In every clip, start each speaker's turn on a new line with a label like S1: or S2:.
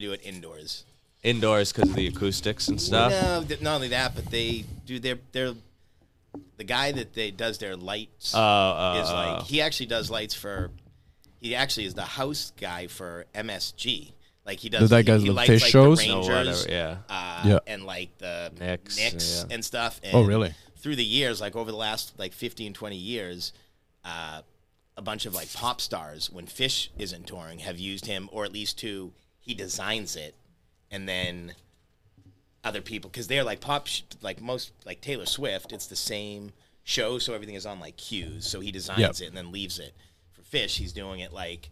S1: do it indoors.
S2: indoors because of the acoustics and stuff.
S1: No, th- not only that, but they do their their the guy that they does their lights
S2: Oh,
S3: Uh,
S2: oh,
S1: is like
S2: oh.
S1: he actually does lights for he actually is the house guy for MSG. Like he does
S3: That
S1: he,
S3: guy
S1: he
S3: does the
S1: lights
S3: fish
S1: like
S3: shows?
S1: the
S2: No,
S1: Rangers,
S2: whatever, yeah.
S1: uh,
S3: Yeah.
S1: and like the
S2: Knicks,
S1: Knicks,
S2: yeah.
S1: and stuff. And
S3: Oh, really?
S1: Through the years, like over the last like 15, 20 years, uh, a bunch of like pop stars, when Fish isn't touring, have used him, or at least two. He designs it, and then other people because they're like pop, sh- like most like Taylor Swift. It's the same show, so everything is on like cues. So he designs
S3: Yep.
S1: it and then leaves it. For Fish, he's doing it like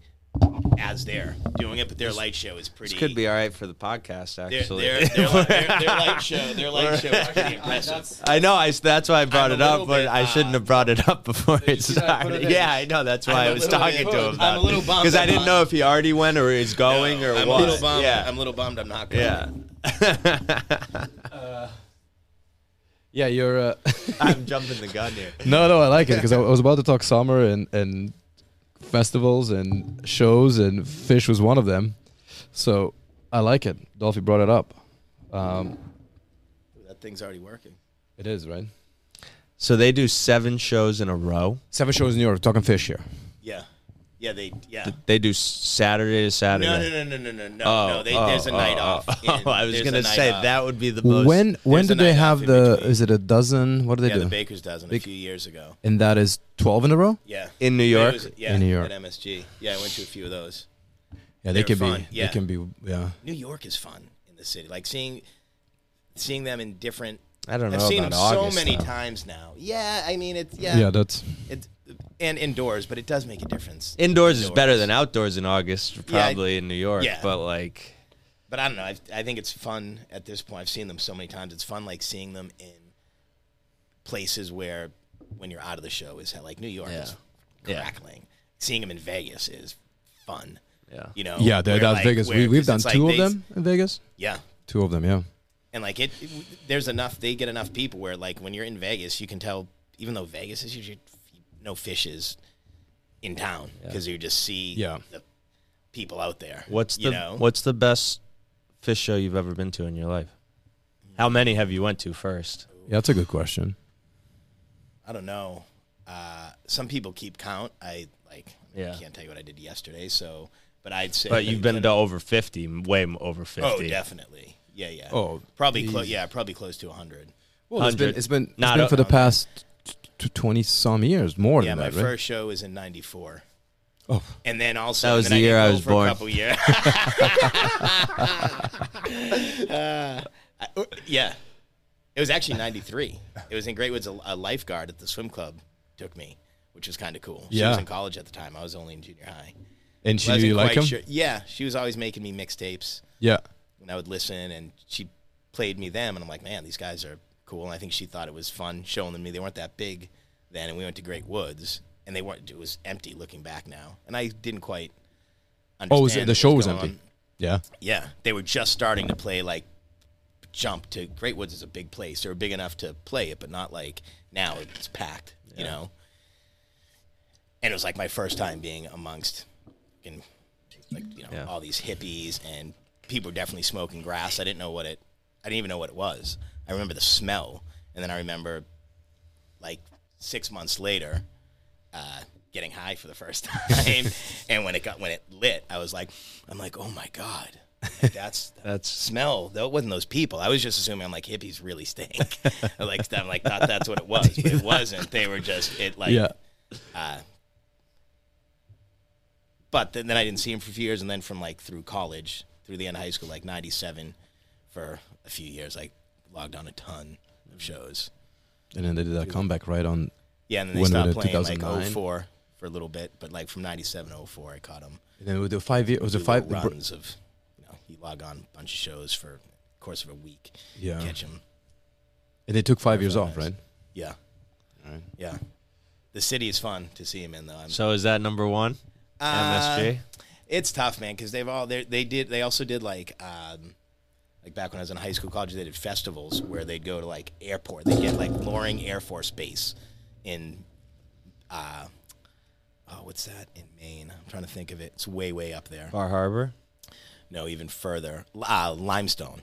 S1: as they're doing it, but their light show is pretty.
S2: This could be all right for the podcast,
S1: Their,
S2: actually.
S1: their, their, li- their, their light show, their light show is pretty impressive.
S2: I know. I, s- that's why I brought
S1: I'm
S2: it
S1: a
S2: up,
S1: little
S2: but
S1: bit,
S2: I
S1: uh,
S2: shouldn't have brought it up before it
S4: see that I put it
S2: started.
S4: in?
S2: Yeah, I know. That's why
S1: I'm
S2: i
S1: a
S2: was
S1: little
S2: talking
S1: bit-
S2: to him
S1: I'm
S2: about
S1: a little bummed
S2: because I
S1: I'm
S2: didn't
S1: not-
S2: know if he already went or is going or
S1: I'm
S2: what.
S1: a little bummed.
S2: Yeah,
S1: I'm a little bummed. I'm not going.
S2: yeah.
S3: Yeah, you're. Uh,
S2: I'm jumping the gun here.
S3: no, no, I like it because I, I was about to talk summer and and festivals and shows and fish was one of them. So I like it. Dolphy brought it up. Um,
S1: That thing's already working.
S3: it is right.
S2: So they do seven shows in a row.
S3: Seven shows in New York. Talking fish here.
S1: Yeah, yeah, they yeah.
S2: They do s- Saturday to Saturday.
S1: No, no, no, no, no, no, no.
S2: Oh,
S1: no they,
S2: oh,
S1: there's a night
S2: oh,
S1: off.
S2: oh,
S1: and
S2: I was
S1: there's a
S2: gonna
S1: night
S2: say
S1: off.
S2: that would be the most.
S3: when
S1: there's
S3: when do
S1: a
S3: they
S1: night
S3: have
S1: off in
S3: the?
S1: between.
S3: Is it a dozen? What do they
S1: Yeah,
S3: do?
S1: the Baker's dozen a
S3: Big-
S1: few years ago.
S3: and that is twelve in a row.
S1: Yeah,
S2: In New
S1: It
S2: York?
S1: was- yeah,
S3: In New York.
S1: at MSG. Yeah, I went to a few of those.
S3: Yeah, they
S1: They're
S3: can be.
S1: fun, yeah.
S3: They can be. Yeah.
S1: New York is fun in the city. Like seeing seeing them in different.
S2: I don't know
S1: I've seen
S2: about
S1: them
S2: August.
S1: so many
S2: though.
S1: times now. Yeah, I mean it's yeah,
S3: Yeah, that's.
S1: it's and indoors, but it does make a difference.
S2: Indoors is better than outdoors in August,
S1: Yeah, I-
S2: probably in New York.
S1: yeah.
S2: But like,
S1: but I don't know. I, I think it's fun at this point. I've seen them so many times. It's fun like seeing them in places where when you're out of the show is like New York is
S2: Yeah.
S1: crackling. Seeing them in Vegas is fun.
S2: Yeah.
S1: You know.
S3: Yeah, they,
S1: where,
S3: that's
S1: like,
S3: Vegas.
S1: where-
S3: we, we've
S1: 'cause
S3: done
S1: it's like
S3: two
S1: they-
S3: of them in Vegas.
S1: Yeah.
S3: Two of them. Yeah.
S1: And like it, it- there's enough. They get enough people where like when you're in Vegas, you can tell. Even though Vegas is usually no fishes in town because you just see
S3: Yeah.
S1: the people out there.
S2: what's the
S1: you know?
S2: what's the best fish show you've ever been to in your life? How many have you went to first?
S3: Yeah, that's a good question.
S1: I don't know. Uh, some people keep count. I like.
S2: Yeah.
S1: I can't tell you what I did yesterday. So, but I'd say.
S2: But you've been to over fifty, way m- over fifty.
S1: Oh, definitely. Yeah, yeah.
S3: Oh,
S1: probably close.
S3: easy.
S1: Yeah, probably close to hundred.
S3: Well, it's been
S2: 100.
S3: it's been, it's
S2: Not
S3: been
S2: a-
S3: for the past t- t- twenty some years, more
S1: Yeah,
S3: than
S1: my
S3: that, right?
S1: first show was in '94.
S3: Oh.
S1: And then also
S2: That was
S1: and then
S2: the year
S1: didn't
S2: I
S1: go
S2: was
S1: for
S2: born.
S1: A couple years. Uh, I- uh, yeah, it was actually '93. It was in Great Woods. A, a lifeguard at the swim club took me, which was kind of cool. She
S3: Yeah.
S1: was in college at the time. I was only in junior high.
S3: And she
S1: Wasn't
S3: you like
S1: quite
S3: him?
S1: sure- Yeah, she was always making me mixtapes
S3: Yeah.
S1: and I would listen, and she played me them, and I'm like, man, these guys are cool. And I think she thought it was fun showing them me. They weren't that big then, and we went to Great Woods, and they weren't. It was empty looking back now, and I didn't quite. Understand
S3: Oh, was it,
S1: what
S3: the show was
S1: going
S3: empty.
S1: on.
S3: Yeah.
S1: Yeah, they were just starting to play like jump to Great Woods is a big place. They were big enough to play it, but not like now it's packed. You know. And it was like my first time being amongst, in, like you know,
S2: Yeah.
S1: all these hippies and people were definitely smoking grass. I didn't know what it. I didn't even know what it was. I remember the smell, and then I remember, like six months later, uh, getting high for the first time. and when it got when it lit, I was like, I'm like, oh my god, Like, that's
S2: That's-
S1: that's smell. That wasn't those people. I was just assuming I'm like hippies really stink. I like I'm like thought that's what it was, but it wasn't. They were just it like.
S3: Yeah.
S1: Uh, But then, then I didn't see him for a few years, and then from like through college, through the end of high school, like '97, for a few years, I logged on a ton of shows.
S3: And then they did that comeback right on.
S1: Yeah, and then they
S3: When
S1: stopped
S3: did it-
S1: playing like
S3: 2009?
S1: 04 for a little bit, but like from 97 to 04, I caught him.
S3: And then with the five year, was it
S1: do
S3: five?
S1: little runs of you know you log on a bunch of shows for the course of a week
S3: Yeah.
S1: catch them
S3: And they took five years off,
S1: nice.
S3: right?
S1: yeah yeah the city is fun to see him in though I'm,
S2: So is that number one?
S1: Uh,
S2: MSG.
S1: it's tough man because they've all they they did they also did like um like back when I was in high school college they did festivals where they'd go to like airport they get like Loring Air Force Base in uh oh what's that in Maine I'm trying to think of it it's way way up there
S2: Bar Harbor.
S1: No, even further. L- Uh, Limestone.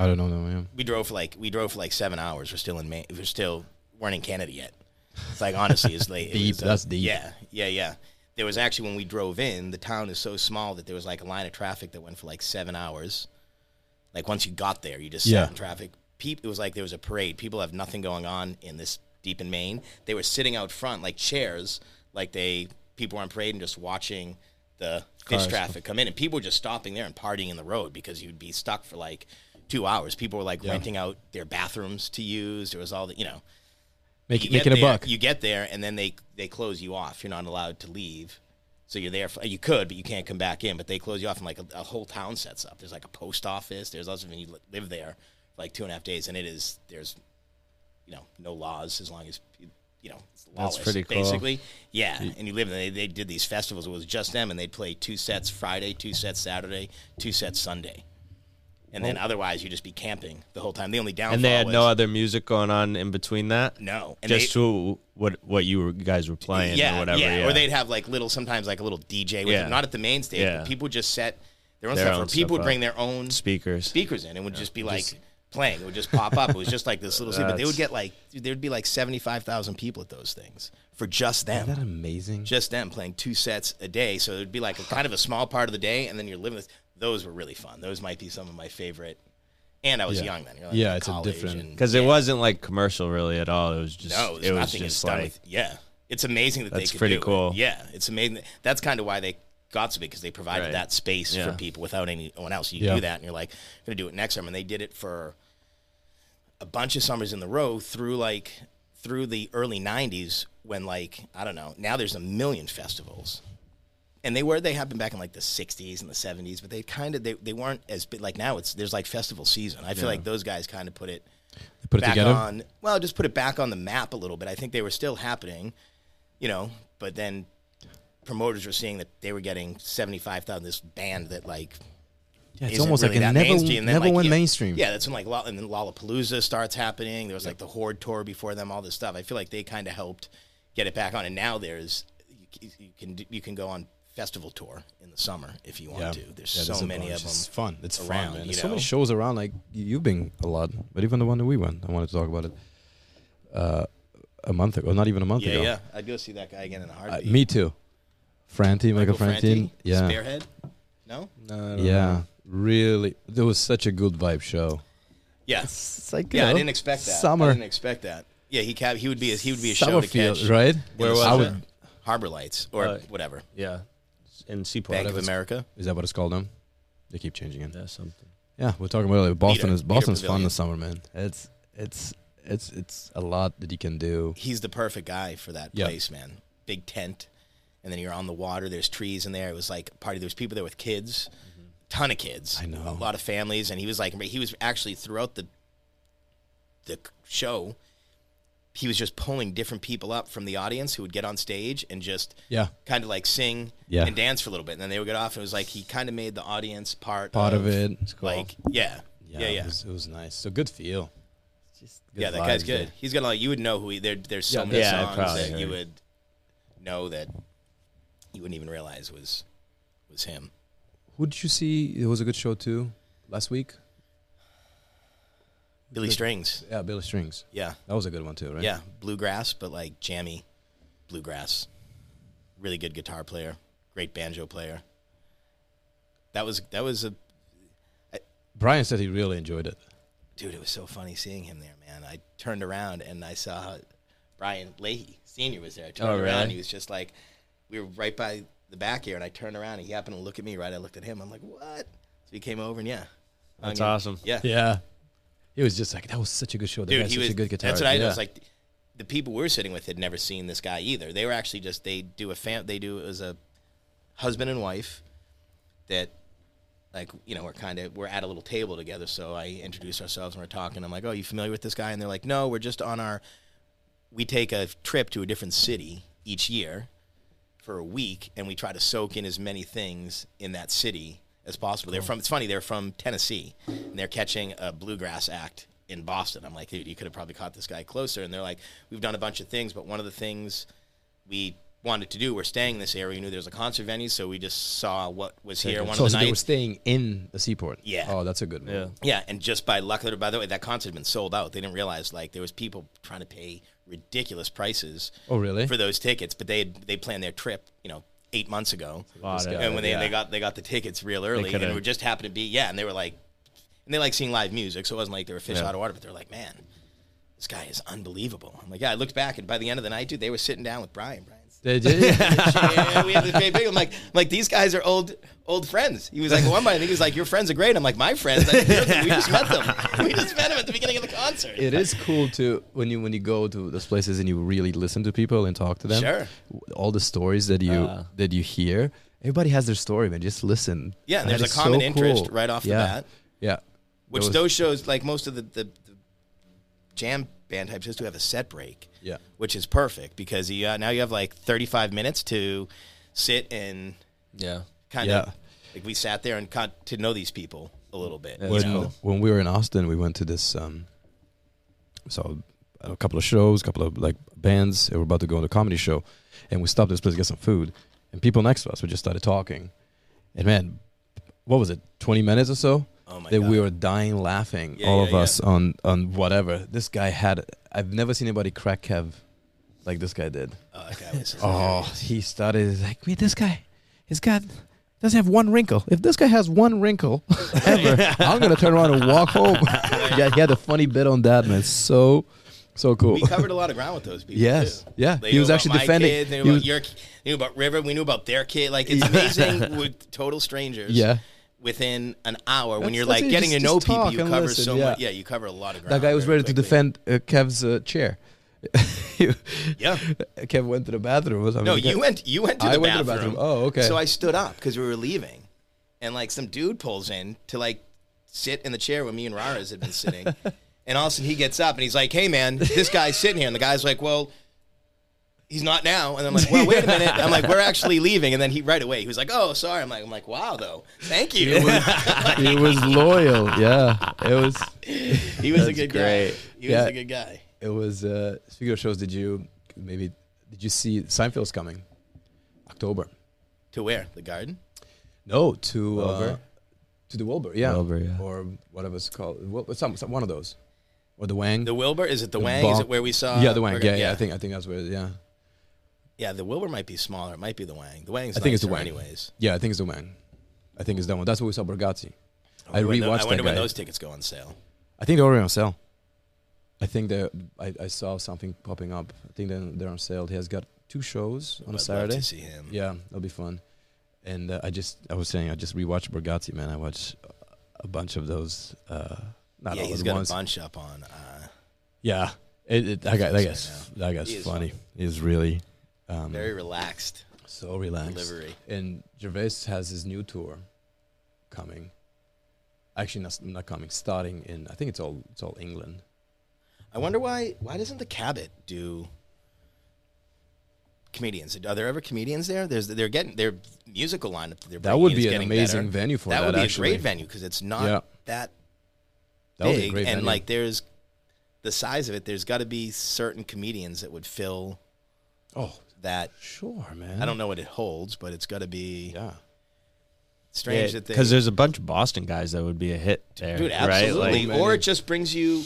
S3: I don't know them.
S1: We drove for like we drove for like seven hours. We're still in Maine. We're still weren't in Canada yet. It's like honestly, it's late.
S3: Deep, that's deep.
S1: Yeah, yeah, yeah. There was actually when we drove in, the town is so small that there was like a line of traffic that went for like seven hours. Like once you got there, you just sat
S3: Yeah.
S1: in traffic. Peep, it was like there was a parade. People have nothing going on in this deep in Maine. They were sitting out front like chairs, like they people were on parade and just watching the fish traffic come in, and people were just stopping there and partying in the road because you'd be stuck for like two hours. People were like renting out their bathrooms to use. There was all the you know
S3: Make,
S1: you
S3: making
S1: get
S3: a
S1: there-
S3: buck.
S1: You get there, and then they they close you off. You're not allowed to leave. So you're there. For, you could, but you can't come back in. But they close you off, and like a, a whole town sets up. There's like a post office. There's lots of and you li- live there for like two and a half days, and it is there's, you know, no laws as long as you- you know it's lawless.
S2: pretty cool.
S1: Basically, yeah. And you live. They they did these festivals. It was just them, and they'd play two sets Friday, two sets Saturday, two sets Sunday. And then otherwise, you'd just be camping the whole time. The only downfall
S2: Oh. And they had
S1: was,
S2: no other music going on in between that.
S1: no, and
S2: just
S1: they-
S2: to what what you were- guys were playing or whatever. Yeah,
S1: Or they'd have like little, sometimes like a little DJ with
S2: Yeah.
S1: them, not at the main stage,
S2: Yeah.
S1: but people just set their own
S2: Their
S1: stuff.
S2: own
S1: or people
S2: stuff
S1: would bring their own
S2: speakers.
S1: speakers in and would just be like playing. It would just pop up. It was just like this little, scene, but they would
S2: That's-
S1: get like, dude, there'd be like 75,000 people at those things for just them.
S3: Isn't that amazing?
S1: just them playing two sets a day. So it'd be like a kind of a small part of the day, and then you're living this. Those were really fun. Those might be some of my favorite. And I was
S3: Yeah.
S1: young then. You're like
S3: Yeah,
S1: in
S3: it's a
S1: college
S3: different-
S1: and-
S2: because it wasn't like commercial really at all. It was just
S1: No,
S2: it was
S1: nothing is
S2: just
S1: done
S2: like
S1: with, yeah. It's amazing that
S2: That's
S1: they could
S2: pretty
S1: do it.
S2: cool.
S1: Yeah, it's amazing. That's kind of why they got so big because they provided
S2: Right.
S1: that space
S2: Yeah.
S1: for people without anyone else. You
S3: Yeah.
S1: do that, and you're like, I'm gonna do it next summer. And they did it for a bunch of summers in the row through like through the early '90s when like I don't know. Now there's a million festivals. And they were they happened back in like the '60s and the '70s, but they kind of they, they weren't as big. Like now it's there's like festival season. I feel like those guys kind of put it
S3: Put it
S1: back
S3: together.
S1: on well just put it back on the map a little bit i think they were still happening you know but then promoters were seeing that they were getting 75000 this band that like
S3: yeah, it's
S1: isn't
S3: almost
S1: really
S3: like
S1: that
S3: it never,
S1: mainstream. And then,
S3: never
S1: like,
S3: went
S1: yeah,
S3: mainstream.
S1: yeah that's when like Lo- and then lollapalooza starts happening there was like the horde tour before them all this stuff i feel like they kind of helped get it back on and now there's you, c- you can do- you can go on festival tour in the summer if you want to there's
S3: Yeah,
S1: so
S3: a
S1: many
S3: bunch.
S1: of them
S3: It's fun. It's
S1: around,
S3: fun, man.
S1: you
S3: There's so many
S1: know?
S3: shows around. Like you- you've been a lot, but even the one that we went, I wanted to talk about it. Uh, a month ago, not even a month
S1: yeah
S3: ago.
S1: yeah i'd go see that guy again in a
S3: Uh,
S1: heartbeat
S3: me too. Franti, Michael,
S1: Michael
S3: Franti. Yeah.
S1: spearhead no
S3: Yeah. Really, there was such a good vibe show.
S1: yeah
S3: It's like
S1: Yeah, I didn't expect that.
S3: Summer,
S1: I didn't expect that. Yeah, he ca- he would be a, he would be a show
S3: summer
S1: to
S3: field,
S1: catch.
S3: right?
S2: Where was
S3: I
S2: it?
S3: would-
S1: Harbor Lights or
S2: Uh,
S1: whatever.
S2: yeah, in Seaport.
S1: Bank of America.
S3: Is that what it's called now? They keep changing it.
S2: Yeah, something.
S3: Yeah, we're talking about it. Boston
S1: Peter-
S3: is
S1: Peter
S3: Boston's fun
S1: Pavilion.
S3: this summer, man. It's it's it's it's a lot that you can do.
S1: He's the perfect guy for that
S3: Yeah.
S1: place, man. Big tent, and then you're on the water. There's trees in there. It was like a party. There was people there with kids, ton of kids.
S3: Mm-hmm. I know.
S1: a lot of families, and he was like he was actually throughout the the show. He was just pulling different people up from the audience who would get on stage and just
S3: Yeah.
S1: kind of like sing
S3: Yeah.
S1: and dance for a little bit, and then they would get off. And it was like he kind of made the audience part
S3: Part of it.
S1: Like, yeah, yeah, yeah,
S3: It was, it was nice. So good feel.
S1: yeah. That guy's good. He's got like you would know who he. There, there's so
S2: Yeah,
S1: many
S2: yeah, I
S1: songs
S2: probably
S1: that you
S2: heard.
S1: would know that you wouldn't even realize was was him.
S3: Who did you see? It was a good show too. Last week.
S1: Billy
S3: Good.
S1: Strings,
S3: Yeah, Billy Strings.
S1: yeah,
S3: That was a good one too, right?
S1: yeah, bluegrass, but like jammy bluegrass. Really good guitar player, great banjo player. That was that was a
S3: Brian said he really enjoyed it.
S1: dude, it was so funny seeing him there, man. I turned around and I saw Brian Leahy Senior was there. I turned
S2: Oh,
S1: around,
S2: really?
S1: he was just like, we were right by the back here, and I turned around, and he happened to look at me. Right, I looked at him. I'm like, what? So he came over, and yeah, hung
S2: That's
S1: in.
S2: awesome.
S1: Yeah,
S3: Yeah. He was just like that was such a good show. That
S1: dude,
S3: guy's
S1: he
S3: such
S1: was
S3: a good guitar.
S1: That's what I
S3: yeah.
S1: know. It's like the people we were sitting with had never seen this guy either. They were actually just they do a fam. They do it was a husband and wife that like you know we're kind of we're at a little table together. So I introduce ourselves and we're talking. I'm like, oh, you familiar with this guy? And they're like, no, we're just on our. We take a trip to a different city each year for a week, and we try to soak in as many things in that city as possible. They're from. It's funny. They're from Tennessee, and they're catching a bluegrass act in Boston. I'm like, dude, you could have probably caught this guy closer. And they're like, we've done a bunch of things, but one of the things we wanted to do. We're staying in this area. We knew there was a concert venue, so we just saw what was here one
S3: so,
S1: of
S3: so
S1: the
S3: they were
S1: nights.
S3: staying in the seaport.
S1: Yeah.
S3: Oh, that's a good one.
S2: Yeah.
S1: yeah, and just by luck, by the way, that concert had been sold out. They didn't realize like there was people trying to pay ridiculous prices
S3: Oh, really?
S1: for those tickets, but they had, they planned their trip, you know, eight months ago.
S2: Bought it.
S1: and when they,
S2: Yeah.
S1: they got they got the tickets real early, and
S2: could've-
S1: it would just happened to be yeah, and they were like, and they like seeing live music, so it wasn't like they were fish
S2: Yeah.
S1: out of water, but they're like, man, this guy is unbelievable. I'm like, yeah, I looked back, and by the end of the night, dude, they were sitting down with Brian. Brian's
S3: They did.
S1: yeah, we have this big, big. I'm like, I'm like these guys are old, old friends. He was like, one night, he was like, your friends are great. I'm like, my friends, I, we just met them. We just met them at the beginning of the concert.
S3: it is cool to when you when you go to those places and you really listen to people and talk to them.
S1: Sure.
S3: All the stories that you
S2: Uh.
S3: that you hear, everybody has their story, man. Just listen.
S1: Yeah, and
S3: That
S1: there's a
S3: is
S1: common interest right off the
S3: yeah.
S1: bat.
S3: Yeah.
S1: Which
S3: Those-
S1: those shows, like most of the, the, the jam band types, just do have a set break.
S3: Yeah.
S1: Which is perfect because you, uh, now you have like 35 minutes to sit and
S2: Yeah.
S1: kind
S3: Yeah.
S1: of like we sat there and got to know these people a little bit. you
S2: That's
S1: know?
S2: cool.
S3: when we were in Austin, we went to this. Um, so a couple of shows, a couple of like bands. And we're about to go on a comedy show, and we stopped at this place to get some food. And people next to us, we just started talking, and man, what was it? Twenty minutes or so.
S1: Oh my
S3: that we
S1: God.
S3: were dying laughing,
S1: Yeah,
S3: all
S1: yeah,
S3: of us on on whatever. This guy had. I've never seen anybody crack Kev like this guy did.
S1: Oh, that guy was
S3: Oh, he started he's like, wait, this guy, he's got doesn't have one wrinkle. If this guy has one wrinkle ever, I'm gonna turn around and walk home. yeah, he had a funny bit on that, man. It's So, so cool.
S1: we covered a lot of ground with those people.
S3: Yes.
S1: too.
S3: Yeah.
S1: They
S3: He
S1: knew
S3: was
S1: about
S3: actually
S1: my
S3: defending-
S1: Kid, they knew
S3: he
S1: about
S3: was-
S1: your, ki- they knew about River. We knew about their kid. Like it's amazing with total strangers.
S3: Yeah.
S1: Within an hour, when
S3: That's-
S1: you're
S3: that's
S1: like
S3: it.
S1: getting
S3: Just-
S1: to know
S3: just
S1: people,
S3: talk
S1: you
S3: and
S1: cover
S3: listen,
S1: so
S3: yeah.
S1: much. Yeah, you cover a lot of ground.
S3: that guy was
S1: very
S3: ready to
S1: quickly.
S3: defend uh, Kev's uh, chair.
S1: Yeah.
S3: Kev went to the bathroom. I mean,
S1: No,
S3: Kev-
S1: you went. You went to
S3: I
S1: the
S3: went to
S1: bathroom.
S3: the bathroom. Oh, okay.
S1: So I stood up because we were leaving, and like some dude pulls in to like sit in the chair where me and Raras had been sitting, and all of a sudden he gets up and he's like, "Hey, man, this guy's sitting here," and the guy's like, "Well." He's not now, and I'm like, well, wait a minute. I'm like, we're actually leaving, and then he right away he was like, oh, sorry. I'm like, I'm like, wow, though, thank you.
S3: he was loyal. Yeah, it was.
S1: he was a good
S2: great.
S1: guy. He was
S3: Yeah.
S1: a good guy.
S3: It was. Uh, speaking of shows, did you maybe did you see Seinfeld's coming? October.
S1: To where the garden?
S3: No, to uh,
S2: Wilbur?
S3: to the Wilbur, yeah,
S2: Wilbur, yeah.
S3: or whatever it's called, Wil- some, some one of those, or the Wang.
S1: The Wilbur? Is it the,
S3: The
S1: Wang? Is
S3: Bong-
S1: it where we saw?
S3: yeah, the Wang.
S1: we're
S3: Yeah,
S1: gonna-
S3: yeah, I think I think that's where. Yeah,
S1: Yeah, the Wilbur might be smaller. It might be the Wang. The Wang's
S3: I think it's the
S1: nicer
S3: Wang.
S1: anyways.
S3: yeah, I think it's the Wang. I think it's that one. That's where we saw Bergazzi. I
S1: wonder when tho-
S3: rewatched
S1: I
S3: that
S1: wonder
S3: guy.
S1: when those tickets go on sale.
S3: I think they're already on sale. I think they. I, I saw something popping up. I think they're, they're on sale. He has got two shows on
S1: I'd
S3: a
S1: love
S3: Saturday.
S1: to see him.
S3: Yeah, that'll be fun. And uh, I just, I was saying, I just rewatched Bergazzi. Man, I watched a bunch of those. Uh, not
S1: yeah,
S3: all
S1: he's
S3: at
S1: got
S3: once.
S1: a bunch up on. Uh,
S3: Yeah, it, it, that guy, that guy's,
S1: Upside
S3: that guy's
S1: He is
S3: funny. He's really um,
S1: very relaxed
S3: so relaxed.
S1: delivery.
S3: And Gervais has his new tour coming. Actually, not, not coming. Starting in, I think it's all it's all England.
S1: I wonder why. Why doesn't the Cabot do comedians? Are there ever comedians there? There's they're getting their musical lineup. They're
S3: That would
S1: bringing is
S3: be an
S1: getting
S3: amazing
S1: better.
S3: venue for
S1: that.
S3: that,
S1: would be
S3: actually.
S1: a great venue because it's not
S3: Yeah.
S1: that
S3: That would
S1: big,
S3: be a great.
S1: and
S3: venue.
S1: like there's the size of it. There's got to be certain comedians that would fill
S3: oh,
S1: that.
S3: sure, man.
S1: I don't know what it holds, but it's got to be
S3: Yeah.
S1: strange that they
S2: Because there's a bunch of Boston guys that would be a hit there.
S1: Dude,
S2: Right?
S1: absolutely.
S2: Like,
S3: Like-
S1: or it just brings you,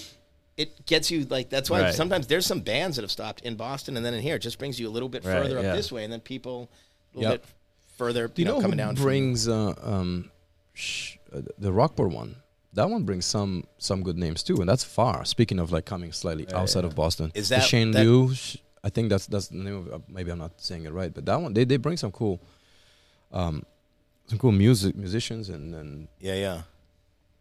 S1: it gets you like that's why
S2: Right.
S1: sometimes there's some bands that have stopped in Boston and then in here. It just brings you a little bit
S2: Right,
S1: further up
S2: yeah.
S1: this way, and then people a little
S3: Yep.
S1: bit further.
S3: Do you know,
S1: coming
S3: who
S1: down. from-
S3: brings uh, um, sh- uh, the Rockport one? That one brings some some good names too, and that's far. Speaking of like coming slightly outside of Boston,
S1: Is
S3: The
S1: that-
S3: Shane
S1: that-
S3: Liu? sh- I think that's that's the name. Of, uh, maybe I'm not saying it right, but that one they, they bring some cool, um, some cool music musicians and, and
S1: yeah, yeah.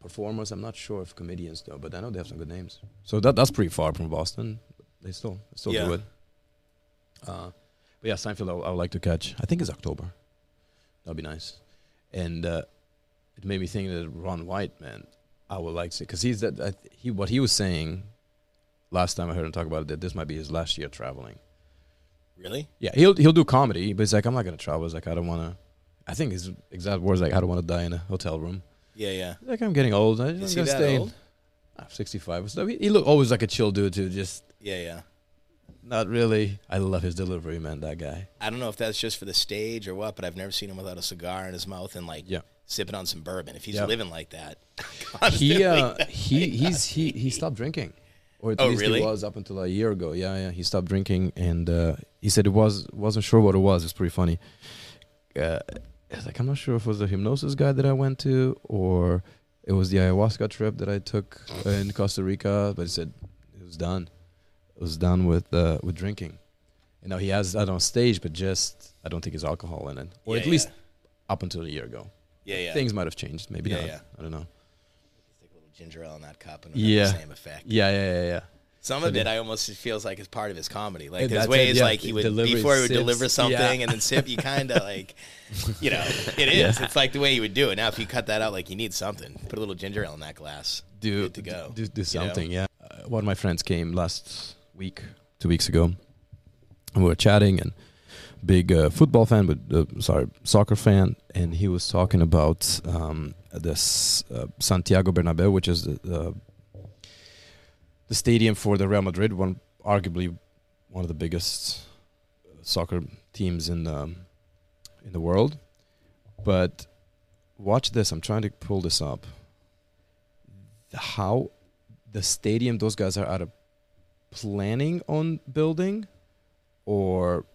S3: performers. I'm not sure if comedians though, but I know they have some good names. So that that's pretty far from Boston. But they still still
S1: Yeah.
S3: do it. Uh, but yeah, Seinfeld I, would- I would like to catch. I think it's October. That'd be nice. And uh, it made me think that Ron White, man, I would like to because he's that I, th- he what he was saying last time I heard him talk about it that this might be his last year traveling.
S1: Really?
S3: Yeah, he'll he'll do comedy, but he's like, I'm not gonna travel. He's like, I don't want to. I think his exact words like, I don't want to die in a hotel room.
S1: Yeah, yeah.
S3: Like I'm getting old. I
S1: Is he
S3: just gonna
S1: that
S3: stay. in-
S1: old?
S3: I'm 65 or so. He, he looked always like a chill dude, too. Just
S1: Yeah, yeah.
S3: Not really. I love his delivery, man. That guy.
S1: I don't know if that's just for the stage or what, but I've never seen him without a cigar in his mouth and like
S3: Yeah.
S1: sipping on some bourbon. If he's
S3: Yeah.
S1: living like that,
S3: He
S1: constantly,
S3: uh,
S1: that
S3: he
S1: might
S3: he's
S1: not
S3: he
S1: be-
S3: he stopped drinking, or at
S1: Oh,
S3: least
S1: really?
S3: he was up until a year ago. Yeah, yeah. He stopped drinking, and uh, he said it was wasn't sure what it was. It's pretty funny. Uh, it's like I'm not sure if it was the hypnosis guy that I went to, or it was the ayahuasca trip that I took uh, in Costa Rica. But he said it was done. It was done with uh, with drinking. You know, he has that on stage, but just I don't think it's alcohol in it, or
S1: Yeah,
S3: at least up until a year ago.
S1: yeah, yeah.
S3: Things might have changed, maybe
S1: Yeah,
S3: not.
S1: yeah.
S3: I don't know.
S1: Take a little ginger ale in that cup and
S3: Yeah.
S1: yeah. the same effect.
S3: Yeah, yeah, yeah, yeah.
S1: Some of it, I almost it feels like it's part of his comedy. Like
S3: And
S1: there's
S3: that's
S1: ways
S3: it, yeah.
S1: like he would
S3: Delivery
S1: before he would
S3: sips.
S1: deliver something
S3: Yeah.
S1: and then sip. You kind of like, you know, it is. It's like the way you would do it. Now if you cut that out, like you need something. Put a little ginger ale in that glass.
S3: do
S1: good to go.
S3: Do,
S1: you
S3: do
S1: know?
S3: something, yeah. Uh, one of my friends came last week, two weeks ago, and we were chatting. And big uh, football fan, but uh, sorry, soccer fan, and he was talking about um, this uh, Santiago Bernabeu, which is the, the the stadium for the Real Madrid, one arguably one of the biggest uh, soccer teams in the um, in the world. But watch this. I'm trying to pull this up how the stadium those guys are out of planning on building or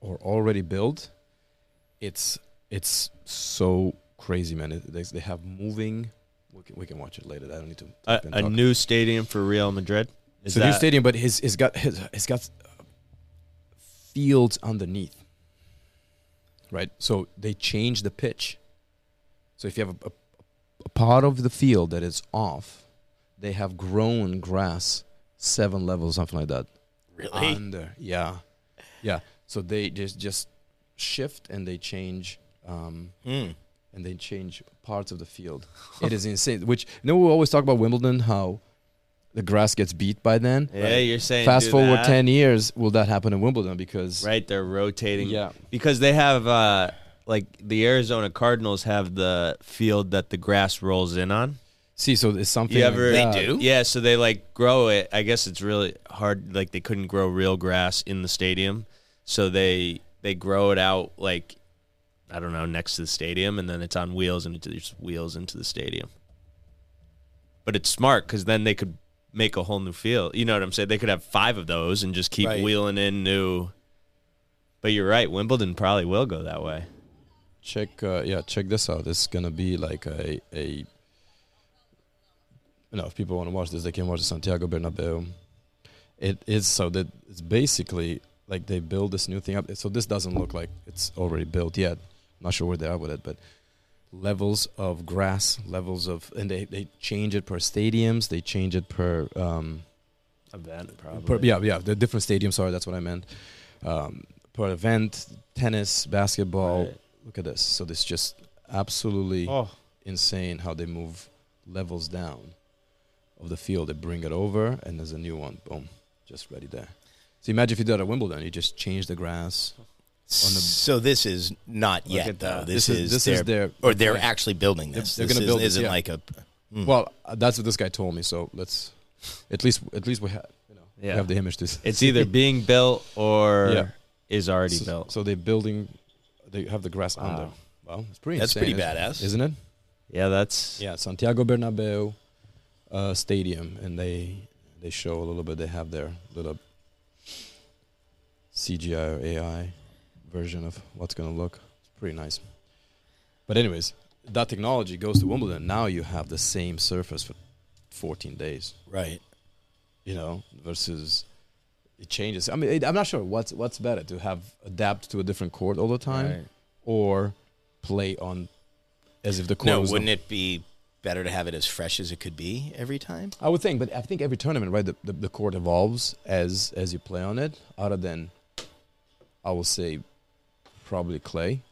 S3: or already built it's it's so crazy man It- they, they have moving we can, we can watch it later i don't need to
S2: A,
S3: talk and
S2: a
S3: talk.
S2: new stadium for Real Madrid. Is
S3: it's a new
S2: that-
S3: stadium but his it's got his, it's got uh, fields underneath right so they change the pitch so if you have a, a, a part of the field that is off they have grown grass seven levels something like that
S1: Really?
S3: under yeah yeah so they just just shift and they change um,
S1: Hmm.
S3: and they change parts of the field. it is insane. Which you know we always talk about Wimbledon how the grass gets beat by then.
S2: Yeah, you're saying.
S3: Fast
S2: do
S3: forward
S2: that.
S3: ten years, will that happen in Wimbledon? Because
S2: Right, they're rotating.
S3: Yeah.
S2: because they have uh, like the Arizona Cardinals have the field that the grass rolls in on.
S3: see, so it's something
S2: You ever?
S3: like
S1: They
S3: that.
S1: do?
S2: Yeah, so they like grow it. I guess it's really hard. Like they couldn't grow real grass in the stadium, so they they grow it out like I don't know next to the stadium, and then it's on wheels and it just wheels into the stadium. But it's smart because then they could make a whole new field. You know what I'm saying? They could have five of those and just keep
S1: Right.
S2: wheeling in new. But you're right. Wimbledon probably will go that way.
S3: Check uh, yeah, check this out. It's gonna be like a a you know, if people want to watch this, they can watch the Santiago Bernabeu. It is so that it's basically like they build this new thing up. So this doesn't look like it's already built yet. not sure where they are with it, but levels of grass, levels of, and they, they change it per stadiums. They change it per, um,
S2: Event
S3: per yeah, yeah, the different stadiums. Sorry, that's what I meant. Um, per event, tennis, basketball.
S2: Right.
S3: Look at this. So this just absolutely
S2: Oh,
S3: insane how they move levels down of the field. They bring it over, and there's a new one. Boom, just ready there. So imagine if you did that at Wimbledon, you just change the grass. the-
S1: so this is not
S3: Look
S1: yet
S3: at
S1: though.
S3: that.
S1: This, is,
S3: this
S1: their,
S3: is their
S1: or they're
S3: yeah.
S1: actually building this.
S3: They're
S1: this
S3: gonna
S1: is,
S3: build this,
S1: isn't
S3: yeah.
S1: like a Mm.
S3: Well, uh, that's what this guy told me. So let's at least at least we have you know we
S2: Yeah.
S3: have the image to. s-
S2: it's either being built or
S3: Yeah.
S2: is already
S3: so,
S2: built.
S3: So they're building. They have the grass
S2: Wow.
S3: under. Wow, it's pretty.
S1: that's
S3: insane,
S1: pretty
S3: isn't-
S1: badass.
S3: isn't it?
S2: Yeah, that's
S3: Yeah, Santiago Bernabeu uh, Stadium, and they they show a little bit. They have their little CGI or AI version of what's gonna look. It's pretty nice. But anyways, that technology goes to Wimbledon. Now you have the same surface for 14 days.
S1: right?
S3: you know, versus it changes. I mean, it, I'm not sure what's what's better to have adapt to a different court all the time
S2: Right.
S3: or play on as if the court
S1: No,
S3: was
S1: wouldn't it be better to have it as fresh as it could be every time?
S3: I would think, but I think every tournament, right, the, the, the court evolves as as you play on it. Other than, I will say, probably clay,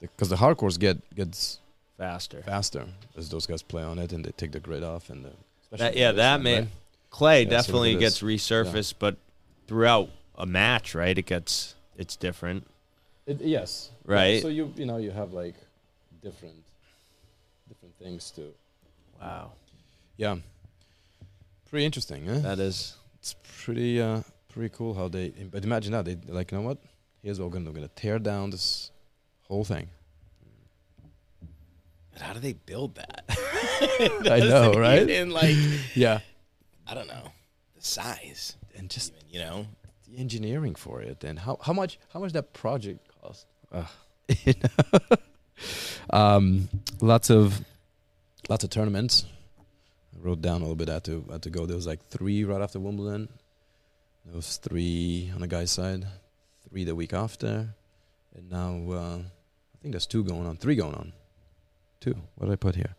S3: because the hard courts get gets
S2: faster.
S3: faster as those guys play on it and they take the grid off and the,
S2: That,
S3: especially
S2: yeah,
S3: this
S2: that
S3: one,
S2: may
S3: right?
S2: clay
S3: Yeah, so
S2: definitely
S3: it
S2: gets
S3: is.
S2: resurfaced, but throughout a match, right? It gets it's different,
S3: It, yes. Yeah,
S2: right?
S3: So you you know you have like different different things to.
S2: wow,
S3: Yeah. Pretty interesting, huh?
S2: that is
S3: It's pretty uh pretty cool how they. But imagine that they they're like, you know what? Here's what we're gonna do. We're gonna tear down this whole thing.
S1: But how do they build that?
S3: I know, right?
S1: And like,
S3: Yeah,
S1: I don't know, the size.
S3: and just
S1: Even, you know,
S3: the engineering for it, and how how much how much that project cost. um, lots of lots of tournaments. I wrote down a little bit. I had to I had to go. There was like three right after Wimbledon. There was three on the guy's side, three the week after, and now uh, I think there's two going on, three going on, two. What did I put here?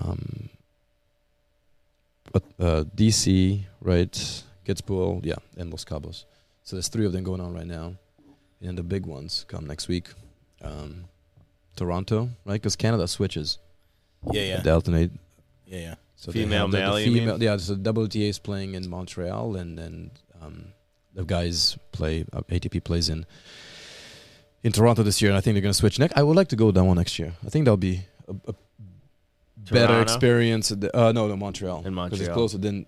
S3: Um, but uh, DC, right? Kitzbühel, yeah, and Los Cabos. So there's three of them going on right now, and the big ones come next week. Um, Toronto, right? Because Canada switches.
S1: yeah, yeah,
S3: They alternate.
S1: yeah, yeah.
S3: So they
S2: Female,
S3: have the- the
S2: male, you mean?
S3: female. Yeah, so WTA is playing in Montreal, and then um, the guys play uh, ATP plays in in Toronto this year, and I think they're going to switch next. I would like to go that one next year. I think that'll be a, a better
S2: Toronto?
S3: experience. at the- Uh, no, no, Montreal.
S2: In
S3: because it's
S2: Montreal.
S3: closer than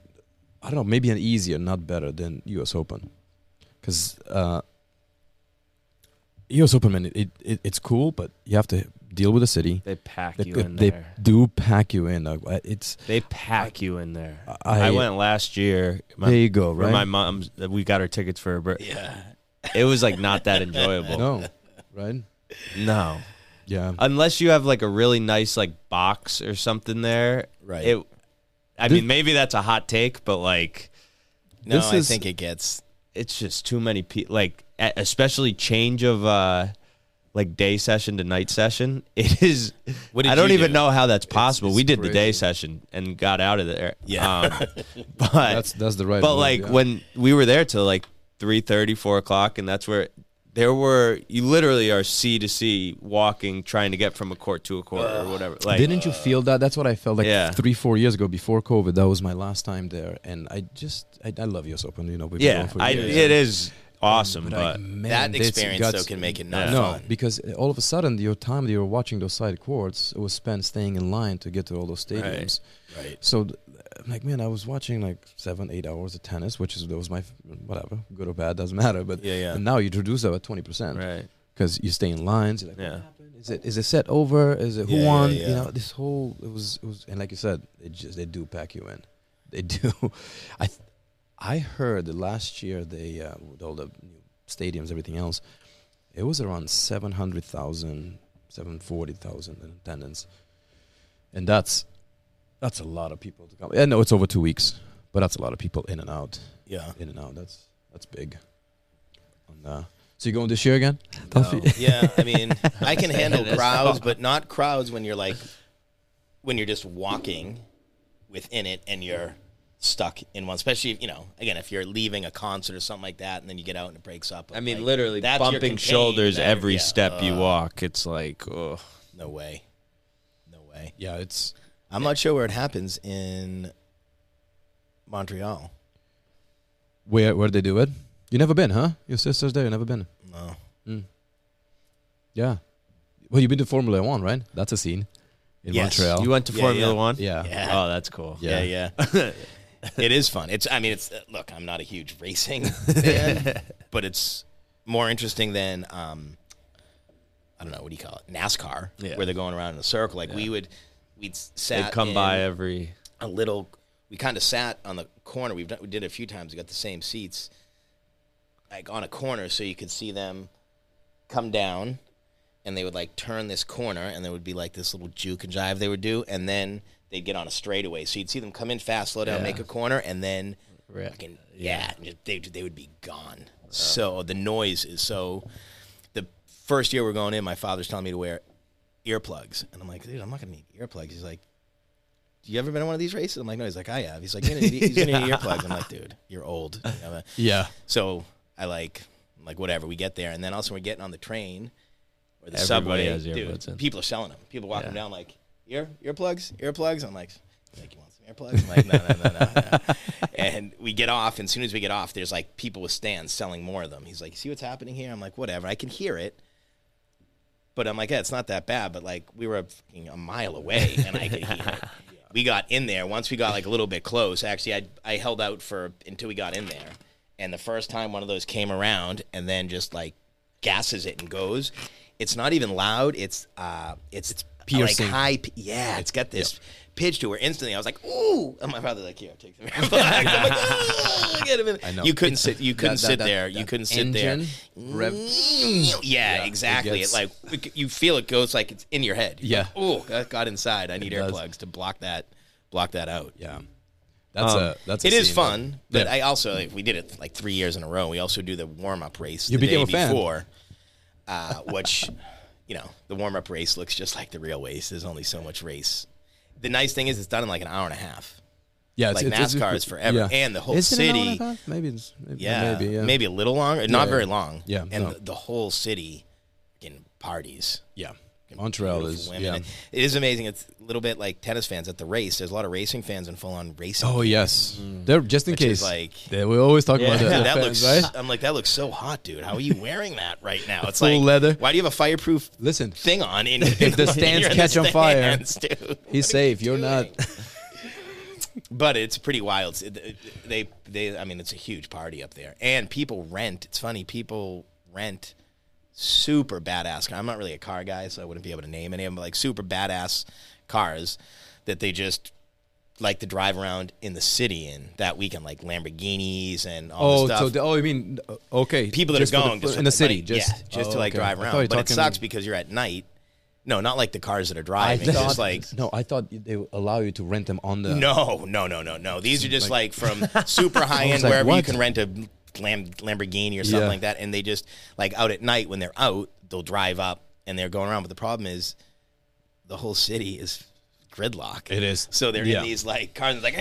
S3: I don't know, maybe an easier, not better than U.S. Open, because uh, U.S. Open, man, it, it it's cool, but you have to deal with the city.
S2: They pack
S3: They,
S2: you
S3: could-
S2: in
S3: they
S2: there.
S3: do pack you in. Like, I- It's
S2: They pack you in there.
S3: I-
S2: I, went last year. My,
S3: there you go,
S2: for
S3: right?
S2: my mom's. We got our tickets for her birthday.
S1: Yeah.
S2: It was like not that enjoyable.
S3: no, right?
S2: no.
S3: Yeah.
S2: unless you have like a really nice like box or something there.
S1: Right.
S2: It, I
S3: This-
S2: mean, maybe that's a hot take, but like
S1: No,
S3: This
S1: I
S3: is-
S1: think it gets.
S2: it's just too many people. Like e- especially change of uh like day session to night session. It is.
S1: What did
S2: I don't
S1: you
S2: even
S1: do?
S2: know how that's possible.
S3: it's
S2: we did the day
S3: crazy.
S2: session and got out of there.
S1: Yeah.
S2: um, but
S3: that's that's the right.
S2: but
S3: move,
S2: like
S3: yeah.
S2: when we were there till like 3.30 4 o'clock and that's where there were you literally are c to c walking trying to get from a court to a court or whatever like
S3: didn't you feel that? That's what I felt like
S2: Yeah.
S3: three, four years ago before COVID. That was my last time there, and I just I, I love US Open. You know, we've been going
S2: yeah,
S3: for
S2: I,
S3: years.
S2: it is awesome
S3: I-
S2: but,
S3: man,
S1: That
S3: this
S1: experience,
S3: got-
S1: though, can make it not
S3: no,
S1: fun.
S3: because all of a sudden your time that you were watching those side courts was spent staying in line to get to all those
S2: Right.
S3: stadiums.
S1: Right.
S3: So, th- I'm like, man, I was watching like seven, eight hours of tennis, which is that was my f- whatever, good or bad, doesn't matter. But
S1: Yeah, yeah.
S3: And now you reduce that at twenty percent,
S2: right
S3: because you stay in lines. You're like,
S2: Yeah.
S3: what happened? Is it is it set over? Is it who
S1: Yeah, yeah,
S3: won?
S1: yeah.
S3: You know, this whole it was it was, and like you said, it just they do pack you in. They do. I th- I heard that last year they uh, with all the new stadiums, everything else, it was around 700,000, 740,000 in attendance, and that's that's a lot of people to come. I know it's over two weeks, but that's a lot of people in and out,
S1: Yeah.
S3: in and out. That's that's big. And, uh, so you going this year again?
S2: No.
S1: Yeah, I mean, I can handle crowds, but not crowds when you're like, when you're just walking within it and you're stuck in one. Especially, if, you know, again, if you're leaving a concert or something like that, and then you get out and it breaks up.
S2: i mean
S1: like,
S2: literally
S1: that's your
S2: bumping
S1: contained
S2: shoulders
S1: there.
S2: every
S1: Yeah.
S2: step you
S1: Uh,
S2: walk it's like oh
S1: No way, no way.
S3: Yeah, it's
S1: I'm not sure where it happens in Montreal.
S3: Where where they do it? You never been, huh? Your sister's there. You never been?
S1: No,
S3: Yeah. Well, you've been to Formula One, right? That's a scene in
S1: Yes.
S3: Montreal.
S2: you went to
S1: Yeah,
S2: formula
S1: yeah.
S2: one
S3: yeah.
S1: Yeah.
S2: oh that's cool
S1: yeah, yeah. it is fun. It's. I mean, it's. Look, I'm not a huge racing fan, but it's more interesting than. Um, I don't know what do you call it NASCAR,
S2: Yeah.
S1: where they're going around in a circle. Like we would, we'd s- sat.
S2: they come
S1: in
S2: by every
S1: a little. We kind of sat on the corner. We've done, we did it a few times. We got the same seats, like on a corner, so you could see them come down, and they would like turn this corner, and there would be like this little juke and jive they would do, and then they'd get on a straightaway. So you'd see them come in fast, slow down,
S2: Yeah.
S1: make a corner, and then
S2: Rip.
S1: fucking yeah, and they they would be gone. So the noise is so. The first year we're going in, my father's telling me to wear earplugs, and I'm like, dude, I'm not gonna need earplugs. He's like you ever been in one of these races? I'm like, no. He's like, I have. He's like, you need, he's gonna need earplugs. I'm like, dude, you're old. You know?
S3: Yeah.
S1: So I like, I'm like whatever. We get there, and then also we're getting on the train or the
S2: Everybody
S1: subway.
S2: has
S1: dude,
S2: earbuds in.
S1: people are selling them. People walk them
S2: Yeah.
S1: down like ear earplugs, earplugs. I'm like, he's like you want some earplugs? I'm like, no, no, no, no. no. and we get off, and as soon as we get off, there's like people with stands selling more of them. He's like, you see what's happening here? I'm like, whatever. I can hear it. But I'm like, yeah, it's not that bad. But like, we were fucking a mile away, and I could hear it. We got in there. Once we got like a little bit close, actually, I I held out for until we got in there, and the first time one of those came around and then just like gasses it and goes it's not even loud it's uh it's it's
S3: piercing.
S1: like high p- yeah it's got this pitch to where instantly i was like ooh and my brother's like here take the I'm like, "Ooh, get him in."
S3: I know.
S1: you couldn't sit you couldn't
S3: that-
S1: sit
S3: that-
S1: there you
S3: that
S1: couldn't sit
S3: engine
S1: there
S3: rev-
S1: yeah, exactly
S3: gets-
S1: it like it- you feel it goes like it's in your head You're
S3: Yeah.
S1: like, oh that got inside i need
S3: does.
S1: earplugs to block that block that out
S3: Yeah, that's
S2: Um,
S3: a that's a
S1: it is
S3: scene that-
S1: fun, but
S3: Yeah.
S1: I also like, we did it like three years in a row. We also do the warm up race
S3: You
S1: the
S3: became
S1: day
S3: a fan.
S1: before, uh, which you know the warm up race looks just like the real race. There's only so much race. The nice thing is it's done in like an hour and a half.
S3: yeah,
S1: like NASCAR is forever, and the whole
S3: Is it an hour and a
S1: city-
S3: half? Maybe it's maybe
S1: Yeah,
S3: maybe, yeah.
S1: a little longer, not
S3: yeah.
S1: very long.
S3: Yeah,
S1: and
S3: no.
S1: the, the whole city in parties.
S3: yeah. Montreal
S1: beautiful
S3: is
S1: women.
S3: yeah.
S1: It is amazing. It's a little bit like tennis fans at the race. There's a lot of racing fans and full on racing.
S3: Oh yes, they're just in
S1: Mm. Which
S3: case.
S1: is like-
S3: They- we always talk about
S1: Yeah,
S2: Yeah,
S3: the- the
S1: that
S3: fans,
S1: looks.
S3: right?
S1: I'm like, that looks so hot, dude. How are you wearing that right now? It's
S3: Full
S1: like
S3: leather.
S1: Why do you have a fireproof
S3: Listen,
S1: thing on? In,
S3: If the
S1: when
S3: stands
S1: you're in
S3: catch
S1: the
S3: on fire,
S1: stands, dude?
S3: he's safe. You're not.
S1: But it's pretty wild. It- They, they, I mean, it's a huge party up there, and people rent. It's funny, people rent super badass. car- I'm not really a car guy, so I wouldn't be able to name any of them. But like super badass cars that they just like to drive around in the city in that weekend, like Lamborghinis and all
S3: Oh,
S1: this
S3: so
S1: stuff.
S3: the, oh, you mean okay?
S1: people that
S3: just
S1: are
S3: for the-
S1: going just
S3: in
S1: for
S3: the city,
S1: money.
S3: just
S1: yeah, just
S3: oh,
S1: to like
S3: okay.
S1: drive
S3: I thought you
S1: around. But it
S3: talking-
S1: sucks because you're at night. No, not like the cars that are
S3: I
S1: driving.
S3: thought-
S1: Just like
S3: no, I thought they would allow you to rent them on the.
S1: no, no, no, no, no. These are just like, from super high
S3: was
S1: end
S3: like,
S1: wherever you
S3: what?
S1: can rent a Lam- Lamborghini or something
S3: Yeah.
S1: like that, and they just like out at night when they're out, they'll drive up and they're going around. But the problem is, the whole city is gridlock.
S3: It is.
S1: So they're
S3: Yeah.
S1: in these like cars it's like,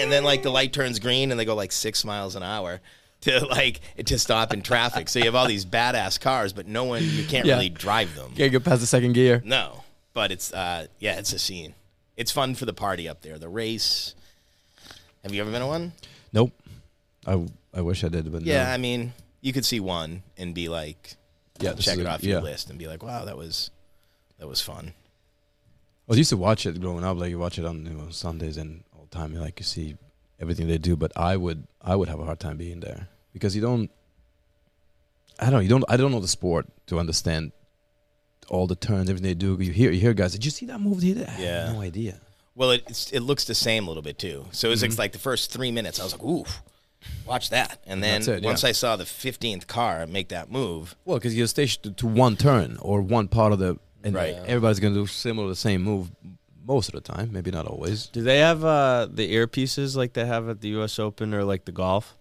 S1: and then like the light turns green and they go like six miles an hour to like to stop in traffic. So you have all these badass cars, but no one you can't
S3: Yeah.
S1: really drive them.
S3: Can't get past the second gear.
S1: No, but it's uh yeah, it's a scene. It's fun for the party up there. The race. Have you ever been to one?
S3: Nope. I, I wish I did, but
S1: Yeah,
S3: no.
S1: I mean, you could see one and be like,
S3: yeah, this
S1: check
S3: is
S1: it
S3: a-
S1: off your
S3: yeah.
S1: list and be like, wow, that was that was fun.
S3: I used to watch it growing up. Like you watch it on you know, Sundays and all the time. And, like you see everything they do, but I would I would have a hard time being there because you don't. I don't. know, You don't. I don't know the sport to understand all the turns, everything they do. You hear you hear guys. Did you see that move? Did you-" I have
S1: Yeah.
S3: no idea.
S1: Well, it it's, it looks the same a little bit too. So it was
S3: Mm-hmm.
S1: like the first three minutes, I was like, ooh, watch that. And then
S3: That's it, yeah.
S1: once I saw the fifteenth car make that move,
S3: Well, because you're stationed to, to one turn or one part of the, and
S1: Right.
S3: everybody's gonna do similar the same move most of the time. Maybe not always.
S2: Do they have uh, the earpieces like they have at the U.S. Open or like the golf,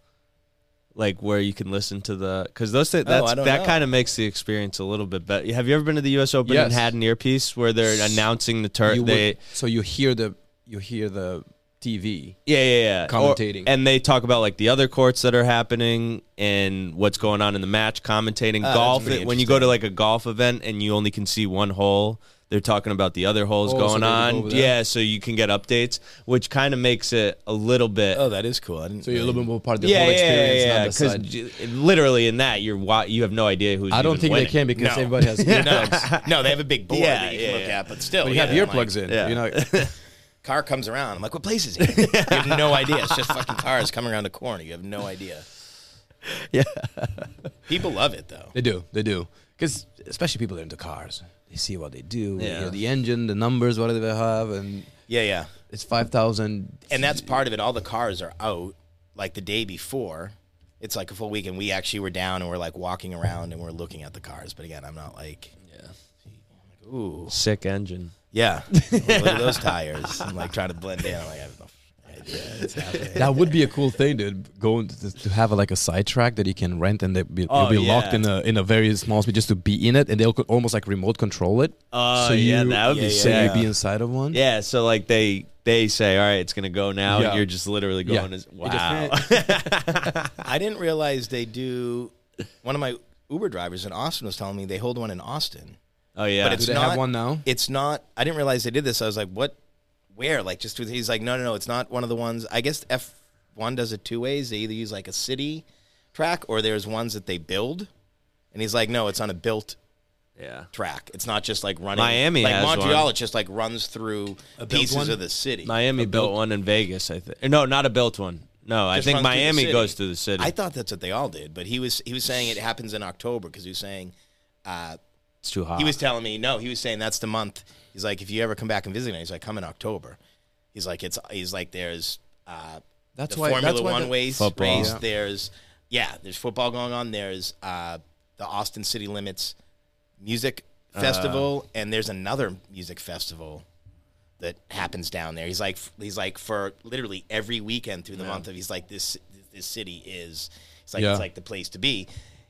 S2: like where you can listen to the? Because those th-
S1: Oh,
S2: that's,
S1: I don't
S2: that
S1: know.
S2: kind of makes the experience a little bit better. Have you ever been to the U.S. Open and
S3: Yes.
S2: had an earpiece where they're announcing the
S3: You
S2: turn?
S3: would-
S2: They
S3: so you hear the you hear the TV.
S2: yeah yeah yeah Or-
S3: Commentating.
S2: and they talk about like the other courts that are happening and what's going on in the match.
S3: Ah,
S2: Commentating
S1: that's
S2: golf
S1: pretty
S2: it- when you go to like a golf event and you only can see one hole. They're talking about the other holes
S3: Oh, so
S2: going
S3: they go
S2: on.
S3: over that.
S2: yeah, so you can get updates, which kind of makes it a little bit
S1: oh, that is cool. I didn't
S3: So you're a
S1: really-
S3: little bit more part of the whole experience. not the
S2: Because
S3: side.
S2: j- literally in that, you're wa- you have no idea who's.
S3: I don't
S2: even
S3: think
S2: winning.
S3: they can because
S1: No.
S3: everybody has earplugs.
S1: no, no, they have a big board
S2: Yeah,
S1: that you
S2: yeah,
S1: can look
S2: yeah.
S1: at, but still,
S3: But you
S1: yeah,
S3: have earplugs
S1: I'm like-
S3: in.
S2: Yeah.
S3: You know,
S1: car comes around. I'm like, what place is it? you have no idea. It's just fucking cars coming around the corner. You have no idea.
S2: Yeah.
S1: People love it though.
S3: they do, they do. Because especially people that are into cars, they see what they do, they
S2: Yeah.
S3: hear the engine, the numbers, whatever they have, and
S1: Yeah, yeah.
S3: it's five thousand.
S1: And that's part of it. All the cars are out like the day before. It's like a full weekend. We actually were down and we're like walking around and we're looking at the cars. But again, I'm not like, ooh,
S2: Sick engine.
S1: yeah, look at those tires. I'm like trying to blend in. I'm like, I have no idea what's happening.
S3: That would be a cool thing, dude. Going to, to have a, like a sidetrack that you can rent, and they be,
S2: Oh,
S3: you'll be locked
S2: yeah.
S3: in a in a very small space just to be in it, and they'll co- almost like remote control it.
S2: Oh, yeah, that would be
S1: yeah,
S3: so
S2: sick.
S3: you'd be inside of one.
S2: Yeah, so like they they say, all right, it's gonna go now,
S3: Yeah.
S2: and you're just literally
S3: Yeah.
S2: going. As,
S3: It just-
S2: wow.
S1: I didn't realize they do. One of my Uber drivers in Austin was telling me they hold one in Austin.
S2: oh yeah.
S1: But it's
S3: Do they
S1: not
S3: have one now?
S1: It's not. I didn't realize they did this. I was like, what? Where? Like just with, he's like, no, no, no. It's not one of the ones. I guess F one does it two ways. They either use like a city track or there's ones that they build. And he's like, no, it's on a built
S2: yeah.
S1: track. It's not just like running.
S2: Miami
S1: like
S2: has
S1: Montreal.
S2: one.
S1: It just like runs through
S3: built
S1: pieces
S3: one?
S1: of the city.
S2: Miami built one in Vegas, I think. No, not a built one. No, I
S1: Just
S2: think
S1: runs through the
S2: Miami
S1: city.
S2: goes through the city.
S1: I thought that's what they all did, but he was he was saying it happens in October because he was saying uh,
S2: it's too hot.
S1: he was telling me no. He was saying that's the month. He's like, if you ever come back and visit me, he's like, come in October. He's like, it's he's like, there's uh,
S3: That's
S1: the
S3: why-
S1: Formula
S3: that's why
S1: One
S3: the-
S1: race.
S2: Football.
S1: race.
S3: Yeah.
S1: There's yeah, there's football going on. There's uh, the Austin City Limits music
S3: Uh.
S1: festival, and there's another music festival that happens down there. He's like he's like for literally every weekend through the month of he's like this this city is it's like
S3: Yeah.
S1: it's like the place to be.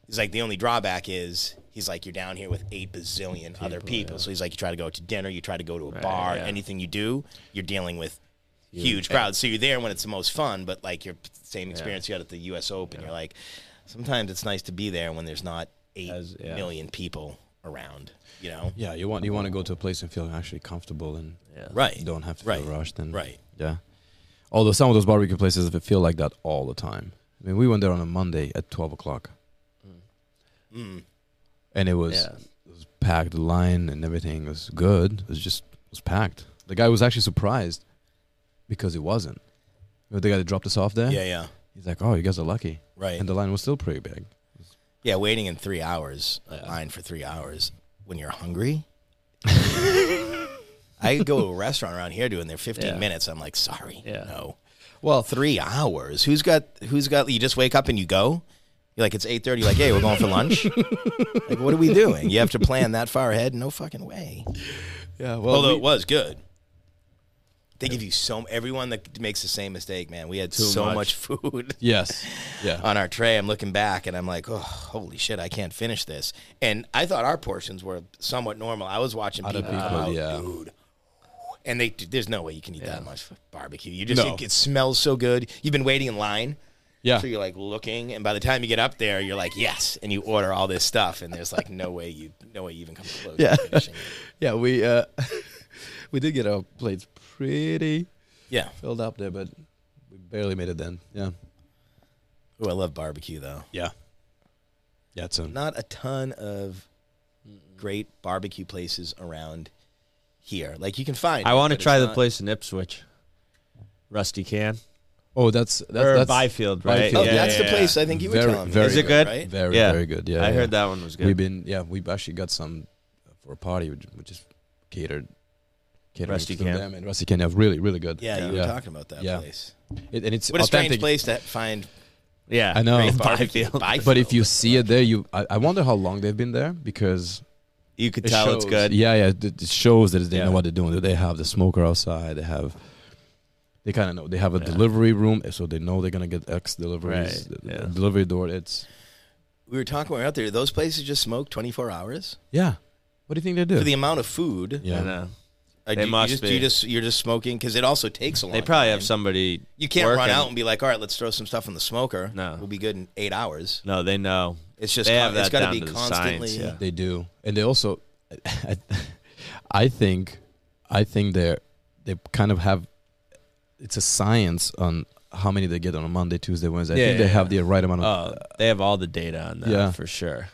S1: He's like the only drawback is he's like you're down here with eight bazillion other people. So he's like you try to go to dinner, you try to go to a bar,
S2: yeah.
S1: anything you do, you're dealing with huge, crowds. So you're there when it's the most fun, but like your same experience you had at the US Open. You're like sometimes it's nice to be there when there's not eight million
S2: As- yeah.
S1: people around, you know.
S3: Yeah, you want you want to go to a place and feel actually comfortable and
S2: Yeah.
S1: Right.
S3: don't have to
S1: Right.
S3: feel rushed and
S1: Right.
S3: Yeah. Although some of those barbecue places they feel like that all the time. I mean, we went there on a Monday at twelve o'clock,
S1: Mm.
S3: and it was
S2: Yeah.
S3: it was packed. The line and everything was good. It was just it was packed. The guy was actually surprised because it wasn't. But the guy that dropped us off there,
S1: Yeah, yeah.
S3: he's like, "Oh, you guys are lucky,"
S1: Right.
S3: and the line was still pretty big.
S1: Yeah, waiting in three hours, a line for three hours when you're hungry. I go to a restaurant around here doing their 15
S2: Yeah.
S1: minutes. I'm like, sorry,
S2: Yeah.
S1: no.
S3: Well,
S1: Three hours. Who's got? Who's got? You just wake up and you go. You're like, it's 8:30. You're like, hey, we're going for lunch. like, what are we doing? You have to plan that far ahead. No fucking way.
S3: yeah. Well,
S1: Although
S3: we-
S1: it was good. They give you so everyone that makes the same mistake, man. We had
S2: Too
S1: so
S2: much.
S1: much food
S3: yes, yeah.
S1: on our tray. I'm looking back and I'm like, oh, holy shit, I can't finish this. And I thought our portions were somewhat normal. I was watching
S3: Other
S1: people, come
S3: people,
S1: out,
S3: yeah.
S1: dude. And they, there's no way you can eat that much barbecue. You just,
S3: No.
S1: it, it smells so good. You've been waiting in line.
S3: Yeah.
S1: So you're like looking, and by the time you get up there, you're like, yes. And you order all this stuff, and there's like no way you, no way you even come close
S3: Yeah.
S1: to finishing it.
S3: yeah, we uh, we did get our plates pretty
S1: Yeah.
S3: filled up there, but we barely made it then. Yeah.
S1: Oh, I love barbecue, though.
S3: Yeah. Yeah, it's a
S1: not a ton of great barbecue places around here. Like you can find.
S2: I
S1: it,
S2: want to
S1: but
S2: try
S1: it's
S2: the
S1: not-
S2: place in Ipswich. Rusty Can
S3: Oh, that's that's,
S2: or
S3: that's
S2: Byfield, right?
S1: Oh,
S3: Byfield. Yeah,
S1: that's the place I think you were
S3: Very-
S1: telling me.
S3: very
S2: Is it good?
S1: Right?
S3: very
S2: Yeah.
S3: very good. Yeah.
S2: I
S3: yeah.
S2: heard that one was good.
S3: We've been yeah, we've actually got some for a party which, which is catered catered
S2: Rusty
S3: through
S2: Can.
S3: them and Rusty Can yeah, really really good.
S1: Yeah, you were
S3: yeah.
S1: talking about that
S3: Yeah.
S1: place.
S3: It, and it's
S1: What a
S3: authentic.
S1: strange place to find
S2: yeah,
S3: I know.
S1: great
S3: Byfield.
S1: barbecue.
S3: But if you see it there, you I, I wonder how long they've been there because
S2: you could
S3: it
S2: tell
S3: shows,
S2: it's good.
S3: Yeah, yeah, it, it shows that they
S2: Yeah.
S3: know what they're doing. They have the smoker outside. They have they kind of know. They have a
S2: Yeah.
S3: delivery room, eh, so they know they're gonna get X deliveries.
S2: Right,
S3: the-
S2: yeah.
S3: the Delivery door. It's
S1: we were talking when we were out there. Those places just smoke twenty four hours
S3: Yeah. What do you think they do?
S1: for the amount of food.
S2: I
S3: yeah.
S2: know.
S1: uh,
S2: They
S1: you,
S2: must
S1: you just,
S2: be.
S1: You just you're just smoking because it also takes a long.
S2: They probably
S1: time.
S2: have somebody.
S1: You can't run
S2: working.
S1: out and be like, all right, let's throw some stuff in the smoker.
S2: No.
S1: we'll be good in eight hours.
S2: No, they know.
S1: It's just
S2: They
S1: con-
S2: have
S1: it's
S2: that
S1: got
S2: down
S1: be
S2: to the science,
S1: constantly.
S2: yeah.
S3: They do. And they also I, I think I think they're they kind of have it's a science on how many they get on a Monday, Tuesday, Wednesday.
S2: Yeah,
S3: I think they
S2: yeah,
S3: have the right amount
S2: Oh,
S3: of
S2: they have all the data on that
S3: Mm. Yeah.
S2: for sure.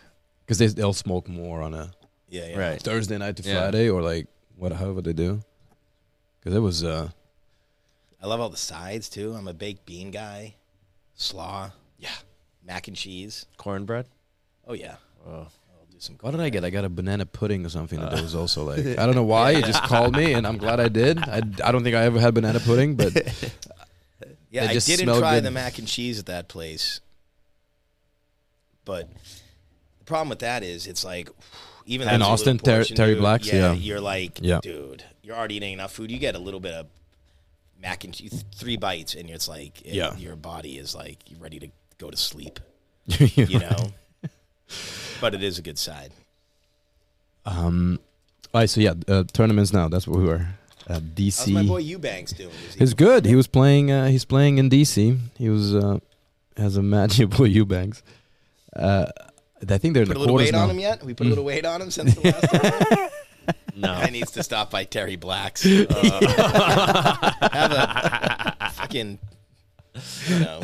S3: because they they'll smoke more on a
S1: yeah, yeah.
S2: Right.
S3: Thursday night to
S2: Yeah.
S3: Friday or like what however they do. Because it was uh
S1: I love all the sides too. I'm a baked bean guy, slaw,
S3: yeah.
S1: mac and cheese.
S2: Cornbread.
S1: Oh yeah,
S2: Oh.
S1: I'll do some.
S3: What did I get? I got a banana pudding or something that was also like I don't know why it just called me and I'm glad I did. I, I don't think I ever had banana pudding, but
S1: Yeah,
S3: They
S1: I
S3: just
S1: didn't
S3: smell
S1: try
S3: good.
S1: the mac and cheese at that place, but the problem with that is it's like even though
S3: And
S1: it's a
S3: Austin,
S1: little
S3: Ter-
S1: portion,
S3: Terry
S1: dude,
S3: Black's, yeah.
S1: you're like,
S3: Yeah.
S1: dude, you're already eating enough food. You get a little bit of mac and cheese, three bites, and it's like, it-
S3: Yeah.
S1: your body is like you're ready to go to sleep,
S3: you
S1: you know. but it is a good side.
S3: Um, all right, so yeah, uh, tournaments now. That's what we were. Uh,
S1: How's my boy
S3: DC.
S1: Eubanks doing? Is he-
S3: He's good. He was playing. Uh, he's playing in DC. He was uh, has a match with Eubanks. Uh, I think they're in
S1: put a
S3: the
S1: little
S3: quarters
S1: weight
S3: now.
S1: on him yet? We put
S2: Mm.
S1: a little weight on him since the last time.
S2: No.
S1: Guy needs to stop by Terry Black's. Uh, have a fucking, you know,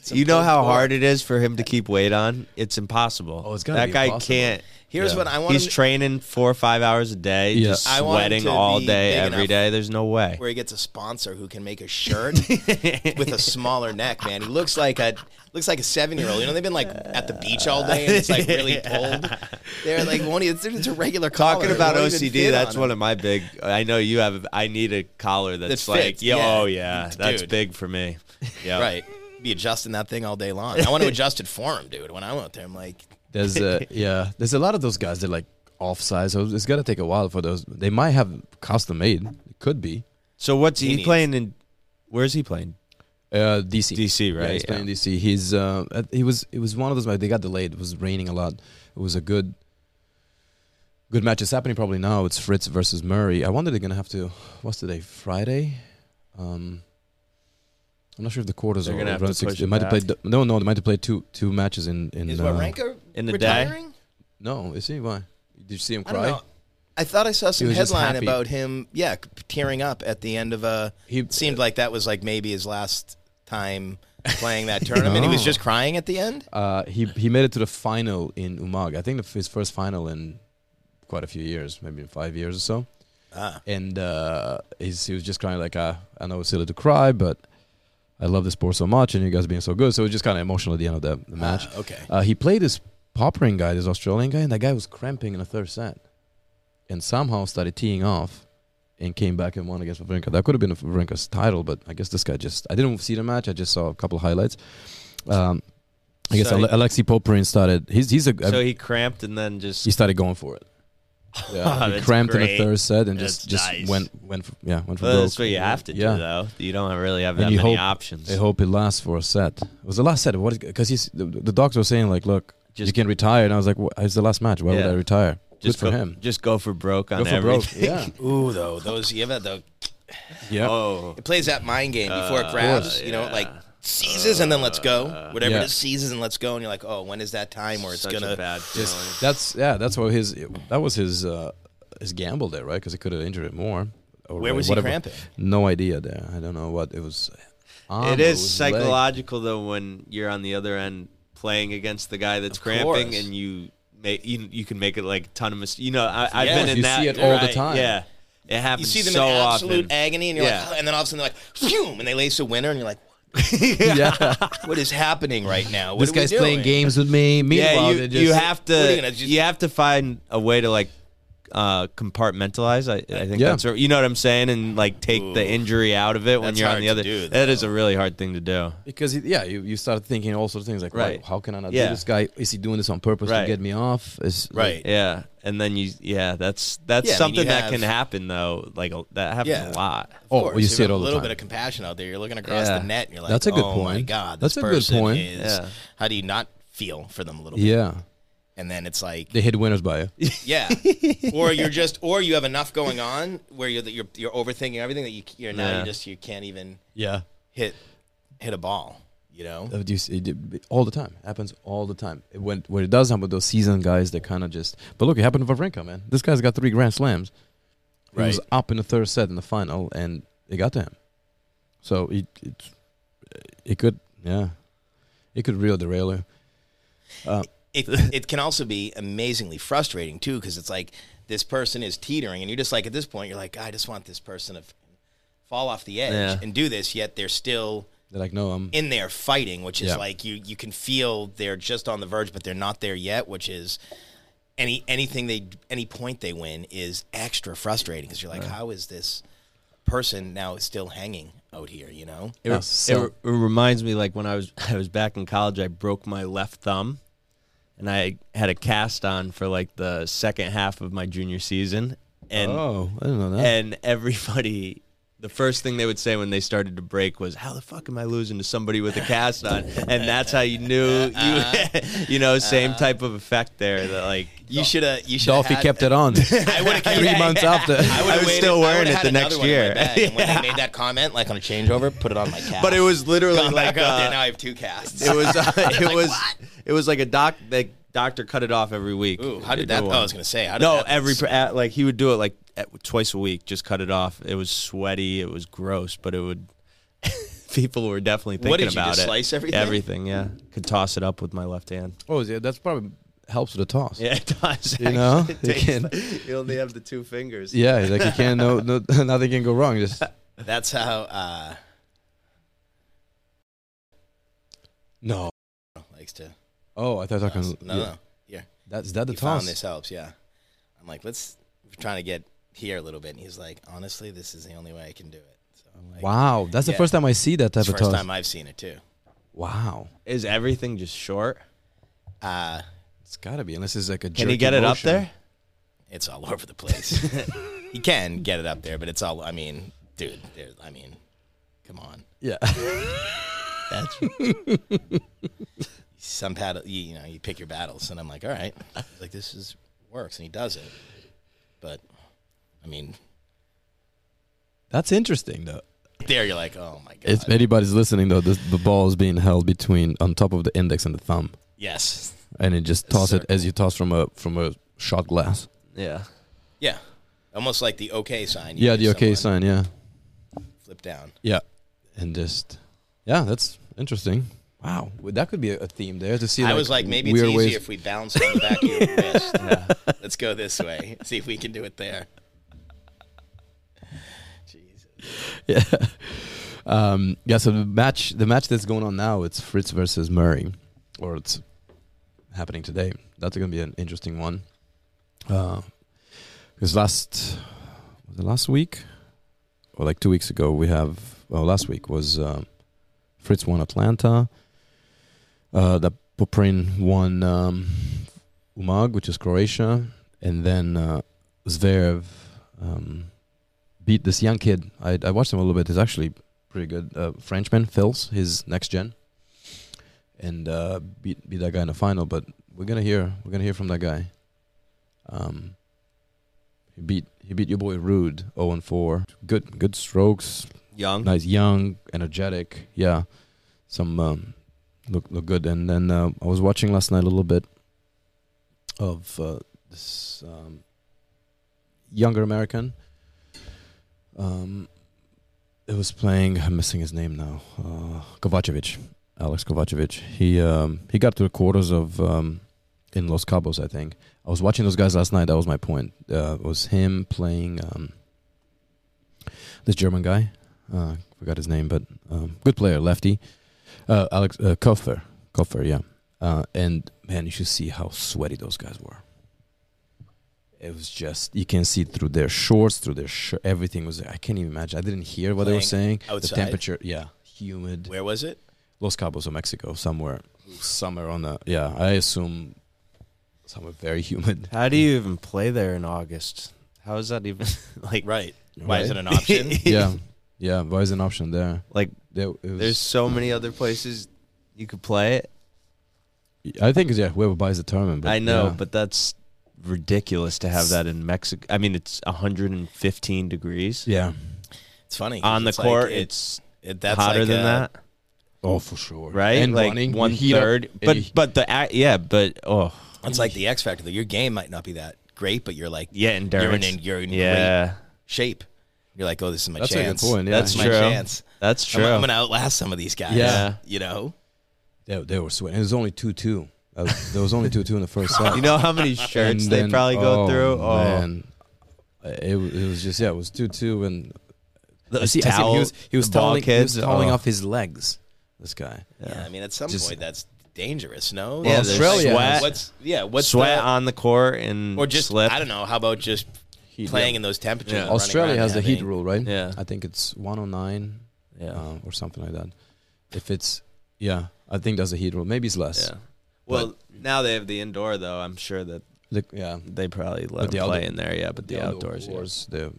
S1: some
S2: you know
S1: pulled
S2: how
S1: pork.
S2: hard it is for him to keep weight on. It's impossible.
S3: Oh, it's gotta
S2: that
S3: be
S2: guy
S3: impossible.
S2: can't.
S1: Here's
S3: Yeah.
S1: what I want.
S2: He's
S1: him to-
S2: training four or five hours a day,
S3: Yeah.
S2: just
S1: I want him
S2: sweating
S1: to
S2: all
S1: be
S2: day,
S1: big
S2: every
S1: enough
S2: day. There's no way.
S1: where he gets a sponsor who can make a shirt with a smaller neck, man. He looks like a looks like a seven year old. You know, they've been like at the beach all day and it's like really pulled. They're like one it's, it's a regular collar.
S2: Talking
S1: It
S2: about
S1: won't even
S2: OCD,
S1: fit
S2: that's
S1: on
S2: one
S1: him.
S2: of my big. I know you have. I need a collar that's
S1: fits,
S2: like, yo,
S1: yeah.
S2: oh yeah, that's
S1: Dude.
S2: big for me. Yeah,
S1: right. Be adjusting that thing all day long. I want to adjust it for him, dude. When I went there, I'm like,
S3: There's a yeah. There's a lot of those guys that like off size. So it's gonna take a while for those. They might have custom made. It could be
S2: So what's
S1: He
S2: he,
S1: needs-
S2: playing in? Where's he playing?
S3: uh, DC.
S2: DC,
S3: Yeah,
S2: right?
S3: he's playing
S2: Yeah.
S3: DC. He's uh, uh, he was it was one of those. Like, they got delayed. It was raining a lot. It was a good good match. It's happening probably now. It's Fritz versus Murray. I wonder they're gonna have to. What's today? Friday. Um, I'm not sure if the quarters
S2: They're
S3: are
S2: gonna have
S3: around
S2: to push
S3: 60. They
S2: it
S3: might
S2: back.
S3: have played. th- No, no, they might have played two two matches in in.
S1: is
S3: uh,
S1: what Ranker
S2: in the day?
S1: retiring?
S3: No, is he why? Did you see him
S1: I don't
S3: cry?
S1: know. I thought I saw some
S3: was just
S1: headline
S3: happy.
S1: about him, yeah, c- tearing up at the end of a.
S3: He-
S1: It seemed like that was like maybe his last time playing that tournament. He was
S3: No.
S1: just crying at the end.
S3: Uh, he he made it to the final in Umag. I think the, f- his first final in quite a few years, maybe in five years or so.
S1: Ah.
S3: And uh, he's, he was just crying like, uh, I know it's silly to cry, but I love this sport so much, and you guys being so good. So it was just kind of emotional at the end of the, the match.
S1: Ah, okay.
S3: Uh, he played this pop ring guy, this Australian guy, and that guy was cramping in the third set, and somehow started teeing off, and came back and won against Vavrinka. That could have been Vavrinka's title, but I guess this guy just—I didn't see the match. I just saw a couple of highlights. Um, I guess
S2: So-
S3: Ale- Alexei Poprin started. He's he's a
S2: So he cramped and then just
S3: he started going for it. Yeah, he
S2: That's
S3: cramped in
S2: great.
S3: the third set and just
S2: That's
S3: just
S2: nice.
S3: went went for, yeah went for
S2: Well,
S3: broke.
S2: uh, that's what you have to do,
S3: Yeah.
S2: though. You don't really have
S3: And
S2: that
S3: you
S2: many
S3: hope-
S2: options.
S3: I hope it lasts for a set. It was the last set. What? Because he's the, the doctor was saying like, look,
S2: Just-
S3: you can retire, and I was like, "Wha- it's the last match. Why
S2: Yeah.
S3: would I retire?
S2: just
S3: Good for
S2: go,
S3: him.
S2: Just go for broke on
S3: Go for broke.
S2: everything.
S3: Yeah.
S1: Ooh, though those you ever the
S3: yeah.
S2: Oh,
S1: it plays that mind game before it grabs. You know, it, like Uh, seizes and then let's go. Whatever
S3: Yeah.
S1: it is, seizes and let's go. And you're like, oh, when is that time where it's
S2: such
S1: gonna?
S2: a bad
S3: Just that's yeah. That's what his that was his uh, his gamble there, right? Because he could have injured it more. Or
S1: Where was he
S3: whatever.
S1: cramping?
S3: No idea there. I don't know what it was. arm or
S2: feeling. It is
S3: was leg.
S2: psychological though when you're on the other end playing against the guy that's cramping
S1: course.
S2: and you make you, you can make it like a ton of mistakes. You know, I, I've
S1: Yeah.
S2: been in
S3: You
S2: that.
S3: see it all the
S2: right,
S3: time.
S2: Yeah, it
S1: You
S2: happens
S1: see them
S2: so
S1: in absolute
S2: often.
S1: agony, and you're
S2: Yeah.
S1: like, and then all of a sudden they're like, phew, and they lace a winner, and you're like,
S3: yeah.
S1: what is happening right now? What
S3: this
S1: are we
S3: guy's playing
S1: doing?
S3: games with me.
S2: yeah,
S3: Meanwhile,
S2: you,
S3: they just,
S2: you have
S1: What are
S2: to
S1: you
S2: you,
S1: gonna just-
S2: have to find a way to like uh, compartmentalize. I, I think
S3: Yeah.
S2: that's what- you know what I'm saying, and like take the
S1: Ooh.
S2: injury out of it when
S1: That's
S2: you're
S1: hard
S2: on the
S1: to
S2: other.
S1: do,
S2: that is a really hard thing to do.
S3: because it- yeah, you, you start thinking all sorts of things like,
S2: Right.
S3: right? How can I not
S2: Yeah.
S3: do this guy? Is he doing this on purpose
S2: Right.
S3: to get me off? Is like-
S1: Right.
S2: Yeah, and then you yeah that's that's
S1: Yeah, I mean,
S2: something
S1: you
S2: that
S1: have-
S2: can happen though. Like a, that happens
S1: Yeah.
S2: a lot.
S3: Oh,
S1: course,
S3: well, you
S1: if
S3: see it
S1: have
S3: all
S1: A
S3: the
S1: little
S3: time.
S1: bit of compassion out there. You're looking across
S2: Yeah.
S1: the net, and you're like,
S3: That's a good
S1: "Oh my
S3: point.
S1: god,
S3: That's
S1: this
S3: a good
S1: person
S3: point.
S1: Is,
S2: Yeah.
S1: How do you not feel for them a little bit?
S3: Yeah,
S1: And then it's like,
S3: they hit winners by you.
S1: yeah, or you're just, or you have enough going on where you're you're, you're overthinking everything that you you're now
S2: Yeah.
S1: you just you can't even
S3: yeah,
S1: hit hit a ball. You know,
S3: Uh, do you see- it- all the time. Happens all the time. It- When when it does happen with those seasoned guys, they kind of just. But look, it happened with Vavrinka, man. This guy's got three grand slams. He was
S1: Right.
S3: up in the third set in the final, and it got to him. So it it, it could yeah, it could real derail you.
S1: it it can also be amazingly frustrating too because it's like this person is teetering, and you're just like at this point you're like, I just want this person to f- fall off the edge
S2: Yeah.
S1: and do this, yet they're still
S3: They're like, no, I'm
S1: in there fighting, which is
S3: Yeah.
S1: like you you can feel they're just on the verge, but they're not there yet, which is any anything they any point they win is extra frustrating because you're like, how is this person now still hanging out here? You know,
S2: It,
S3: Yeah,
S2: re-
S3: so-
S2: it, re- it reminds me like when I was I was back in college, I broke my left thumb, and I had a cast on for like the second half of my junior season, and
S3: oh, I didn't know that.
S2: and everybody the first thing they would say when they started to break was how the fuck am i losing to somebody with a cast on and that's how you knew you, you know same type of effect there that like
S1: Uh-huh. you should have you should.
S3: Dolphy kept it on three
S1: I would have kept
S3: months after.
S2: I was still wearing it the next year.
S1: and when they made that comment, like on a changeover, put it on my cast.
S2: but it was literally
S1: Gone
S2: like
S1: back out there.
S2: uh,
S1: Now I have two casts.
S2: it was uh, it
S1: Like,
S2: was
S1: what?
S2: it was like a doc the doctor cut it off every week
S1: Ooh, how
S2: It
S1: did that? Oh,
S2: won't.
S1: I was gonna say, how did
S2: no
S1: that
S2: every pr- at, like he would do it like at, twice a week just cut it off it was sweaty it was gross but it would people were definitely thinking
S1: What did you
S2: about
S1: just
S2: it.
S1: slice everything?
S2: Everything, yeah. Could toss it up with my left hand.
S3: Oh, yeah, that's probably helps with the toss.
S2: Yeah, it does.
S3: You know?
S2: actually. It
S3: You
S2: takes-
S3: can-
S2: you only have the two fingers.
S3: Yeah, it's like you can't. No, no, nothing can go wrong. Just
S1: That's how uh,
S3: no.
S1: likes to.
S3: Oh, I thought I
S1: No,
S3: can.
S1: no,
S3: yeah.
S1: no. Here.
S3: That's is that the
S1: he found
S3: toss.
S1: this helps. Yeah, I'm like, let's we're trying to get here a little bit. And he's like, honestly, this is the only way I can do it. So I'm like,
S3: Wow, that's the
S1: Yeah.
S3: first time I see that type
S1: it's the
S3: of
S1: first
S3: toss.
S1: time I've seen it too.
S3: wow,
S2: Is everything just short?
S1: Uh,
S3: it's gotta be unless it's like a.
S2: Can
S3: jerky
S2: you get it up
S3: motion.
S2: there?
S1: it's all over the place. he can get it up there, but it's all. I mean, dude, there, I mean, come on.
S3: Yeah,
S1: That's some paddle. You, you know, you pick your battles, and I'm like, all right, like this is works, and he does it. But I mean,
S3: that's interesting though.
S1: there you're like, oh my god,
S3: If anybody's listening though, this, the ball is being held between on top of the index and the thumb,
S1: yes,
S3: and it just
S1: It's a
S3: toss it as you toss from a from a shot glass.
S2: Yeah.
S1: yeah, almost like the okay sign. you
S3: Yeah,
S1: give
S3: the okay
S1: someone.
S3: sign. Yeah,
S1: Flip down.
S3: yeah, and just yeah, that's interesting. Wow, well, that could be a, a theme there to see.
S1: I was like, maybe it's
S3: weird
S1: easier
S3: ways-
S1: if we bounce on the back of your wrist. Let's go this way. See if we can do it there. Jesus.
S3: yeah. Um, yeah. So the match, the match that's going on now, it's Fritz versus Murray, or it's happening today. That's going to be an interesting one. Because last was it last week, or like two weeks ago, we have. Well, last week was um Fritz won Atlanta. Uh, the Poprin won um, Umag, which is Croatia, and then uh, Zverev. Um, beat this young kid. I, I watched him a little bit. He's actually pretty good. Uh, Frenchman, Phils, his next gen, and uh, beat beat that guy in the final. But we're gonna hear we're gonna hear from that guy. Um, he beat he beat your boy Rude zero and four. Good good strokes.
S2: Young.
S3: Nice, young, energetic. Yeah, some um, look look good. And then uh, I was watching last night a little bit of uh, this um, younger American. Um, it was playing. I'm missing his name now. Uh, Kovacevic, Alex Kovacevic. He um, he got to the quarters of um, in Los Cabos, I think. I was watching those guys last night. That was my point. Uh, it was him playing um, this German guy uh, forgot his name, but um, good player, lefty. Uh, Alex uh, Koffer, Koffer, yeah. Uh, and man, you should see how sweaty those guys were. It was just you can see through their shorts, through their shirt, everything was. I can't even imagine. I didn't hear what they were
S1: Playing
S3: saying.
S1: outside?
S3: The temperature, yeah, humid.
S1: Where was it?
S3: Los Cabos or Mexico, somewhere, somewhere on the yeah. I assume somewhere very humid.
S2: How do you even play there in August? How is that even like
S1: Right. Why is it
S3: Right.
S1: an option?
S3: yeah, yeah. Why is an option there?
S2: like
S3: There- it was-
S2: there's so many other places you could play it.
S3: I think it's yeah. Whoever buys the tournament, but
S2: I know,
S3: yeah.
S2: but that's ridiculous to have that in Mexico. I mean, it's 115 degrees
S3: yeah.
S1: It's funny. 'cause
S2: on the
S1: it's like
S2: court.
S1: it-
S2: it's
S1: it- that's
S2: hotter
S1: like
S2: than
S1: a-
S2: that,
S3: Oh, for sure.
S2: right?
S3: And
S2: like
S3: running,
S2: one
S3: you heat up
S2: third.
S3: and
S2: But
S3: you-
S2: but the ac- yeah, but oh
S1: It's like the X factor. That your game might not be that great, but you're like
S2: yeah, endurance.
S1: in- you're in
S2: yeah,
S1: shape. You're like, oh, this is my
S3: That's a good
S1: chance.
S3: point, yeah.
S1: That's
S2: that's
S1: my
S2: true.
S1: chance.
S2: That's
S1: I'm,
S2: true.
S1: I'm gonna outlast some of these guys.
S2: Yeah.
S1: you know.
S3: they, they were sweating. It was only two two. There was only two two in the first set.
S2: you know how many
S3: And
S2: shirts they
S3: then-
S2: probably go
S3: oh,
S2: through? Oh,
S3: man. It, wa- it was just yeah. It was two two and I
S2: those
S3: see, I see him,
S2: towel-
S3: he was he was
S2: the ball
S3: toweling, he was
S2: kids,
S3: toweling
S2: oh.
S3: off his legs. This guy.
S1: Yeah, I mean, at some
S3: Just-
S1: point, that's dangerous. No,
S2: Yeah,
S1: It's
S2: there's
S1: like,
S2: sweat.
S1: What's yeah? What's
S2: sweat
S1: the-
S2: on the court and
S1: or just
S2: slip.
S1: I don't know. How about just playing
S3: yeah.
S1: in those temperatures?
S2: Yeah.
S1: and running
S3: Australia
S1: around
S3: has the heat
S1: having-
S3: rule, right?
S2: Yeah.
S3: I think it's one oh nine
S2: yeah.
S3: uh, or something like that. If it's yeah, I think that's a heat rule. Maybe it's less.
S2: yeah. Well, now they have the indoor though. I'm sure that
S3: Look, yeah.
S2: they probably let
S3: But the
S2: them play
S3: outdoor-
S2: in there. Yeah, but the, outdoors. yeah.
S3: they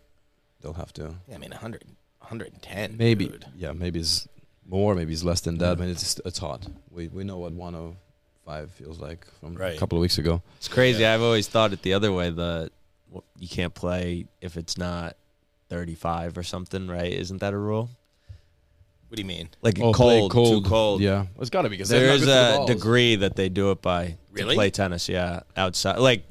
S3: they'll have to.
S1: I mean, 100, 110.
S3: Maybe.
S1: dude.
S3: Yeah, maybe it's more, maybe it's less than that, but it's it's hot. We we know what 105 feels like from
S1: Right.
S3: a couple of weeks ago.
S2: It's crazy. I've always thought it the other way that wh- you can't play if it's not 35 or something, right? Isn't that a rule?
S1: What do you mean?
S2: Like
S3: Oh, play
S2: cold, too cold.
S3: Yeah, it's got to be because
S2: There is a degree that they do it by to
S1: Really?
S2: play tennis. Yeah, outside. Like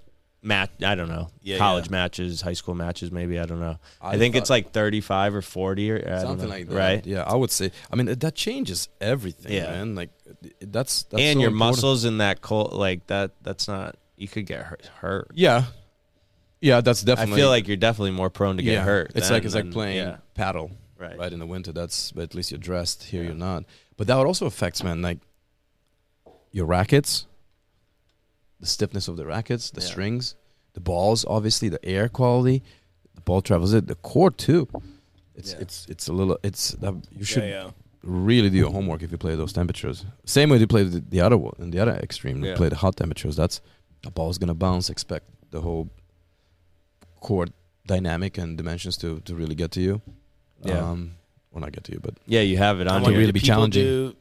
S2: match. I don't know.
S1: Yeah,
S2: college
S1: yeah.
S2: matches, high school matches, maybe. I don't know. I,
S3: I
S2: think it's
S3: thought-
S2: like 35 or 40 or I don't
S3: something
S2: know,
S3: like that.
S2: Right.
S3: Yeah, I would say. I mean, that changes everything,
S2: Yeah.
S3: man. Like it- that's, that's
S2: and
S3: so
S2: your
S3: important.
S2: muscles in that cold, like that, that's not, you could get hurt. hurt.
S3: Yeah, yeah, that's
S2: I
S3: definitely.
S2: feel like you're definitely more prone to get
S3: yeah,
S2: hurt.
S3: It's
S2: than-
S3: like it's like
S2: than-
S3: playing
S2: yeah.
S3: paddle,
S2: Right.
S3: Right in the winter, that's but at least you're dressed. Here you're not. But that would also affects, man. Like your rackets, the stiffness of the rackets, the
S1: Yeah.
S3: strings, the balls, obviously the air quality, the ball travels it, the court too. It's
S1: Yeah.
S3: it's it's a little. It's uh, you should
S1: yeah.
S3: really do your homework if you play those temperatures. Same way you play the, the other one, in the other extreme,
S2: Yeah.
S3: you play the hot temperatures. That's the ball's gonna bounce. Expect the whole court dynamic and dimensions to to really get to you.
S2: Yeah.
S3: Um, well, not get to you, but
S2: Yeah, you have it
S1: I
S2: on
S3: wonder
S1: wonder,
S2: your
S1: do
S3: really be
S1: people
S3: challenging.
S1: Do,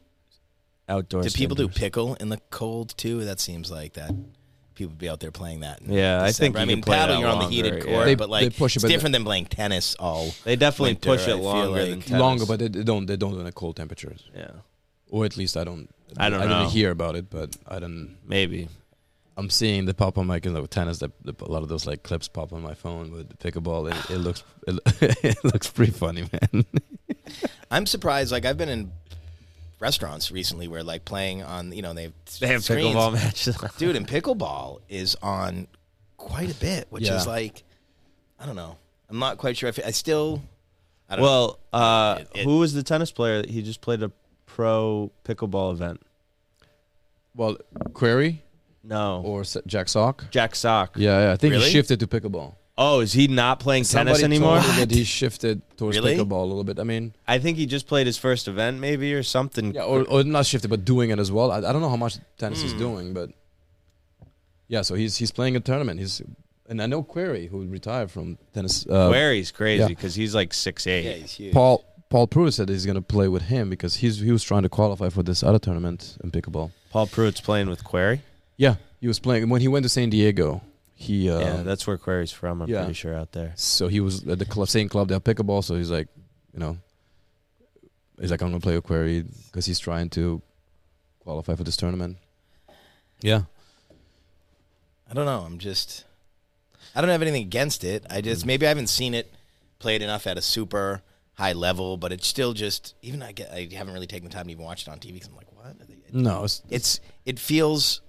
S2: outdoor.
S1: do people do
S2: standards.
S1: pickle in the cold too? That seems like that people be out there playing that. in
S2: Yeah, I think
S1: December.
S2: you
S1: I mean
S2: could play it
S1: paddle
S2: out
S1: you're on the
S2: longer,
S1: heated
S2: yeah.
S1: court,
S3: They-
S1: but
S3: they
S1: like
S3: push it,
S1: it's
S3: but the-
S1: different than playing tennis all.
S2: They definitely
S1: winter,
S2: push
S1: I
S2: it
S1: feel
S2: longer
S1: like.
S2: than tennis.
S3: longer, but they, they don't they don't do it in cold temperatures,
S2: yeah,
S3: or at least I don't.
S2: I don't
S3: I
S2: know.
S3: didn't hear about it, but I don't.
S2: maybe.
S3: I'm seeing the pop on my you know, tennis. The, the, a lot of those like clips pop on my phone with the pickleball. It, it looks it, it looks pretty funny, man.
S1: I'm surprised. Like I've been in restaurants recently where like playing on you know they
S2: They have
S1: screens.
S2: pickleball matches.
S1: dude, and pickleball is on quite a bit, which
S3: Yeah.
S1: is like I don't know. I'm not quite sure if I still. I don't know.
S2: well, uh,
S1: It- it-
S2: who was the tennis player? that He just played a pro pickleball event.
S3: Well, query
S2: No,
S3: or S- Jack Sock.
S2: Jack Sock.
S3: Yeah, yeah, I think
S1: Really?
S3: he shifted to pickleball.
S2: Oh, is he not playing tennis anymore?
S3: Told me that he shifted towards
S1: Really?
S3: pickleball a little bit. I mean,
S2: I think he just played his first event, maybe or something.
S3: yeah, or, or not shifted, but doing it as well. I, I don't know how much tennis
S2: Hmm.
S3: he's doing, but yeah, so he's he's playing a tournament. He's and I know Query, who retired from tennis. Uh,
S2: Where he's crazy
S3: yeah.
S2: because he's like six eight.
S1: yeah, he's huge.
S3: Paul Paul Pruitt said he's gonna play with him because he's he was trying to qualify for this other tournament in pickleball.
S2: Paul Pruitt's playing with Query.
S3: Yeah, he was playing when he went to San Diego. He uh,
S2: yeah, that's where Query's from. I'm
S3: yeah.
S2: pretty sure out there.
S3: So he was at the club, same club that pickleball. So he's like, you know, he's like, I'm gonna play a query because he's trying to qualify for this tournament. Yeah,
S1: I don't know. I'm just. I don't have anything against it. I
S3: Mm.
S1: just maybe I haven't seen it played enough at a super high level, but it's still just even I get I haven't really taken the time to even watch it on TV because I'm like, what? Are they-
S3: no, it's
S1: It's it feels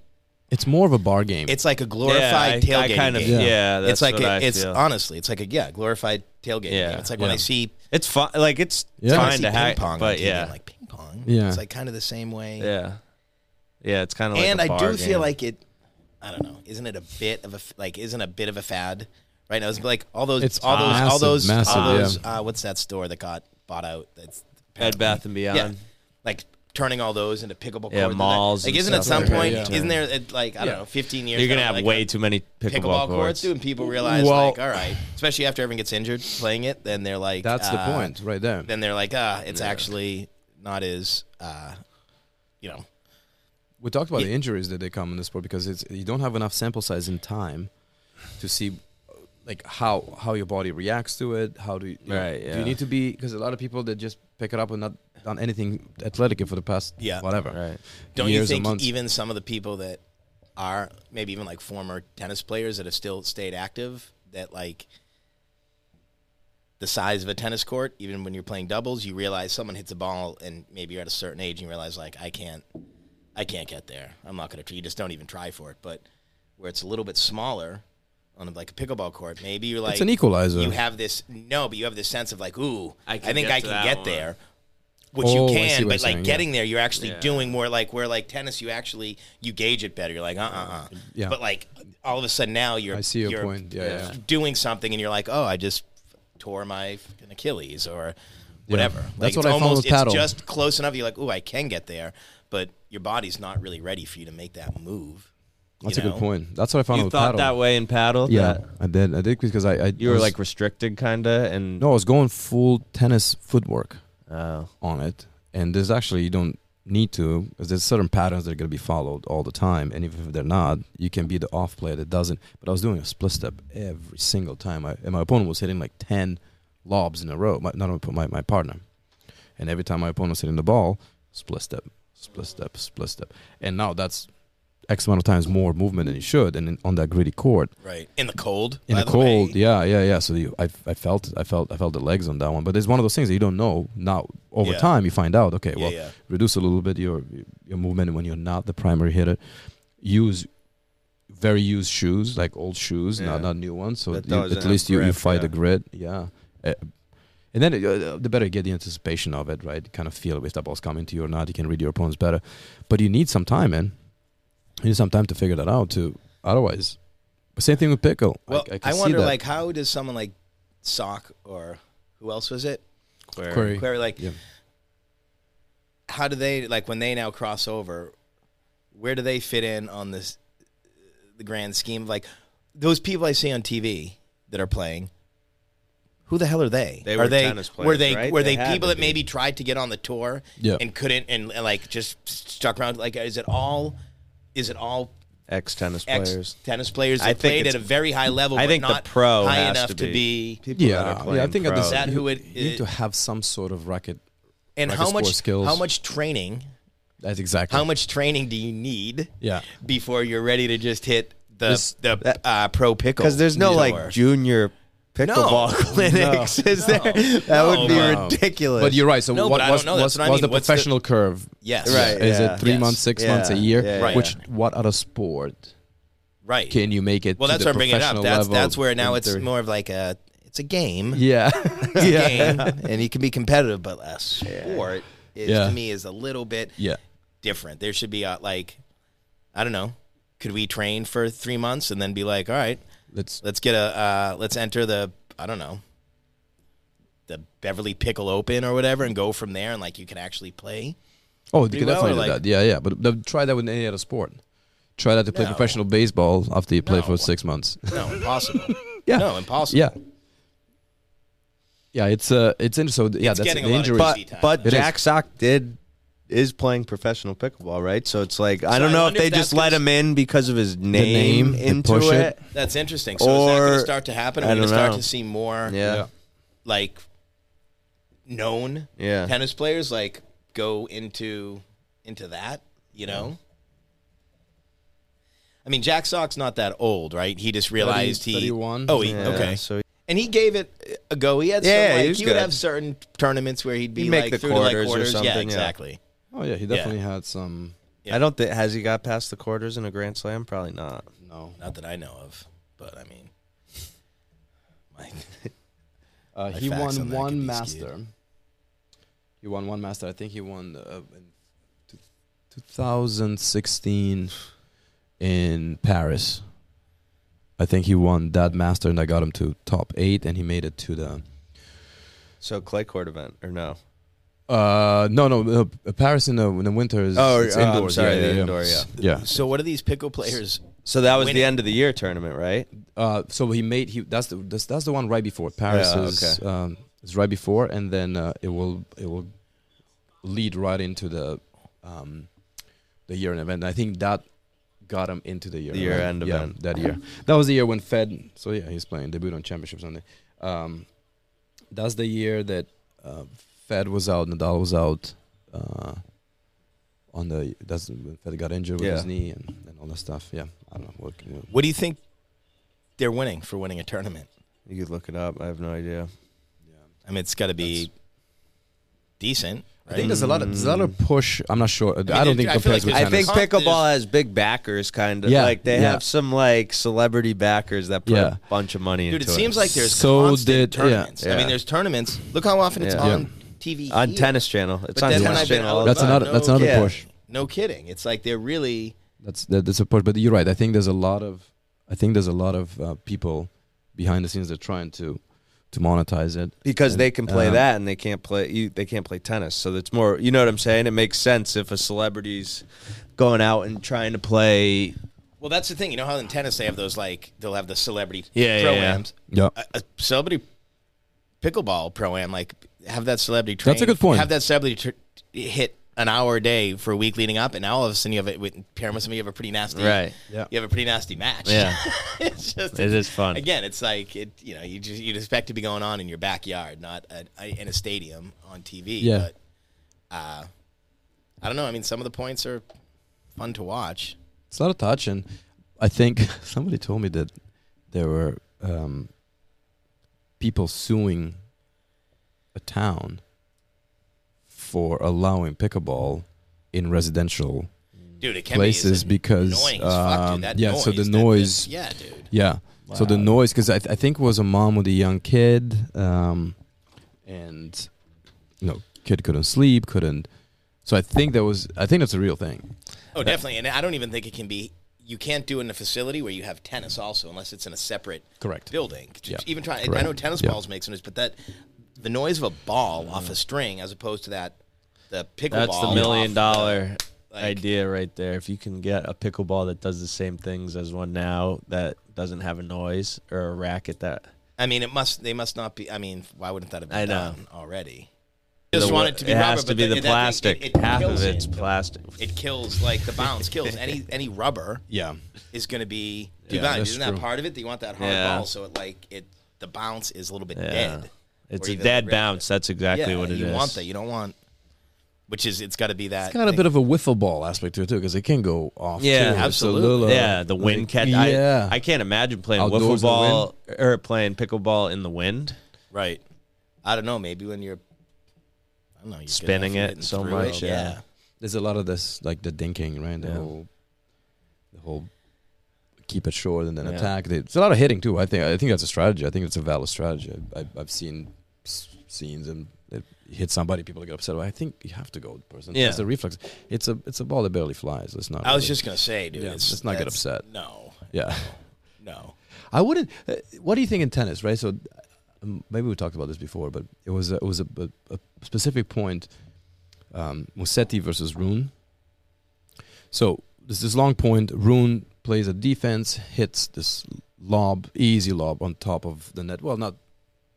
S3: it's more of a bar game.
S1: it's like a
S2: yeah,
S1: glorified
S2: I- I
S1: tailgate.
S2: kind of
S1: game.
S2: yeah.
S3: Yeah.
S2: that's
S1: it's like
S2: what
S1: a,
S2: I
S1: it's
S2: feel.
S1: honestly it's like a yeah glorified tailgate.
S2: Yeah.
S1: game. It's like when
S3: Yeah.
S1: I see
S2: It's fun. Like it's
S3: Yeah.
S1: when I
S2: fine
S1: see
S2: to hack,
S1: ping pong,
S2: but
S1: on TV,
S2: yeah,
S1: I'm like ping pong.
S3: Yeah.
S1: it's like kind of the same way.
S2: yeah, yeah. It's kind of like
S1: and
S2: I
S1: I do feel like it. I don't know. Isn't it a bit of a f- like? Isn't a bit of a fad right now? It's like all those,
S3: It's
S1: all those, all
S3: massive,
S1: those,
S3: massive,
S1: all those.
S3: yeah.
S1: Uh, what's that store that got bought out? That's
S2: Bed Bath and Beyond.
S1: yeah, like turning all those into pickleball
S2: Yeah,
S1: courts. and that-
S2: malls
S1: Like,
S2: and
S1: isn't at
S2: stuff
S1: some
S3: like that,
S1: point?
S3: yeah.
S1: Isn't there it, like I
S3: Yeah.
S1: don't know? Fifteen years.
S2: You're gonna
S1: down,
S2: have
S1: like,
S2: way
S1: a
S2: too many pickleball,
S1: pickleball courts,
S2: courts.
S1: dude, and people realize
S3: Well-
S1: like, all right, especially after everyone gets injured playing it, then they're like,
S3: that's the
S1: uh,
S3: point right there.
S1: Then they're like, ah, it's actually not as, uh, you know,
S3: We talked about the injuries that they come in the sport because it's you don't have enough sample size in time to see uh, like how how your body reacts to it. How do you, you know,
S2: Right,
S3: do
S2: yeah.
S3: you need to be because a lot of people that just pick it up and not done anything athletic for the past
S1: Yeah.
S3: whatever.
S2: Right.
S1: Don't
S3: years
S1: you
S3: or
S1: think
S3: months.
S1: even some of the people that are maybe even like former tennis players that have still stayed active that like the size of a tennis court, even when you're playing doubles, you realize someone hits a ball and maybe you're at a certain age and you realize like I can't I can't get there. I'm not gonna try you just don't even try for it. But where it's a little bit smaller on like a pickleball court, maybe you're like
S3: it's an equalizer.
S1: you have this no, but you have this sense of like, ooh,
S2: I
S1: I,
S2: can
S1: think
S2: get
S1: I
S2: to
S1: can
S2: that
S1: get
S2: one.
S1: there. Which
S3: Oh,
S1: you
S3: I see
S1: can,
S3: what
S1: but
S3: you're
S1: like
S3: saying,
S1: getting there, you're actually
S2: Yeah.
S1: doing more like where like tennis, you actually you gauge it better. You're like, uh, uh, uh.
S3: Yeah.
S1: But like all of a sudden now you're
S3: I see your
S1: you're
S3: point. Yeah, yeah.
S1: doing something and you're like, oh, I just tore my fucking Achilles or whatever. Like, it's
S3: That's what I found
S1: almost,
S3: with paddle.
S1: It's just close enough. You're like, oh, I can get there, but your body's not really ready for you to make that move. you
S3: That's a
S1: know?
S3: good point. That's what I
S1: Oh,
S3: found
S2: You
S3: with
S2: thought
S3: paddle.
S2: that way in paddle.
S3: yeah,
S2: that
S3: I did. I did because I, I
S2: you were
S3: was-
S2: like restricted, kinda, and
S3: no, I was going full tennis footwork
S2: Oh.
S3: on it, and there's actually you don't need to. 'cause There's certain patterns that are going to be followed all the time, and if they're not, you can be the off player that doesn't. But I was doing a split step every single time, I, and my opponent was hitting like ten lobs in a row. My, not my op- my, my partner, and every time my opponent was hitting the ball, split step, split step, split step, and now that's X amount of times more movement than you should, and in, on that gritty court
S1: Right. In the cold.
S3: in
S1: by
S3: the
S1: the
S3: cold,
S1: way.
S3: yeah, yeah, yeah. So you, I, I felt, I felt, I felt the legs on that one. But it's one of those things that you don't know. Now over
S1: Yeah.
S3: time, you find out. Okay,
S1: Yeah,
S3: well,
S1: yeah.
S3: reduce a little bit your your movement when you're not the primary hitter. Use very used shoes, like old shoes,
S2: Yeah.
S3: not not new ones. So
S2: That
S3: you-
S2: does
S3: at
S2: have
S3: least you, you
S2: grip,
S3: fight the
S2: yeah.
S3: grit. Yeah. Uh, and then uh, the better you get the anticipation of it, right? Kind of feel if that ball's coming to you or not. You can read your opponents better, but you need some time, man. You need some time to figure that out. To otherwise, same thing with pickle.
S1: Well, I,
S3: can see
S1: wonder,
S3: that.
S1: like, how does someone like Sock or who else was it? Query.
S3: Query.
S1: like,
S3: Yeah.
S1: how do they like when they now cross over? Where do they fit in on this the grand scheme of like those people I see on TV that are playing? Who the hell are they?
S2: They
S1: are
S2: were
S1: they
S2: tennis
S1: were
S2: players,
S1: they
S2: right?
S1: were
S2: They
S1: they,
S2: had
S1: people
S2: to
S1: that
S2: be.
S1: maybe tried to get on the tour
S3: Yeah.
S1: and couldn't and, and like just stuck around? Like, is it all? Is it all
S2: Ex tennis
S1: ex
S2: players.
S1: tennis players that
S2: I think
S1: played at
S2: it's-
S1: a very high level.
S2: I
S1: but
S2: think the
S1: not
S2: pro
S1: high
S2: has
S1: enough
S2: to
S1: to be.
S2: People that are
S3: yeah. I
S2: playing
S3: think at
S2: pro.
S3: this,
S1: Is that who it-
S3: you need
S1: it-
S3: to have some sort of racket.
S1: And
S3: Like
S1: how
S3: the
S1: much
S3: sport skills.
S1: how much training
S3: That's exactly
S1: how much training do you need
S3: Yeah.
S1: before you're ready to just hit the
S2: This-
S1: the
S2: that-
S1: uh, pro pickle?
S2: Because there's no
S1: tour?
S2: like junior pickleball
S1: No.
S2: clinics, is there? That would be
S1: No.
S2: ridiculous.
S3: But you're right. So
S1: No,
S3: what
S1: but I
S3: was,
S1: don't know. That's
S3: was,
S1: what I
S3: was the
S1: mean. What's the-
S3: professional curve?
S1: yes,
S2: Right.
S3: Is
S2: Yeah.
S3: it three
S1: Yes.
S3: months, six
S2: Yeah.
S3: months, a year?
S2: Yeah,
S1: Right.
S3: Which what other sport
S1: right.
S3: can you make it?
S1: well,
S3: to
S1: that's
S3: the
S1: where I'm bringing it up.
S3: professional
S1: That's
S3: level
S1: that's where now
S3: in
S1: it's
S3: thirty-
S1: more of like a it's a game,
S3: Yeah,
S1: It's a
S3: yeah,
S1: game, and you can be competitive, but a sport is
S3: Yeah.
S1: to me is a little bit
S3: yeah.
S1: different. There should be a, like, I don't know, could we train for three months and then be like, all right,
S3: Let's
S1: let's get a, uh, let's enter the, I don't know, the Beverly Pickle Open or whatever, and go from there, and like you can actually play.
S3: Oh, you
S1: Pretty
S3: can
S1: well,
S3: definitely
S1: or
S3: do
S1: like-
S3: that. Yeah, yeah. But th- try that with any other sport. Try that to play
S1: No.
S3: professional baseball after you play
S1: No.
S3: for six months.
S1: No, impossible.
S3: yeah.
S1: No, impossible.
S3: Yeah. Yeah, it's uh, it's interesting. So th- yeah,
S1: It's
S3: that's
S1: getting
S3: the
S1: a lot of
S3: injury.
S2: but
S1: Easy time.
S2: but
S3: It is.
S2: Jack Sock did is playing professional pickleball, right? So it's like I
S1: So
S2: don't
S1: I
S2: know if
S1: wonder if
S2: they
S1: that's
S2: just let
S1: gonna-
S2: him in because of his name,
S3: name, they
S2: into
S3: push
S2: it.
S3: it.
S1: That's interesting. So is that going
S2: Or-
S1: to start to happen? Are
S2: I
S1: we going to
S2: don't
S1: start
S2: know.
S1: to see more
S2: Yeah.
S3: Yeah.
S1: like known
S2: Yeah.
S1: tennis players like go into into that, you know? I mean, Jack Sock's not that old, right? He just realized he
S3: 31.
S1: Oh, he,
S2: Yeah,
S1: okay.
S2: So
S1: And he gave it a go. He had
S2: Yeah,
S1: some, like,
S2: he
S1: he,
S2: was
S1: would
S2: good.
S1: have certain tournaments where he'd be
S2: He'd make
S1: like
S2: the
S1: through to, like,
S2: quarters or
S1: quarters Yeah,
S2: something, yeah.
S1: exactly.
S3: Oh yeah, he definitely had some.
S1: Yeah.
S2: I don't think has he got past the quarters in a grand slam? Probably not.
S3: No,
S1: Not that I know of, but I mean, my,
S3: uh,
S1: My
S3: he
S1: facts on
S3: won
S1: that could
S3: one
S1: be
S3: master.
S1: skewed.
S3: He won one master. I think he won uh, in t- 2016 in Paris. I think he won that master, and I got him to top eight, and he made it to the.
S2: So clay court event or no?
S3: Uh no no uh, Paris in the in the winter is
S2: Oh,
S3: it's
S2: oh, I'm
S3: indoors
S2: sorry,
S3: yeah, yeah,
S2: the indoor, yeah.
S3: yeah
S1: so what are these pickle players?
S2: So that was
S1: Winning.
S2: the end of the year tournament, right?
S3: Uh, so he made he that's the that's, that's the one right before Paris
S2: Yeah,
S3: is
S2: okay.
S3: um, is right before, and then uh, it will it will lead right into the um, the year end event. I think that got him into the year
S2: The year-end
S3: Yeah,
S2: event.
S3: that year. That was the year when Fed. So yeah, he's playing debut on championship Sunday. Um, that's the year that uh, Fed was out, Nadal was out. Uh, on the that's when Fed got injured with
S2: Yeah.
S3: his knee and, and all that stuff. Yeah, I don't know. What, what,
S1: What do you think they're winning for winning a tournament?
S2: You could look it up. I have no idea.
S1: I mean, it's got to be decent.
S3: I
S1: Right?
S3: think there's a
S2: Mm-hmm.
S3: lot of there's a lot of push. I'm not sure. I, don't
S1: it-
S3: think
S1: I feel like
S3: compares with
S1: it-
S2: I
S1: Tennis.
S2: think
S3: tennis.
S2: pickleball has big backers, kind of
S3: Yeah,
S2: like they
S3: yeah.
S2: have some like celebrity backers that put
S3: Yeah.
S2: a bunch of money
S1: Dude, it
S2: into
S1: seems like there's
S3: So
S1: constant
S3: did- yeah,
S1: tournaments. I
S2: yeah.
S1: mean, there's tournaments. Look how often it's
S2: Yeah.
S1: on TV.
S2: on
S1: here.
S2: Tennis Channel. It's
S1: But
S2: on
S1: then
S2: Tennis
S1: when I've been
S2: Channel.
S1: out
S2: all
S3: That's
S2: the
S1: about,
S2: time.
S3: another-
S1: no
S3: that's another
S1: kidding.
S3: push.
S1: No kidding. It's like they're really
S3: That's that, that's a push, but you're right. I think there's a lot of I think there's a lot of uh, people behind the scenes that are trying to to monetize it.
S2: because they can play
S3: Um,
S2: that and they can't play you, they can't play tennis. So it's more, you know what I'm saying? It makes sense if a celebrity's going out and trying to play.
S1: well. That's the thing. You know how in tennis they have those like they'll have the celebrity
S2: Yeah, yeah, yeah.
S1: pro-ams.
S3: Yeah,
S1: A, a celebrity pickleball pro-am like have that celebrity. Train,
S3: That's a good point.
S1: Have that celebrity tr- hit an hour a day for a week leading up, and now all of a sudden you have it with pairing with somebody. You have a pretty nasty.
S2: Right.
S3: Yeah.
S1: You have a pretty nasty match. it's just
S2: It is fun.
S1: Again, it's like it. You know, you just you'd expect to be going on in your backyard, not at, in a stadium on TV.
S3: Yeah.
S1: But uh, I don't know. I mean, some of the points are fun to watch.
S3: It's a lot of touch, and I think somebody told me that there were um, people suing a town for allowing pickleball in residential.
S1: dude. It can be
S3: Places
S1: it's
S3: because,
S1: annoying as fuck,
S3: um,
S1: dude. That
S3: yeah,
S1: Noise,
S3: so the
S1: that-
S3: noise-
S1: That, yeah, dude.
S3: Yeah. So the noise, because I, th- I think it was a mom with a young kid, um, and you know, kid couldn't sleep, couldn't. So I think that was I think that's a real thing.
S1: Oh, definitely. And I don't even think it can be. You can't do it in a facility where you have tennis also, unless it's in a separate
S3: Correct.
S1: building.
S3: Yeah.
S1: Even trying. I
S3: Correct.
S1: know tennis
S3: Yeah. Mm.
S1: balls make some noise, but that the noise of a ball off a string, as opposed to that the pickleball.
S2: That's the
S1: off
S2: million dollar
S1: like-
S2: idea right there. If you can get a pickleball that does the same things as one now that doesn't have a noise or a racket that
S1: I mean, it must. They must not be. I mean, why wouldn't that have been
S2: I know.
S1: done already? Just
S2: the,
S1: want it to be.
S2: it
S1: rubber,
S2: has to
S1: but
S2: be
S1: that-
S2: the
S1: that thing-
S2: plastic.
S1: it- it
S2: Half of
S1: kills
S2: it's
S1: it.
S2: plastic.
S1: It kills like the bounce kills any any rubber
S3: Yeah.
S1: is going to be too
S3: Yeah,
S1: bounce.
S3: that's
S1: Isn't that
S3: true.
S1: part of it? That you want that hard
S2: Yeah.
S1: ball, so it like it the bounce is a little bit
S2: Yeah.
S1: dead.
S2: It's
S1: Or
S2: a
S1: either
S2: dead
S1: rip-
S2: bounce. That's exactly
S1: yeah,
S2: what it is.
S1: you want that. You don't want. Which is it's got to be that.
S3: It's got a
S1: thing.
S3: bit of a wiffle ball aspect to it too, because it can go off.
S2: Yeah,
S3: too. It's a
S1: absolutely.
S3: little, uh,
S2: yeah, the wind
S3: like,
S2: catch.
S3: Yeah,
S2: I, I can't imagine playing wiffle
S3: Outdoors in the
S2: ball or playing pickleball in the wind.
S1: right. I don't know. Maybe when you're, I don't know, you're good
S2: Spinning
S1: enough
S2: it
S1: and hitting
S2: so
S1: through
S2: much,
S1: it,
S2: yeah.
S3: There's a lot of this, like the dinking, right? The
S2: Yeah.
S3: whole, the whole, keep it short and then
S2: Yeah.
S3: attack. It's a lot of hitting too. I think. I think that's a strategy. I think it's a valid strategy. I, I, I've seen s- scenes and it hit somebody. People get upset. I think you have to go, with the person.
S2: Yeah.
S3: it's a reflex. It's a it's a ball that barely flies. It's not.
S1: I was
S3: really-
S1: just gonna say, dude.
S3: Yeah,
S1: it's,
S3: let's not get
S1: that's-
S3: upset.
S1: No,
S3: yeah.
S1: no.
S3: I wouldn't. Uh, what do you think in tennis, right? So um, maybe we talked about this before, but it was a, it was a, a, a specific point: um, Musetti versus Rune. So there's this long point. Rune plays a defense, hits this lob, easy lob on top of the net. Well, not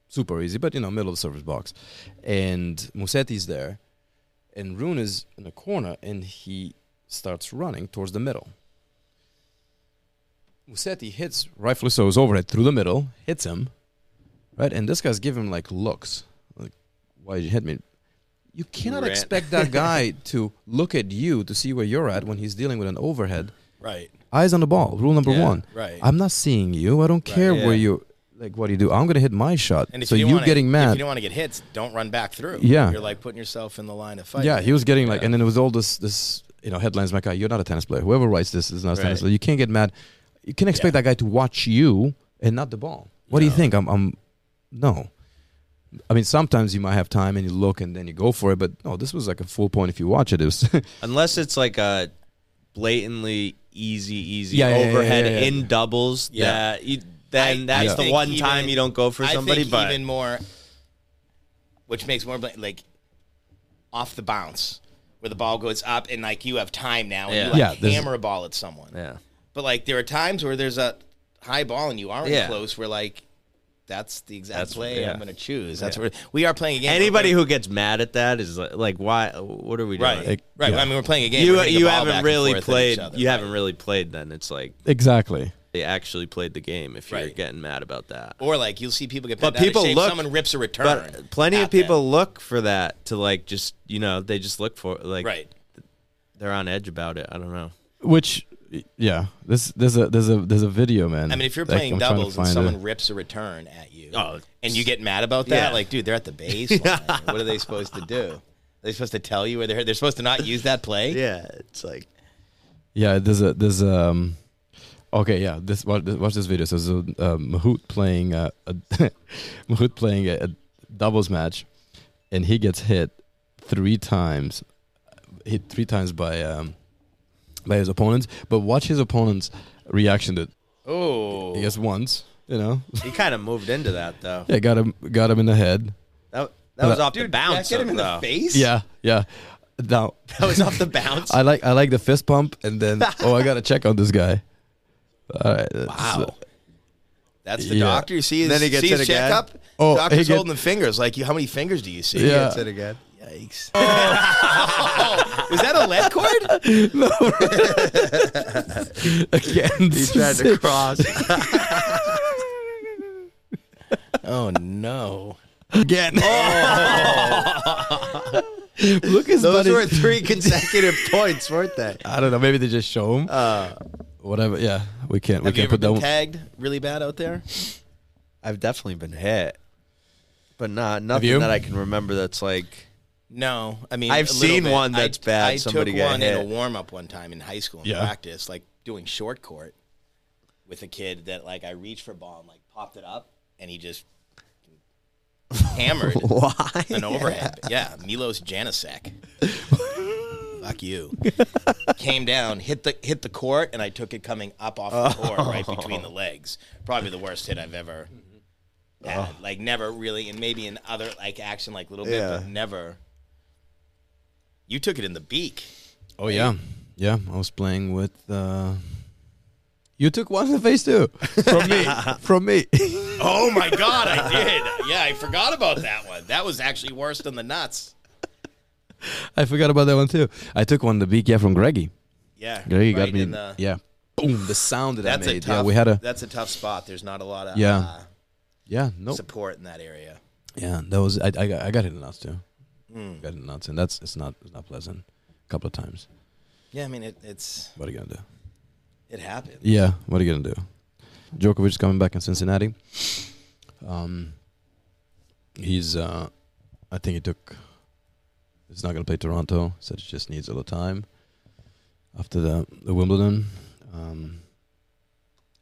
S3: super easy, but you know, middle of the service box. And Musetti's there, and Rune is in the corner, and he starts running towards the middle. Musetti hits, rightfully so, his overhead through the middle, hits him, right? And this guy's giving him like looks, like, why did you hit me? You cannot
S2: Ran.
S3: expect that guy to look at you to see where you're at when he's dealing with an overhead.
S1: Right,
S3: Eyes on the ball, rule number
S2: Yeah,
S3: one.
S1: right.
S3: I'm not seeing you. I don't care
S2: yeah.
S3: where you, like, what do you do? I'm going to hit my shot.
S1: And if
S3: so
S1: you,
S3: you,
S1: don't wanna,
S3: getting
S1: If
S3: mad.
S1: you don't want to get hits, don't run back through.
S3: Yeah.
S1: you're like putting yourself in the line of fight.
S3: Yeah, he was getting like, and then it was all this, this, you know, headlines like, oh, "You're not a tennis player. Whoever writes this is not a tennis
S2: Right.
S3: player. You can't get mad. You can expect
S1: Yeah.
S3: that guy to watch you and not the ball. What do you
S1: No.
S3: think? I'm, I'm, no. I mean, sometimes you might have time and you look and then you go for it, but no, this was like a full point. If you watch it, it was
S2: Unless it's like a blatantly easy, easy
S3: Yeah, yeah, yeah,
S2: overhead
S3: yeah, yeah.
S2: in doubles.
S1: Yeah.
S2: That you, then
S1: I-
S2: that's
S1: I
S2: the
S1: think
S2: one
S1: even-
S2: time you don't go for somebody.
S1: I think
S2: but
S1: even more, which makes more bla- like off the bounce, where the ball goes up and like you have time now, and you
S3: Yeah.
S1: like
S3: Yeah, there's-
S1: hammer a ball at someone.
S2: yeah,
S1: But like there are times where there's a high ball and you aren't
S2: Yeah.
S1: close. Where like that's the exact
S2: That's-
S1: play
S2: yeah.
S1: I'm going to choose. That's where we are playing a game.
S2: anybody who gets mad at that is like, like why? What are we doing?
S1: right,
S3: Like,
S1: right.
S3: yeah.
S1: I mean, we're playing a game.
S2: You
S1: we're hitting the
S2: you
S1: ball back
S2: haven't
S1: and
S2: really
S1: forth at each
S2: played.
S1: other,
S2: you
S1: right?
S2: haven't really played. Then it's like
S3: exactly.
S2: they actually played the game. If you're
S1: Right.
S2: getting mad about that,
S1: Or like you'll see people get
S2: But
S1: bent out of
S2: people
S1: shape,
S2: look-
S1: someone rips a return.
S2: But plenty
S1: at
S2: of
S1: them.
S2: people look for that to like just you know they just look for like
S1: right?
S2: they're on edge about it. I don't know.
S3: Which, yeah, this there's a there's a there's a video, man.
S1: I mean, if you're
S3: Like,
S1: playing
S3: I'm trying to
S1: doubles and
S3: find
S1: someone
S3: it.
S1: rips a return at you,
S2: Oh,
S1: and you get mad about that,
S2: yeah.
S1: like, dude, they're at the base. What are they supposed to do? Are they supposed to tell you where they're? They're supposed to not use that play.
S2: Yeah, it's like
S3: Yeah, there's a there's um okay, yeah. This watch this, watch this video. So, so um, Mahout playing uh, a Mahout playing a, a doubles match, and he gets hit three times, hit three times by um by his opponents. But watch his opponent's reaction. To
S2: oh,
S3: he gets once, you know.
S2: he kind of moved into that though.
S3: yeah, got him got him in the head.
S2: That, that was
S3: But-
S2: off the bounce.
S1: get him in
S2: though.
S1: the face.
S3: Yeah, yeah. Now
S2: That was off the bounce.
S3: I like I like the fist pump, and then oh, I gotta check on this guy. All right.
S1: Wow. That's the
S3: Yeah.
S1: doctor. You see his,
S2: Then he gets
S1: see his
S2: hit again.
S1: checkup.
S3: Oh,
S1: Doctor's
S3: he get-
S1: holding the fingers. Like, you, how many fingers do you see?
S3: Yeah.
S2: Hits it again.
S1: Yikes. Oh, was that a lead cord?
S3: Again,
S2: He tried to cross.
S1: Oh no. Oh.
S3: again. Look his
S4: Those
S3: buddies.
S4: were three consecutive points, weren't they?
S3: I don't know. Maybe they just show him.
S4: Uh,
S3: Whatever. Yeah, we can't.
S1: Have
S3: we
S1: you
S3: can't
S1: ever
S3: put that
S1: been
S3: one.
S1: tagged really bad out there?
S4: I've definitely been hit, but not
S3: you?
S4: nothing that I can remember. That's like
S1: No, I mean
S4: I've
S1: a little
S4: seen
S1: bit.
S4: one
S1: I-
S4: that's bad,
S1: I
S4: somebody
S1: took
S4: got
S1: one in a
S4: hit.
S1: warm up one time in high school in
S3: Yeah.
S1: practice, like doing short court with a kid that like I reached for a ball and like popped it up, and he just hammered
S4: why?
S1: an overhead. Yeah, Milos Janicek. Fuck you. Came down, hit the hit the court, and I took it coming up off the court, right between the legs. Probably the worst hit I've ever had. Like never really, and maybe in other like action, like little bit,
S4: Yeah.
S1: but never. You took it in the beak.
S3: Oh yeah, yeah. I was playing with. Uh, you took one in the face too from me. From me.
S1: Oh my god, I did. Yeah, I forgot about that one. That was actually worse than the nuts.
S3: I forgot about that one too. I took one in the beak. Yeah, from Greggy.
S1: Yeah,
S3: Greggy
S1: right
S3: got me.
S1: in the-
S3: yeah. Boom. The sound that
S1: that's
S3: I
S1: a
S3: made.
S1: tough.
S3: yeah, we had a.
S1: That's a tough spot. There's not a lot of
S3: Yeah.
S1: uh,
S3: Yeah. Nope.
S1: support in that area.
S3: Yeah, that was I. I got, I got hit in the nuts too. Got hit in the nuts, and that's it's not it's not pleasant. A couple of times.
S1: Yeah, I mean it, it's
S3: What are you gonna do?
S1: it happened.
S3: Yeah, what are you gonna do? Djokovic is coming back in Cincinnati. Um, he's uh, I think he took. He's not gonna play Toronto. Said he just needs a little time after the the Wimbledon. Um,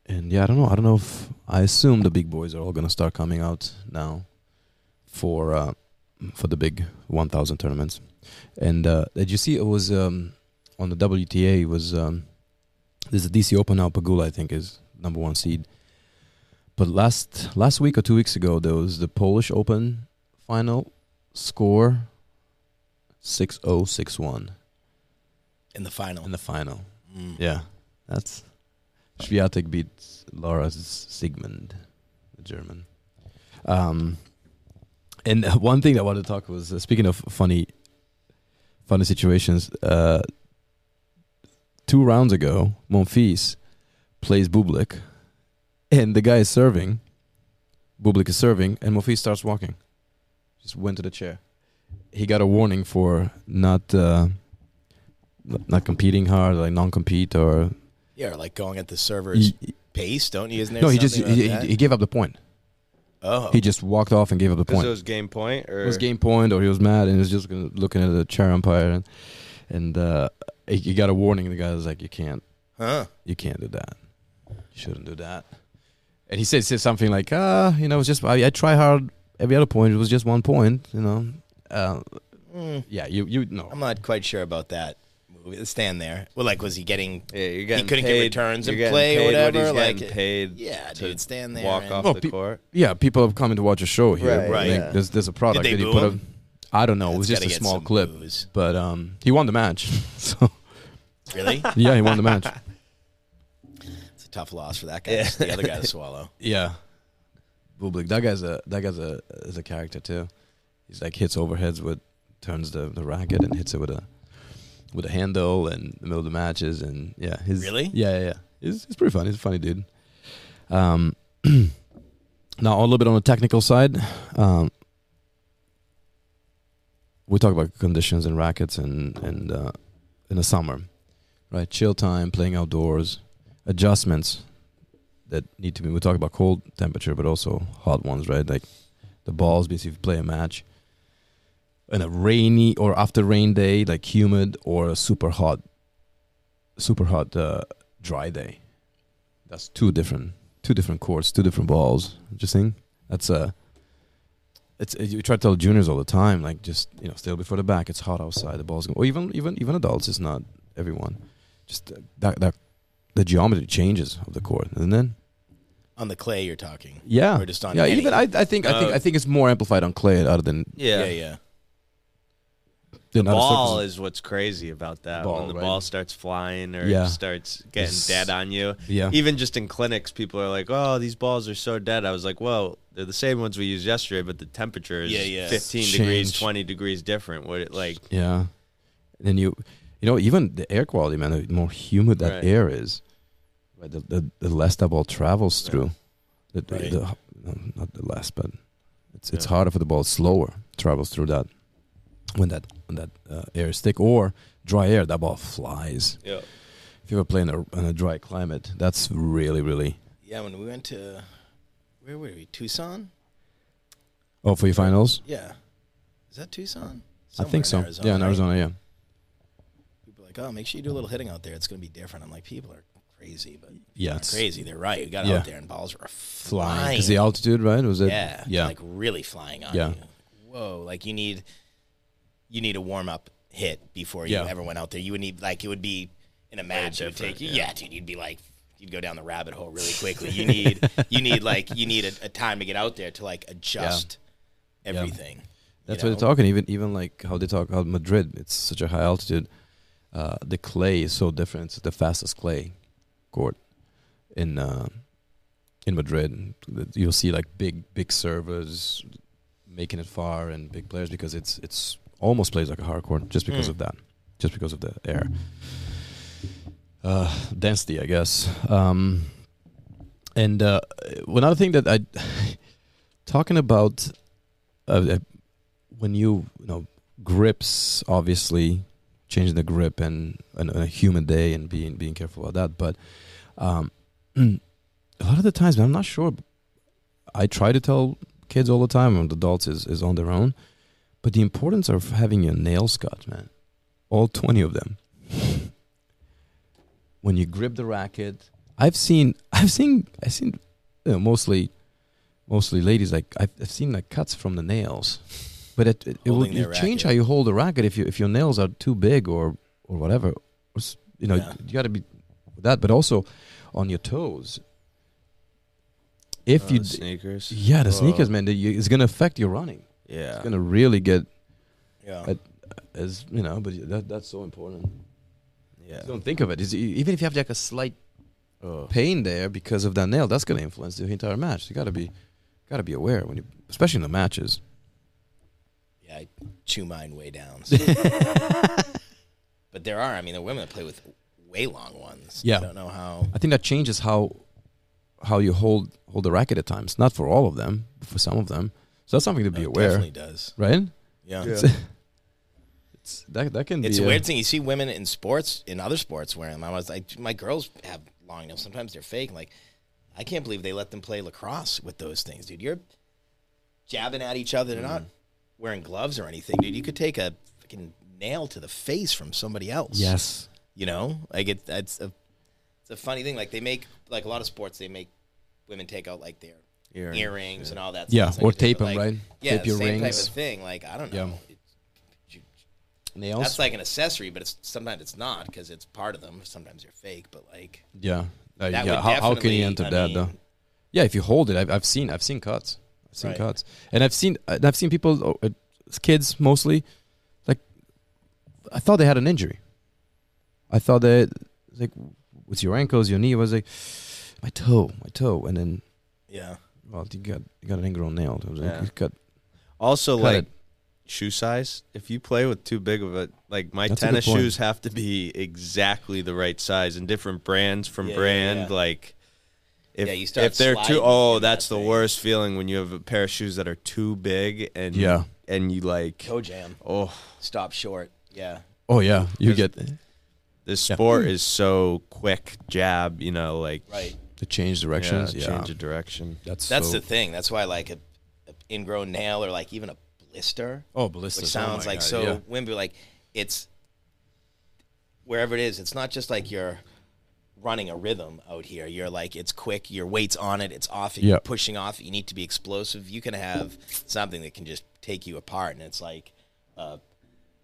S3: and yeah, I don't know. I don't know if I assume the big boys are all gonna start coming out now for uh, for the big 1,000 tournaments. And uh, did you see it was um, on the WTA? It was um, there's a DC Open now. Pagula, I think, is number one seed. But last last week or two weeks ago, there was the Polish Open final score 6-0, 6-1
S1: In the final.
S3: in the final.
S1: Mm.
S3: Yeah, that's Swiatek beats Laura Sigmund, the German. Um, and one thing that I wanted to talk was uh, speaking of funny, funny situations. Uh, two rounds ago, Monfils plays Bublik, and the guy is serving. Bublik is serving, and Monfils starts walking. Just went to the chair. He got a warning for not. Uh, n- not competing hard, like non-compete or
S1: Yeah, like going at the server's
S3: He-
S1: pace, don't you? Isn't there
S3: no. He just
S1: something about
S3: he,
S1: that?
S3: he, he gave up the point.
S1: oh,
S3: He just walked off and gave up the
S2: Because
S3: point.
S2: it was game point, or
S3: It was game point, or he was mad and he was just gonna, looking at the chair umpire, and and uh, he, he got a warning. The guy was like, "You can't,
S1: huh?
S3: you can't do that. You shouldn't do that." And he said, said something like, "Ah, you know, it's just I, I try hard every other point. It was just one point, you know." Uh,
S1: Mm,
S3: yeah, you you know.
S1: I'm not quite sure about that. movie. Stand there. Well, like, was he getting?
S2: Yeah, you're getting
S1: couldn't get
S2: paid-
S1: returns
S2: you're
S1: and
S2: getting
S1: play or
S2: paid what
S1: whatever,
S2: he's
S1: like-
S2: getting paid
S1: Yeah,
S2: to
S1: dude, stand there.
S2: walk
S1: and-
S2: off
S3: Well,
S2: the
S3: pe-
S2: court.
S3: Yeah, people have come to watch a show here.
S2: Right,
S1: Right.
S3: Like,
S2: yeah.
S3: There's there's a product
S1: Did they
S3: that he
S1: boo
S3: put up.
S1: him?
S3: I don't know. It was
S1: That's
S3: just a
S1: gotta get
S3: small
S1: some
S3: clip.
S1: boos.
S3: But um, he won the match. So
S1: Really?
S3: yeah, he won the match.
S1: It's a tough loss for that guy. It's The other guy to swallow.
S3: yeah, Bublik. That guy's a that guy's a is a character too. He's like hits overheads with turns the, the racket and hits it with a with a handle and the middle of the matches and yeah. His,
S1: Really?
S3: Yeah, yeah, yeah. He's, he's pretty funny. He's a funny dude. Um, now a little bit on the technical side. Um, we talk about conditions and rackets and and uh, in the summer, right? Chill time, playing outdoors, adjustments that need to be. We talk about cold temperature, but also hot ones, right? Like the balls, basically, if you play a match in a rainy or after rain day, like humid or a super hot, super hot uh, dry day. That's two different, two different courts, two different balls. Interesting. That's a. Uh, it's you try to tell juniors all the time, like just you know, stay before the back. It's hot outside. The ball's going. Or even even even adults. It's not everyone. Just uh, that that the geometry changes of the court, isn't it?
S1: On the clay, you're talking.
S3: Yeah.
S1: Or just on
S3: yeah.
S1: any-
S3: Even I, I think I think
S2: Uh,
S3: I think it's more amplified on clay other than
S1: Yeah,
S2: Yeah,
S1: yeah.
S2: The
S3: than other
S2: ball
S3: surfaces.
S2: is what's crazy about that.
S3: Ball,
S2: when the
S3: right.
S2: ball starts flying or
S3: Yeah.
S2: starts getting
S3: It's-
S2: dead on you.
S3: Yeah.
S2: Even just in clinics, people are like, "Oh, these balls are so dead." I was like, "Well, they're the same ones we used yesterday, but the temperature is
S1: Yeah, yeah.
S2: 15
S3: Change.
S2: degrees, 20 degrees different." What it like?
S3: Yeah. And then you, you know, even the air quality, man, the more humid that
S2: Right.
S3: air is, right, the, the, the less that ball travels through. The, the-
S1: Right.
S3: the- no, not the less, but it's, it's
S2: Yeah.
S3: harder for the ball, slower travels through that when that when that uh, air is thick or dry air. That ball flies.
S2: Yeah.
S3: If you ever play in a, in a dry climate, that's really really.
S1: Yeah, when we went to where were we? Tucson?
S3: Oh, for your finals,
S1: Yeah. Is that Tucson?
S3: I think so.
S1: Somewhere
S3: yeah, in
S1: right?
S3: Arizona, yeah.
S1: People are like, oh, make sure you do a little hitting out there. It's going to be different. I'm like, people are crazy, but
S3: Yeah,
S1: they're
S3: it's
S1: crazy. They're right. We got
S3: Yeah.
S1: out there and balls were
S3: flying
S1: flying.
S3: because the altitude, right? Was it?
S1: yeah,
S3: yeah.
S1: like really flying on
S3: Yeah.
S1: you. Whoa, like you need you need a warm up hit before
S3: Yeah.
S1: you ever went out there. You would need like it would be in a match. It would take you, yeah. dude. You'd be like you'd go down the rabbit hole really quickly. You need you need like you need a, a time to get out there to like adjust everything.
S3: That's
S1: you
S3: what they're talking. Even even like how they talk about Madrid. It's such a high altitude. Uh, the clay is so different. It's the fastest clay court in uh, in Madrid. That You'll see like big big servers making it far and big players because it's it's almost plays like a hard court just because
S1: Mm.
S3: of that, just because of the air uh, density, I guess. Um, and uh, one other thing that I talking about uh, uh, when you you know grips obviously changing the grip and, and a humid day and being being careful about that but um, a lot of the times i'm not sure i try to tell kids all the time and adults is, is on their own but the importance of having your nails cut man all 20 of them when you grip the racket i've seen i've seen i've seen you know, mostly mostly ladies like I've, I've seen like cuts from the nails but it, it, it will
S1: Holding
S3: you
S1: their
S3: change
S1: racket.
S3: how you hold the racket if you if your nails are too big or or whatever Or s- you know
S1: Yeah.
S3: you got to be with that but also on your toes if
S2: Oh,
S3: you
S2: the
S3: d-
S2: sneakers.
S3: yeah the
S2: Oh,
S3: sneakers man the, you, it's gonna affect your running
S2: Yeah.
S3: it's gonna really get
S1: Yeah.
S3: But- as you know but that, that's so important
S2: yeah.
S3: you don't think of it it's, e- even if you have like a slight
S2: Oh.
S3: pain there because of that nail that's gonna influence the entire match you gotta be gotta be aware when you especially in the matches
S1: Yeah, I chew mine way down. so. but there are, I mean, there are women that play with way long ones.
S3: Yeah.
S1: I don't know how.
S3: I think that changes how how you hold hold the racket at times. Not for all of them, but for some of them. So that's something to be
S2: Oh,
S1: it
S3: aware,
S1: Definitely does.
S3: right?
S1: Yeah.
S3: It's, that that can
S1: It's
S3: be
S1: a weird thing. You see women in sports, in other sports, wearing them. I was like, my girls have long nails. Sometimes they're fake. Like, I can't believe they let them play lacrosse with those things, dude. You're jabbing at each other. They're not
S3: Mm-hmm.
S1: wearing gloves or anything, dude. You could take a fucking nail to the face from somebody else.
S3: Yes.
S1: You know, like it, it's a it's a funny thing. Like they make like a lot of sports, they make women take out like their
S2: Earrings,
S1: earrings, and all that.
S3: Yeah,
S1: stuff.
S3: or
S1: Like,
S3: tape 'em,
S1: like,
S3: right?
S1: Yeah,
S3: Tape your
S1: same
S3: rings.
S1: type of thing. Like I don't
S3: Yeah.
S1: know.
S3: Nails.
S1: That's like an accessory, but it's sometimes it's not because it's part of them. Sometimes they're fake, but like
S3: yeah. Uh,
S1: that
S3: yeah.
S1: would
S3: How, how can you enter
S1: definitely- I
S3: that
S1: mean,
S3: though? Yeah, if you hold it, I've, I've seen I've seen cuts. I've seen
S1: Right.
S3: cuts, and I've seen and I've seen people, oh, uh, kids mostly, like I thought they had an injury. I thought that like with your ankles, your knee. I was like, my toe, my toe, and then
S1: yeah,
S3: Well, you got you got an ingrown nail. It was like,
S2: Yeah.
S3: you cut-
S2: Also,
S3: Cut
S2: like
S3: it.
S2: shoe size. If you play with too big of a, like my
S3: That's a good
S2: tennis
S3: point.
S2: shoes have to be exactly the right size and different brands from
S1: Yeah, yeah,
S2: brand.
S1: yeah.
S2: Like, if
S1: Yeah, you start
S2: if they're too,
S1: sliding
S2: oh,
S1: in that
S2: that's the
S1: thing.
S2: worst feeling when you have a pair of shoes that are too big and
S3: Yeah.
S2: and you like,
S1: toe jam,
S2: oh,
S1: stop short. Yeah,
S3: Oh yeah, you get
S2: this sport is so quick jab. You know, like
S1: right.
S3: the change
S2: yeah,
S3: directions. Yeah,
S2: change of direction.
S3: that's
S1: That's
S3: so-
S1: the thing. That's why like a, a ingrown nail or like even a blister.
S3: oh ballistic
S1: which sounds like so women be like it's wherever it is it's not just like you're running a rhythm out here you're like it's quick your weight's on it it's off it,
S3: Yeah.
S1: you're pushing off you need to be explosive you can have something that can just take you apart and it's like uh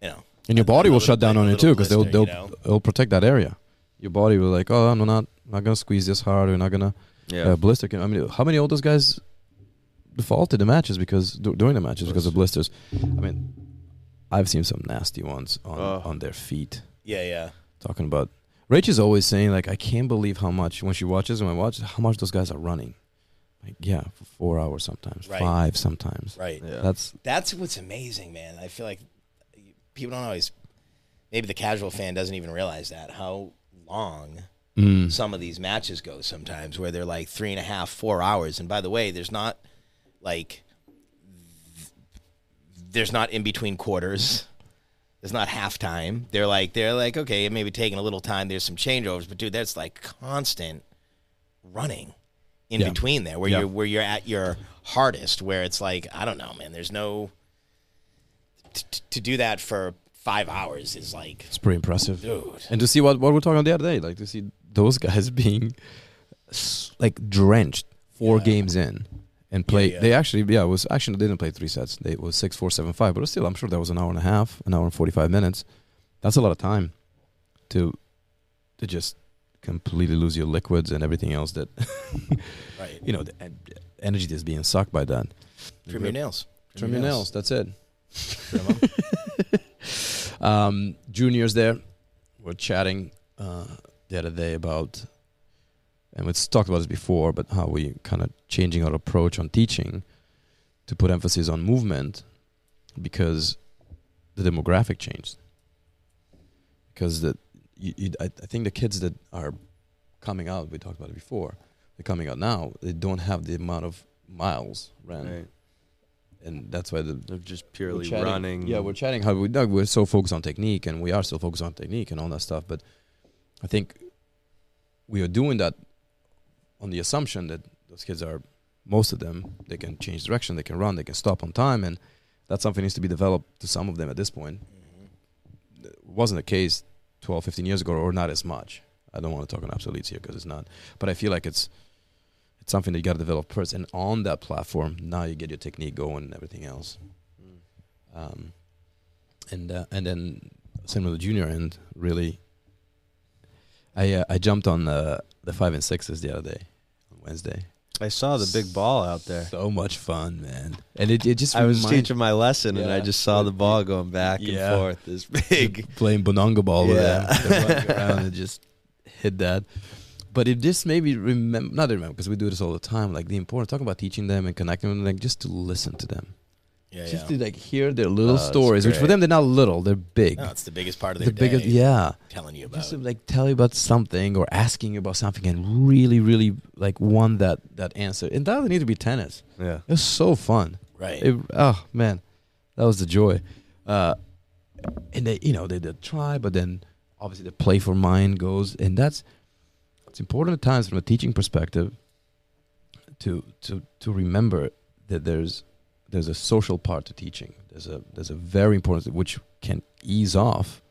S1: you know
S3: And your body will
S1: another
S3: shut down
S1: thing,
S3: on
S1: a
S3: you too
S1: little
S3: because they'll
S1: blister,
S3: they'll
S1: you know?
S3: it'll protect that area. Your body will like, oh, I'm not not gonna squeeze this hard. We're not gonna
S2: Yeah.
S3: uh, ballistic. I mean, how many of those guys defaulted the matches because dur- during the matches because of blisters? I mean, I've seen some nasty ones on
S2: Oh.
S3: on their feet.
S1: yeah yeah
S3: Talking about Rach is always saying like, I can't believe how much when she watches and I watch how much those guys are running. Like yeah, for four hours sometimes,
S1: Right.
S3: five sometimes.
S1: right
S2: Yeah.
S3: That's
S1: that's what's amazing man i feel like people don't always maybe the casual fan doesn't even realize that how long
S3: mm,
S1: some of these matches go sometimes where they're like three and a half, four hours. And by the way, there's not like there's not in between quarters. There's not halftime. They're like they're like okay, it may be taking a little time. There's some changeovers, but dude, that's like constant running in
S3: Yeah.
S1: between there, where
S3: Yeah.
S1: you're where you're at your hardest, where it's like I don't know, man. There's no t- t- to do that for five hours is like
S3: It's pretty impressive.
S1: dude.
S3: And to see what, what we're talking the other day, like to see those guys being s- like drenched four games in and play.
S1: yeah.
S3: They actually, yeah, it was actually they didn't play three sets. They, it was six, four, seven, five. But still, I'm sure that was an hour and a half, an hour and forty-five minutes. That's a lot of time to to just completely lose your liquids and everything else that
S1: Right.
S3: you know the en- energy that's being sucked by that.
S1: Trim your nails.
S3: Trim your nails. That's it. um, juniors there were chatting uh, the other day about, and we talked about this before, but how we kind of changing our approach on teaching to put emphasis on movement because the demographic changed. Because the, you, you, I, I think the kids that are coming out, we talked about it before, they're coming out now, they don't have the amount of miles ran.
S2: Right.
S3: And that's why the
S2: They're just
S3: we're
S2: purely
S3: chatting-
S2: running.
S3: Yeah, we're chatting how we Doug, we're so focused on technique, and we are still focused on technique and all that stuff. But I think we are doing that on the assumption that those kids are most of them they can change direction, they can run, they can stop on time, and that's something needs to be developed to some of them at this point. It wasn't the case 12, 15 years ago, or not as much. I don't want to talk on absolutes here because it's not, but I feel like it's it's something that you got to develop first, and on that platform, now you get your technique going and everything else um, and uh, and then similar to junior end really i uh, i jumped on the the five and sixes the other day on wednesday
S4: I saw the big ball out there.
S3: so much fun man and it, it just
S4: I was
S3: reminds-
S4: teaching my lesson and I
S3: Yeah.
S4: just saw the ball going back and
S3: Yeah.
S4: forth. This big.
S3: playing bononga ball over
S4: Yeah.
S3: there Running around and just hit that but it just made me remember not remember because we do this all the time like the important talking about teaching them and connecting them like just to listen to them
S1: Yeah,
S3: just
S1: yeah.
S3: to like hear their little
S4: Oh, it's
S3: stories which for
S4: great.
S3: them they're not little they're big
S1: No, it's the biggest part of
S3: the
S1: their
S3: biggest
S1: day,
S3: yeah
S1: Telling you about.
S3: just to like tell you about something or asking you about something and really really like want that that answer and that doesn't need to be tennis
S4: Yeah.
S3: it was so fun
S1: Right.
S3: it, oh man that was the joy uh and they you know they, they try but then obviously the playful mind goes and that's it's important at times from a teaching perspective to to to remember that there's there's a social part to teaching there's a there's a very important which can ease off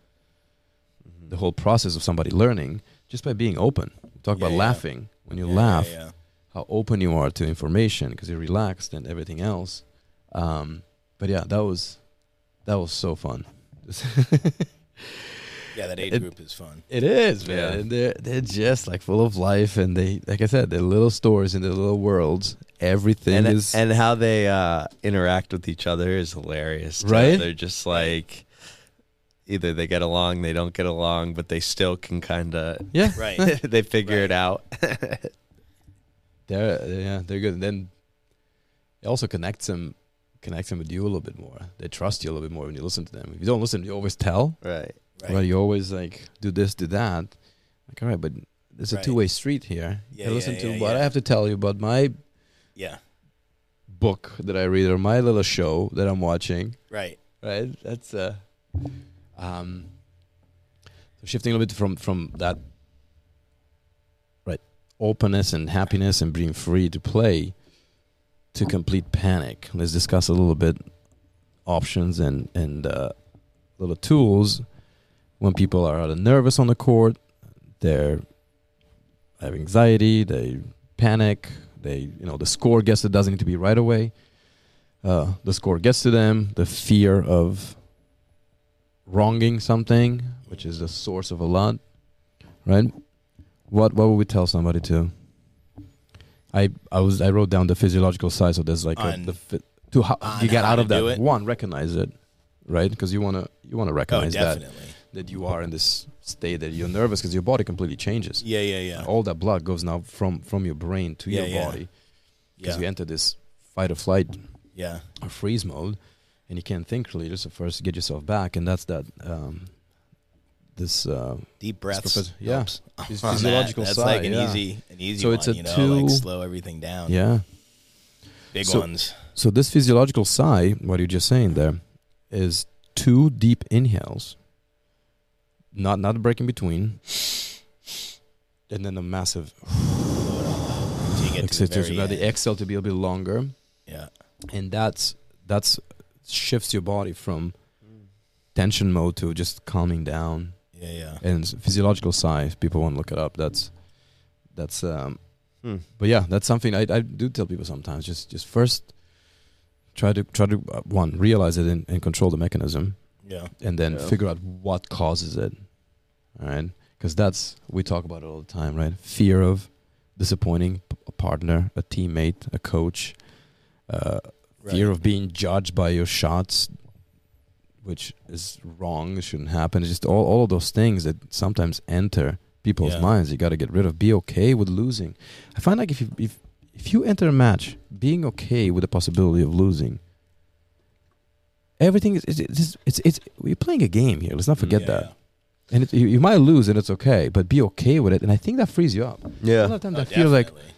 S1: Mm-hmm.
S3: the whole process of somebody learning just by being open. We talk
S1: Yeah,
S3: about
S1: yeah.
S3: laughing. When you
S1: Yeah,
S3: laugh,
S1: Yeah, yeah.
S3: how open you are to information because you're relaxed and everything else. Um, but yeah, that was that was so fun.
S1: Yeah, that age
S3: It-
S1: group is fun.
S3: It is, man.
S2: Yeah.
S3: And they're they're just like full of life, and they like I said, their little stories and their little worlds. Everything
S4: and,
S3: is
S4: and how they uh, interact with each other is hilarious. too.
S3: Right?
S4: They're just like either they get along, they don't get along, but they still can kind of
S3: yeah,
S1: Right.
S4: they figure
S1: Right.
S4: it out.
S3: they're yeah they're good. And then it also connects them connects them with you a little bit more. They trust you a little bit more when you listen to them. If you don't listen, you always tell.
S4: right.
S1: Right.
S3: Right. You always like do this, do that. Like, all right, but there's a
S1: Right.
S3: two way street here.
S1: Yeah,
S3: I
S1: yeah,
S3: listen to
S1: yeah,
S3: what
S1: yeah.
S3: I have to tell you about my
S1: Yeah.
S3: book that I read or my little show that I'm watching.
S1: Right.
S3: Right? That's uh um so shifting a little bit from from that right openness and happiness and being free to play to complete panic. Let's discuss a little bit options and and uh, little tools when people are either nervous on the court, they're have anxiety, they panic, they you know the score gets it doesn't need to be right away. Uh, the score gets to them, the fear of wronging something, which is the source of a lot, right? What what would we tell somebody to? I I was I wrote down the physiological side, so there's like a,
S1: On-
S3: the phy- to how
S1: on
S3: you get
S1: Ah, how
S3: out
S1: to
S3: of that
S1: do it.
S3: one recognize it right because you want to you want to
S1: Oh,
S3: recognize that
S1: definitely.
S3: that you are in this state that you're nervous because your body completely changes
S1: Yeah, yeah, yeah.
S3: all that blood goes now from from your brain to
S1: Yeah,
S3: your
S1: yeah.
S3: body because
S1: Yeah.
S3: you enter this fight or flight
S1: Yeah.
S3: or freeze mode and you can't think clearly so first get yourself back and that's that um this uh
S1: Deep breaths.
S3: professor- yeah.
S1: helps
S3: Phys-
S1: on that.
S3: physiological
S1: That's
S3: side,
S1: like an
S3: yeah.
S1: easy an easy
S3: So
S1: one,
S3: it's a
S1: you know,
S3: two-
S1: like slow everything down.
S3: yeah
S1: Big
S3: So-
S1: ones.
S3: So this physiological sigh, what you're just saying there, is two deep inhales, not not a break in between, and then a massive
S1: until you get to the
S3: exhalation.
S1: very
S3: Now
S1: end.
S3: the exhale to be a bit longer,
S1: Yeah.
S3: and that's that's shifts your body from
S1: Mm.
S3: tension mode to just calming down.
S1: Yeah, yeah.
S3: And it's physiological science, people want to look it up. That's that's um,
S2: Hmm.
S3: but yeah, that's something I, I do tell people sometimes. Just just first try to try to uh, one realize it and, and control the mechanism
S1: Yeah.
S3: and then
S2: Yeah.
S3: figure out what causes it. All right, because that's we talk about it all the time, right? Fear of disappointing p- a partner, a teammate, a coach, uh, fear of being judged by your shots, which is wrong. It shouldn't happen. It's just all all of those things that sometimes enter people's
S1: Yeah.
S3: minds. You got to get rid of. Be okay with losing. I find like if you if if you enter a match being okay with the possibility of losing, everything is it's it's, it's, it's we're playing a game here. Let's not forget
S1: Mm, Yeah,
S3: that. And it, you, you might lose, and it's okay, but be okay with it. And I think that frees you up. A lot
S4: Yeah.
S3: of times
S1: yeah.
S3: I
S1: Oh,
S3: feel like
S1: definitely.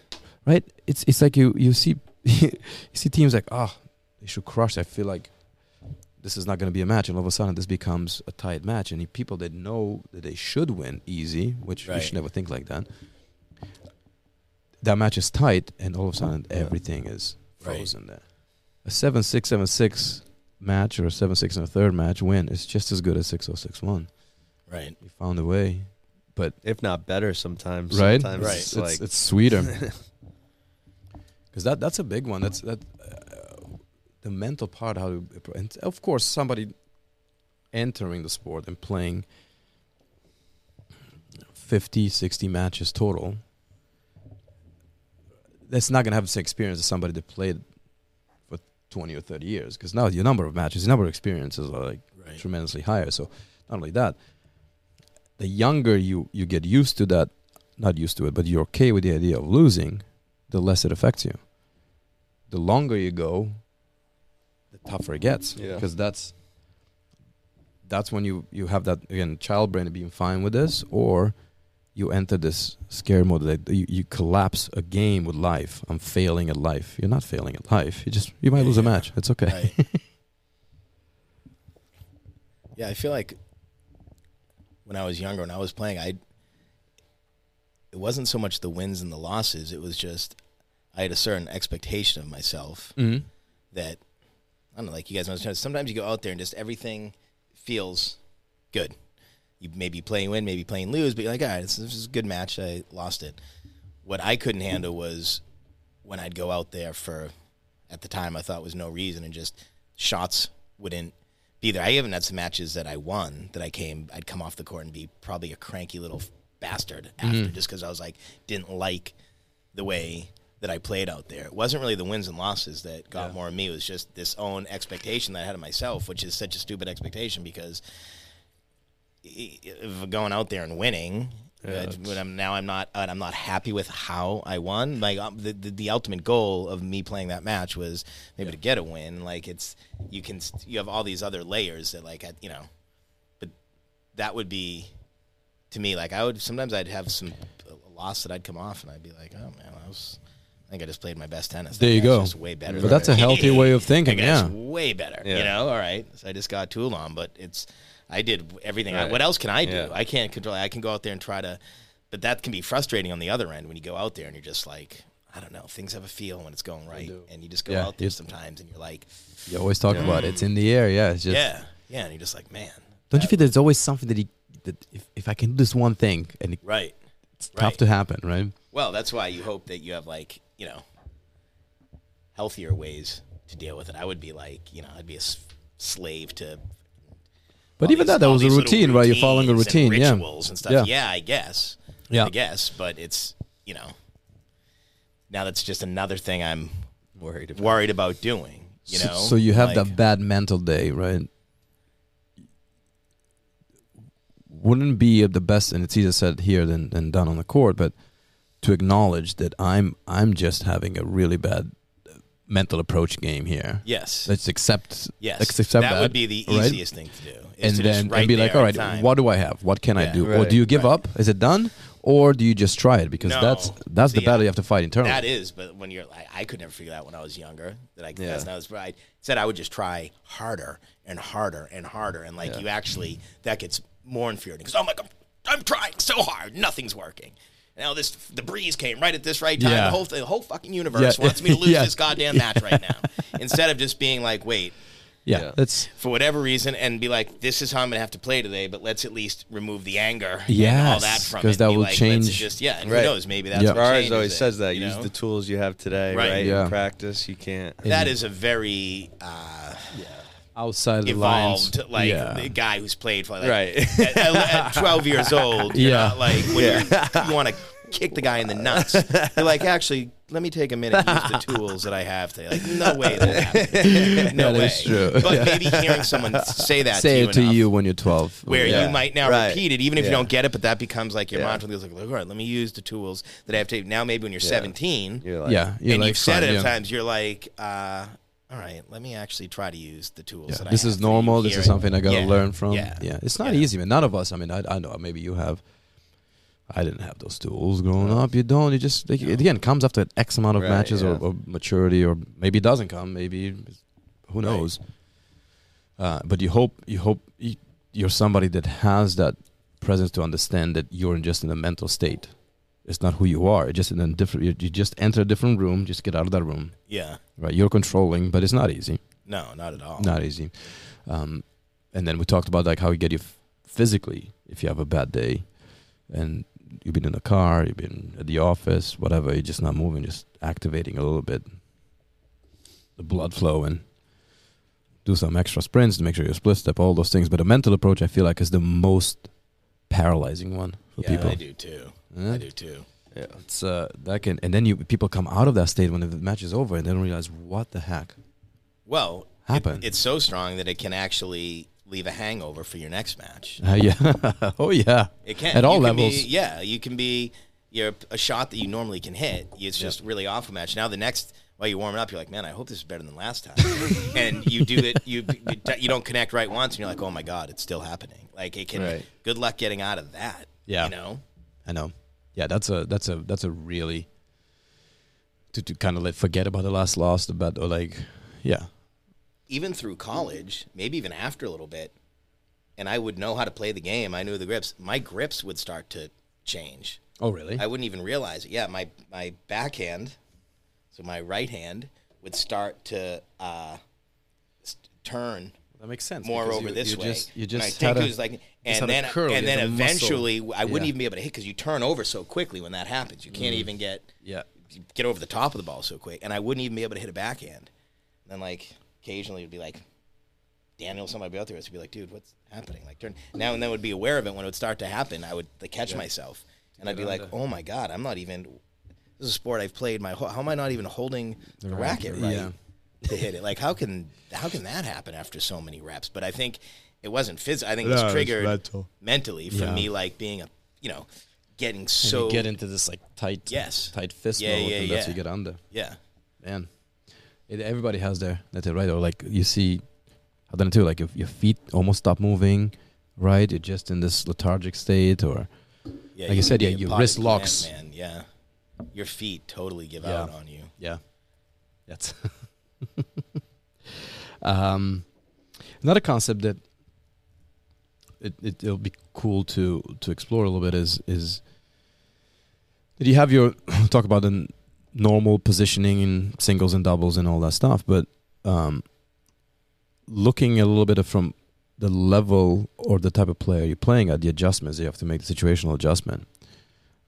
S3: right, it's it's like you you see you see teams like ah they should crush. I feel like this is not going to be a match, and all of a sudden this becomes a tight match. And you- people that know that they should win easy, which we
S1: Right.
S3: should never think like that. That match is tight, and all of a sudden everything is
S1: Right.
S3: frozen there. A seven six seven six match or a seven six and a third match win is just as good as six oh six one.
S1: right.
S3: You found a way, but
S4: If not better sometimes.
S3: right?
S4: Sometimes
S1: Right.
S4: it's
S3: It's,
S4: like
S3: it's, it's sweeter. Because that that's a big one. That's that uh, the mental part. How to appro- and of course somebody entering the sport and playing 50, 60 matches total. That's not gonna have the same experience as somebody that played for twenty or thirty years. Because now your number of matches, your number of experiences are like
S1: Right.
S3: tremendously higher. So not only that, the younger you you get used to that, not used to it, but you're okay with the idea of losing, the less it affects you. The longer you go, the tougher it gets
S4: Yeah.
S3: because that's that's when you you have that again child brain being fine with this or you enter this scare mode that you, you collapse a game with life i'm failing at life you're not failing at life you just you might
S1: Yeah,
S3: lose a
S1: yeah.
S3: match it's okay
S1: Right. yeah, I feel like when I was younger, when I was playing, I it wasn't so much the wins and the losses. It was just I had a certain expectation of myself
S3: Mhm.
S1: that I don't know, like you guys know. Sometimes you go out there and just everything feels good. You may be playing win, maybe playing lose, but you're like, all right, this, this is a good match. I lost it. What I couldn't handle was when I'd go out there for, at the time I thought was no reason, and just shots wouldn't be there. I even had some matches that I won that I came, I'd come off the court and be probably a cranky little bastard after, just because I was like didn't like the way that I played out there. It wasn't really the wins and losses that got more of me. It was just this own expectation that I had of myself, which is such a stupid expectation because if going out there and winning. uh, when I'm now, I'm not. And I'm not happy with how I won. Like um, the, the the ultimate goal of me playing that match was maybe to get a win. Like it's you can s- you have all these other layers that like I- you know, but that would be to me like I would sometimes I'd have some a loss that I'd come off and I'd be like, oh man, I was. I think I just played my best tennis. That
S3: There you
S1: guy's
S3: go.
S1: Just way better.
S3: but
S1: than
S3: that's a
S1: me."
S3: healthy way of thinking
S1: That guy's
S3: yeah
S1: way better. You
S4: Yeah.
S1: know, all right. So I just got Toulon, but it's I did everything. I,
S4: Right.
S1: what else can I do?
S4: Yeah.
S1: I can't control. I can go out there and try to, but that can be frustrating on the other end when you go out there and you're just like, I don't know. Things have a feel when it's going right, and you just go
S3: Yeah,
S1: out there
S3: you-
S1: sometimes and you're like,
S3: You always talk about it. It's in the air. Yeah. It's just,
S1: yeah, yeah, and you're just like, man,
S3: Don't you feel there's always something that, he, that if, if I can do this one thing and it's
S1: right.
S3: tough
S1: right.
S3: to happen, right?
S1: Well, that's why you hope that you have like you know healthier ways to deal with it. I would be like, you know, I'd be a s- slave to.
S3: But
S1: all these-
S3: even that, that
S1: all
S3: was a
S1: these little
S3: routine, right? You're following a
S1: routines
S3: routine.
S1: and
S3: Yeah.
S1: rituals and stuff.
S3: Yeah.
S1: Yeah. I guess.
S3: Yeah.
S1: I guess, but it's you know. Now that's just another thing I'm
S4: worried about
S1: worried about doing. You
S3: So-
S1: know,
S3: so, you have
S1: Like,
S3: that bad mental day, right? Wouldn't be the best, and it's easier said here than, than done on the court. But to acknowledge that I'm I'm just having a really bad uh, mental approach game here.
S1: Yes.
S3: Let's accept.
S1: yes.
S3: let's
S1: that,
S3: Accept that
S1: would be the
S3: right?
S1: easiest thing to do. is
S3: and
S1: to just
S3: then
S1: right
S3: and be like,
S1: there
S3: all
S1: in
S3: right,
S1: time.
S3: what do I have? What can I
S1: Yeah.
S3: do? or
S4: Right,
S3: do you give
S1: right.
S3: up? Is it done? Or do you just try it? Because
S1: No.
S3: that's that's the
S1: See,
S3: battle
S1: I-
S3: you have to fight internally.
S1: That is, but when you're, I, I could never figure that when I was younger. That I, that's
S4: Yeah.
S1: not as right. said I would just try harder and harder and harder, and like you actually that gets more infuriating because I'm like I'm, I'm trying so hard, nothing's working. Now this the breeze came right at this right time.
S3: Yeah.
S1: The whole the whole fucking universe
S3: Yeah.
S1: wants me to lose
S3: Yeah.
S1: this goddamn match right now. Instead of just being like, wait,
S3: Yeah, that's
S1: for whatever reason and be like, this is how I'm gonna have to play today, but let's at least remove the anger and all
S3: Yes,
S1: that from it.
S3: 'cause that
S1: Be
S3: will
S1: like, let's
S3: change-
S1: Just, yeah, and
S4: Right.
S1: who knows? Maybe that's
S3: Yeah.
S1: what
S4: Ferraris
S1: changes
S4: always
S1: it,
S4: says that.
S1: you
S4: Use
S1: know?
S4: the tools you have today,
S1: Right.
S4: right?
S3: Yeah.
S4: In practice, you can't.
S1: That is a very uh,
S3: outside the lines.
S1: evolved, like
S3: yeah.
S1: the guy who's played for like,
S4: Right.
S1: at, at- at 12 years old. You're
S3: Yeah.
S1: not like when you're, you want to kick the guy in the nuts. You're like, actually, let me take a minute and use the tools that I have today. Like, no way that happened. No
S3: That
S1: way.
S3: is true.
S1: But maybe hearing someone say that
S3: Say
S1: to you
S3: it to
S1: enough
S3: you when you're 12.
S1: where
S3: yeah.
S1: you might now
S4: Right.
S1: repeat it, even if you
S4: Yeah.
S1: don't get it, but that becomes like your
S4: Yeah.
S1: mantra. It's like, all right, let me use the tools that I have to. Now, maybe when you're 17
S4: You're like,
S3: yeah, you're
S1: and
S3: like,
S1: you've said
S3: fine,
S1: it
S3: yeah.
S1: at times, you're like, uh, all right, let me actually try to use the tools. That I
S3: This
S1: have
S3: is
S1: so you
S3: normal. This
S1: hear
S3: is
S1: it.
S3: something I gotta
S1: Yeah.
S3: learn from.
S1: Yeah.
S3: Yeah, it's not easy, man. None of us. I mean, I, I know. Maybe you have. I didn't have those tools growing up. You don't. You just like, it again comes after X amount of
S4: Right,
S3: matches or,
S4: yeah.
S3: or maturity, or maybe it doesn't come. Maybe it's- who knows. Uh, but you hope you hope you, you're somebody that has that presence to understand that you're in just in a mental state. It's not who you are. It's just in a different. You, you just enter a different room. Just get out of that room.
S1: Yeah.
S3: Right. You're controlling, but it's not easy
S1: No, not at all.
S3: not easy. Um, and then we talked about like how you get you f- physically if you have a bad day, and you've been in the car, you've been at the office, whatever. You're just not moving, just activating a little bit, the blood flow, and do some extra sprints to make sure you split step, all those things. But the mental approach, I feel like, is the most paralyzing one for
S1: yeah,
S3: people.
S1: I do too.
S3: Yeah?
S1: I do too.
S4: yeah.
S3: It's uh, that can, and then you people come out of that state when the match is over, and they don't realize what the heck.
S1: Well, it-
S3: Happen.
S1: it's so strong that it can actually leave a hangover for your next match.
S3: Uh, yeah. oh yeah.
S1: It can
S3: at all
S1: You can be- e-
S3: levels.
S1: yeah, you can be you're a shot that you normally can hit. It's just really off a match. Now the next while you're warming up, you're like, man, I hope this is better than last time. and you do it. You you don't connect right once, and you're like, oh my god, it's still happening. Like it can.
S4: Right.
S1: Good luck getting out of that.
S3: Yeah.
S1: You know.
S3: I know. Yeah, that's a that's a that's a really to, to kind of like forget about the last loss, about or like yeah.
S1: even through college, maybe even after a little bit, and I would know how to play the game. I knew the grips. My grips would start to change.
S3: Oh really?
S1: I wouldn't even realize it. Yeah, my my backhand, so my right hand would start to uh, st- turn
S3: that makes sense.
S1: more
S3: because
S1: over
S3: you-
S1: this
S3: you
S1: way.
S3: Just, you
S1: and I
S3: just
S1: think
S3: had
S1: it
S3: a-
S1: was like,
S3: had
S1: and
S3: a
S1: then
S3: curl,
S1: and
S3: you
S1: then
S3: had a muscle.
S1: eventually I wouldn't
S3: Yeah. Mm.
S1: even be able to hit because you turn over so quickly when that happens. You can't even get
S3: Yeah.
S1: you get over the top of the ball so quick, and I wouldn't even be able to hit a backhand. And then like occasionally it'd be like Daniel, somebody out there would be like, dude, what's happening? Like turn now and then would be aware of it when it would start to happen. I would like, catch myself and I'd be like, oh my god, I'm not even. This is a sport I've played. My whole, how am I not even holding the racket right
S3: yeah.
S1: to hit it? Like how can how can that happen after so many reps? But I think it wasn't physical. I think it was
S3: No, it's
S1: triggered
S3: mental.
S1: mentally for
S3: Yeah.
S1: me, like being a you know getting
S3: you
S1: so
S3: get into this like tight
S1: Yes.
S3: tight fist
S1: Yeah,
S3: mode
S1: yeah,
S3: and that's
S1: yeah.
S3: you get under.
S1: yeah.
S3: Man. It, everybody has their that they right or like you see I've done it too, like your your feet almost stop moving, right? You're just in this lethargic state or
S1: Yeah,
S3: Like I said,
S1: can be
S3: yeah,
S1: a
S3: your
S1: potted
S3: wrist
S1: plant,
S3: locks.
S1: man. Yeah, your feet totally give
S3: Yeah.
S1: out on you.
S3: Yeah. That's um, another concept that it, it it'll be cool to to explore a little bit is is that you have your talk about the n- normal positioning in singles and doubles and all that stuff, but um, looking a little bit from the level or the type of player you're playing at, the adjustments you have to make the situational adjustment.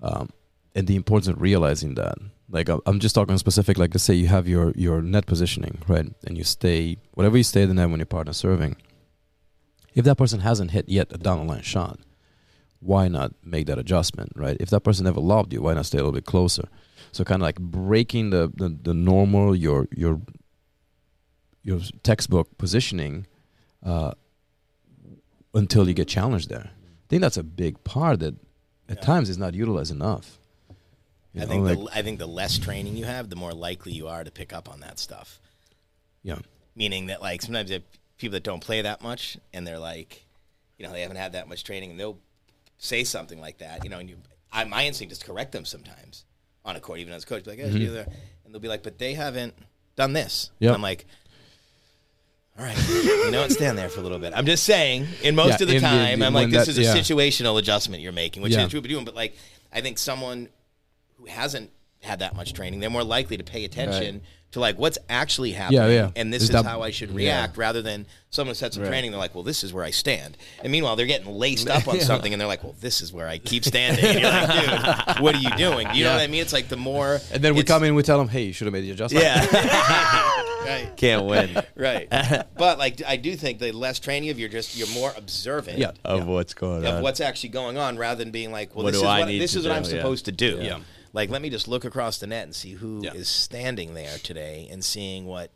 S3: Um, and the importance of realizing that. Like I'm- I'm just talking specific. Like let's say you have your your net positioning right, and you stay whatever you stay the net when your partner's serving. If that person hasn't hit yet a down the line shot, why not make that adjustment, right? If that person never lobbed you, why not stay a little bit closer? So kind of like breaking the, the the normal your your your textbook positioning uh, until you get challenged there. I think that's a big part that at
S1: Yeah.
S3: times is not utilized enough. You
S1: I
S3: know,
S1: think
S3: like-
S1: the, I think the less training you have, the more likely you are to pick up on that stuff.
S3: Yeah.
S1: Meaning that like sometimes there are people that don't play that much and they're like, you know, they haven't had that much training and they'll say something like that, you know, and you, I, my instinct is to correct them sometimes on a court,
S3: Mm-hmm.
S1: even as a coach, be like, "Hey, do that," and they'll be like, but they haven't done this.
S3: Yeah.
S1: And I'm like, All right, you know, it stand there for a little bit. I'm just saying, in most
S3: Yeah,
S1: of the
S3: in the-
S1: time,
S3: the-
S1: I'm like,
S3: when
S1: this
S3: that-
S1: is
S3: yeah.
S1: a situational adjustment you're making, which
S3: Yeah.
S1: is true, but doing. But like, I think someone who hasn't had that much training, they're more likely to pay attention to like what's actually happening,
S3: yeah.
S1: and this
S3: Is
S1: is
S3: that-
S1: how I should react, rather than someone who's had some training. They're like, well, this is where I stand, and meanwhile, they're getting laced up on something, and they're like, well, this is where I keep standing. And you're like, dude, what are you doing? You know what I mean? It's like the more,
S3: And then we
S1: it's-
S3: come in, we tell them, "Hey, you should have made the adjustment."
S2: Yeah,
S1: right.
S2: can't win
S1: Right. but like I do think the less training of you're just you're more observant
S3: Yeah.
S2: of what's going
S1: of
S2: on.
S1: what's actually going on rather than being like, well,
S2: What
S1: this
S2: do
S1: is
S2: I
S1: what
S2: need
S1: this
S2: to
S1: is what
S2: do?
S1: I'm
S2: Yeah.
S1: supposed to do.
S3: Yeah.
S1: Like let me just look across the net and see who is
S3: Yeah.
S1: standing there today and seeing what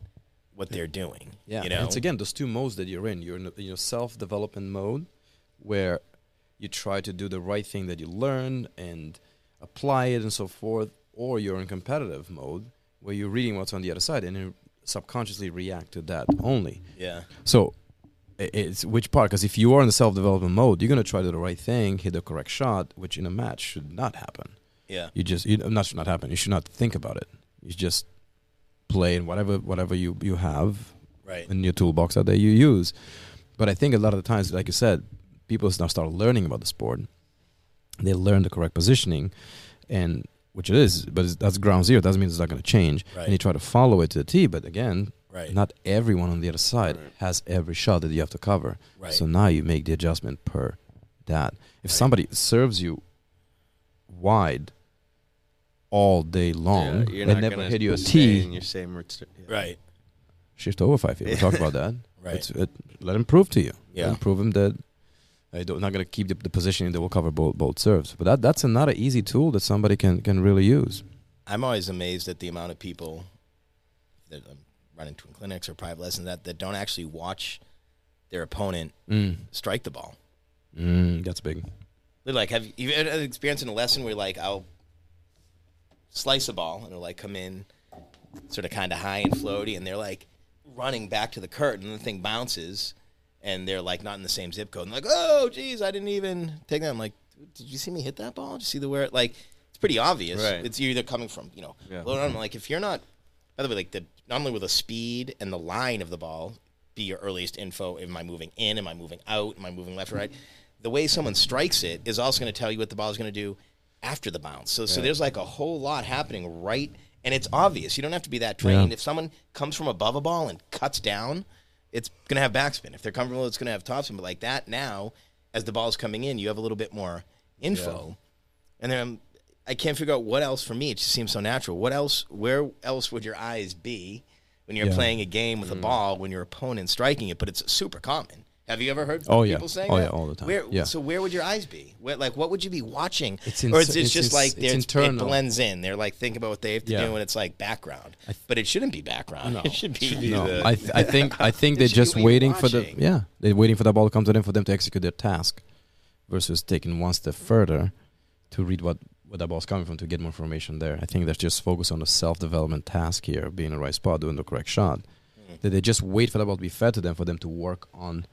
S1: what they're doing.
S3: Yeah,
S1: You
S3: and
S1: know.
S3: it's again those two modes that you're in. You're in, in your self-development mode, where you try to do the right thing that you learn and apply it and so forth, or you're in competitive mode where you're reading what's on the other side and you subconsciously react to that only.
S1: yeah.
S3: So i- it's which part? Because if you are in the self-development mode, you're gonna try to do the right thing, hit the correct shot, which in a match should not happen.
S1: Yeah.
S3: You just you, not should not happen. You should not think about it. You just play and whatever whatever you you have
S1: Right.
S3: in your toolbox that you use. But I think a lot of the times, like you said, people now start learning about the sport. They learn the correct positioning, and which it is, but it's, that's ground zero. It doesn't mean it's not going to change.
S1: Right.
S3: And you try to follow it to the T, but again,
S1: Right.
S3: not everyone on the other side
S2: Right.
S3: has every shot that you have to cover.
S1: Right.
S3: So now you make the adjustment per that. If somebody serves you wide all day long,
S2: you're
S3: they
S2: not
S3: never
S2: gonna
S3: hit you a
S2: stay
S3: T
S2: in your same ret- yeah.
S1: right.
S3: shift over five feet. We talked about that.
S1: Right.
S3: It's- it- let him prove to you. Let
S1: Yeah.
S3: him prove him that I don't, not going to keep the, the positioning that will cover both both serves. But that that's another easy tool that somebody can can really use.
S1: I'm always amazed at the amount of people that I'm running to in clinics or private lessons that, that don't actually watch their opponent
S3: Mm.
S1: strike the ball.
S3: Mm, that's big.
S1: They're like, have you had an experience in a lesson where like I'll slice a ball and it'll like come in sort of kind of high and floaty and they're like running back to the curtain and the thing bounces and they're like not in the same zip code and like, oh geez, I didn't even take that. I'm like, did you see me hit that ball? Did you see the where it like it's pretty obvious.
S2: Right.
S1: It's either coming from, you know,
S2: Yeah.
S1: low down. like if you're not by the way, like the not only will the speed and the line of the ball be your earliest info. Am I moving in? Am I moving out? Am I moving left or right? The way someone strikes it is also going to tell you what the ball is going to do after the bounce. So, so there's like a whole lot happening right, and it's obvious. You don't have to be that trained. If someone comes from above a ball and cuts down, it's going to have backspin. If they're comfortable, it's going to have topspin. But like that now, as the ball's coming in, you have a little bit more info. And then I'm, I can't figure out what else for me. It just seems so natural. What else? Where else would your eyes be when you're
S3: Yeah.
S1: playing a game with a ball when your opponent's striking it? But it's super common. Have you ever heard
S3: Oh, yeah.
S1: people saying
S3: Oh,
S1: that?
S3: yeah, all the time.
S1: Where,
S3: Yeah.
S1: So where would your eyes be? Where, like what would you be watching?
S3: It's in-
S1: or is it
S3: it's-
S1: just
S3: it's-
S1: like
S3: it's
S1: there's- it
S3: internal.
S1: blends in? They're like thinking about what they have to
S3: Yeah.
S1: do, and it's like background. but it shouldn't be background.
S3: No.
S1: It should be.
S2: be
S3: No,
S2: the-
S3: I, th- I think I think they're
S1: should be
S3: just
S1: what you're
S3: waiting for the
S1: watching.
S3: yeah they're waiting for the ball to come to them for them to execute their task, versus taking one step further to read what what that ball's coming from to get more information there. I think they're just focused on the self development task here, being in the right spot, doing the correct shot. That they just wait for the ball to be fed to them for them to work on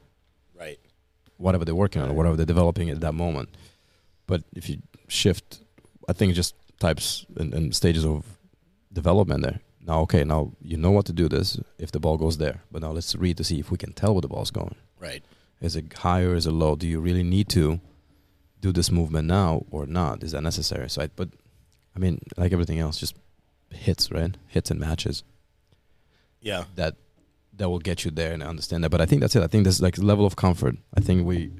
S1: Right.
S3: whatever they're working on or whatever they're developing at that moment. But if you shift, I think just types and, and stages of development there. Now, okay, now you know what to do this if the ball goes there. But now let's read to see if we can tell where the ball's going.
S1: Right.
S3: Is it high or is it low? Do you really need to do this movement now or not? Is that necessary? So, I, but I mean, like everything else, just hits, right? Hits and matches
S1: Yeah.
S3: that that will get you there and I understand that. But I think that's it. I think there's like level of comfort. I think we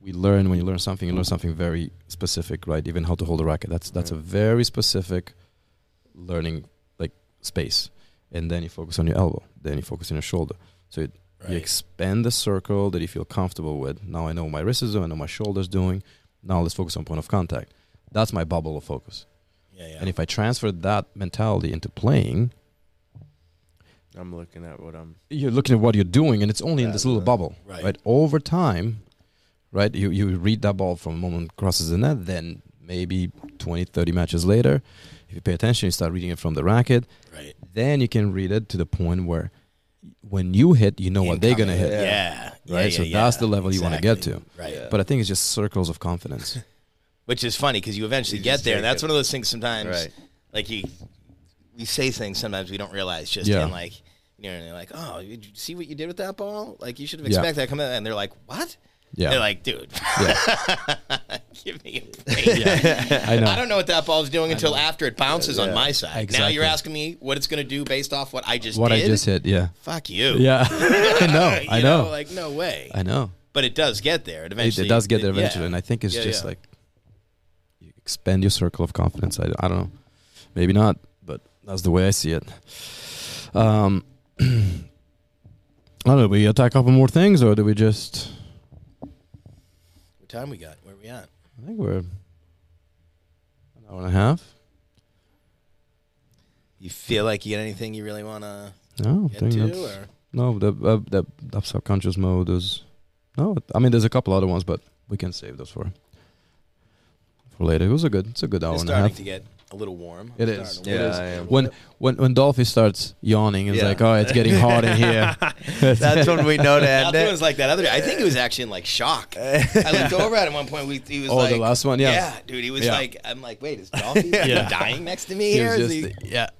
S3: we learn when you learn something, you learn something very specific, right? Even how to hold a racket. That's that's a very specific learning like space. And then you focus on your elbow. Then you focus on your shoulder. So it, you
S1: Right.
S3: expand the circle that you feel comfortable with. Now I know what my wrist is doing. I know what my shoulder's doing. Now let's focus on point of contact. That's my bubble of focus.
S1: Yeah. Yeah.
S3: And if I transfer that mentality into playing,
S2: I'm looking at what I'm.
S3: you're looking at what you're doing and it's only in
S2: Yeah,
S3: this little
S2: the-
S3: bubble
S1: right.
S3: over time right you, you read that ball from the moment it crosses the net then maybe 20 30 matches later if you pay attention you start reading it from the racket
S1: right.
S3: then you can read it to the point where when you hit you know what they're going to hit
S1: Incoming. Yeah. Yeah,
S3: Right,
S1: yeah,
S3: so that's
S1: yeah.
S3: the level you wanna get
S1: Exactly. Right.
S3: but i think it's just circles of confidence
S1: which is funny because you eventually
S2: You
S1: get
S2: just
S1: there. And
S2: take
S1: that's
S2: it.
S1: one of those things sometimes,
S2: Right.
S1: like you, we say things sometimes we don't realize just
S3: Yeah.
S1: in like You know, and they're like, "Oh, you did you see what you did with that ball? Like, you should have
S3: Yeah.
S1: expected that coming." out." And they're like, "What?"
S3: Yeah.
S1: They're like, "Dude, give me a break."
S3: I know.
S1: I don't know what that ball's doing until after it bounces on my side. Now
S3: Exactly.
S1: you're asking me what it's going to do based off what I just
S3: what
S1: did.
S3: I just said. Yeah.
S1: Fuck you.
S3: Yeah. I know.
S1: You
S3: I know.
S1: Like no way.
S3: I know.
S1: But it does get there. It
S3: It,
S1: eventually
S3: it does get there
S1: yeah.
S3: eventually, and I think it's
S1: Yeah,
S3: just
S1: yeah.
S3: like you expand your circle of confidence. I, I don't know, maybe not, but that's the way I see it. Um, I don't know. We attack a couple more things, or do we just?
S1: What time we got? Where we at?
S3: I think we're an hour and a half.
S1: You feel like you got anything you really want to
S3: No, I
S1: get
S3: think
S1: to?
S3: that's-
S1: Or?
S3: no. The uh, the that subconscious mode is no. I mean, there's a couple other ones, but we can save those for for later. It was a good. It's a good hour
S1: It's
S3: oh, and a half.
S1: starting to get a little warm.
S3: It
S1: It's
S3: is.
S1: starting to
S4: Yeah,
S1: warm.
S4: I am.
S3: when when when Dolphy starts yawning, it's
S4: Yeah.
S3: like, oh, it's getting hot in here.
S4: That's when we know to end
S1: That
S4: it.
S1: was like that other day. I think he was actually in like shock. I looked over at him one point. We, he was
S3: Oh, the
S1: like,
S3: last one? Yeah.
S1: dude. He was
S3: Yeah.
S1: like, I'm like, wait, is Dolphy
S2: Yeah.
S1: dying next to me
S3: He
S1: here?
S3: was
S1: Is
S3: just- yeah,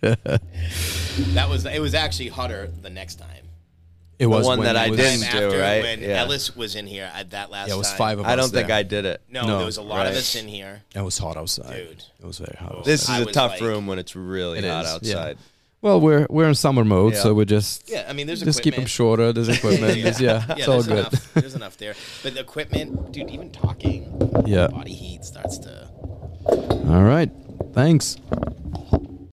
S1: he- that was it. Was actually hotter the next time.
S3: it was
S4: one
S3: when
S4: that
S3: it
S4: I
S3: was-
S1: Time
S4: didn't
S1: after
S4: do, right?
S1: when
S4: Yeah.
S1: Ellis was in here at that last.
S3: Yeah, it was
S1: time.
S3: five of us.
S4: I don't think
S3: there.
S4: I did it.
S1: No,
S3: No.
S1: there was a lot of
S4: Right.
S1: us in here.
S3: It was hot outside.
S1: Dude.
S3: It was very hot.
S4: This is
S1: I
S4: a
S1: was
S4: tough
S1: like-
S4: room when it's really
S3: It
S4: hot
S3: is, yeah.
S4: outside.
S3: Well, we're we're in summer mode,
S4: Yeah.
S3: so we just
S1: Yeah, I mean, there's
S3: just keep them
S1: equipment.
S3: shorter. There's equipment. There's, yeah, it's all
S1: there's
S3: good.
S1: Enough, there's enough there, but the equipment, dude. Even talking,
S3: Yeah.
S1: body heat starts to.
S3: All right, thanks.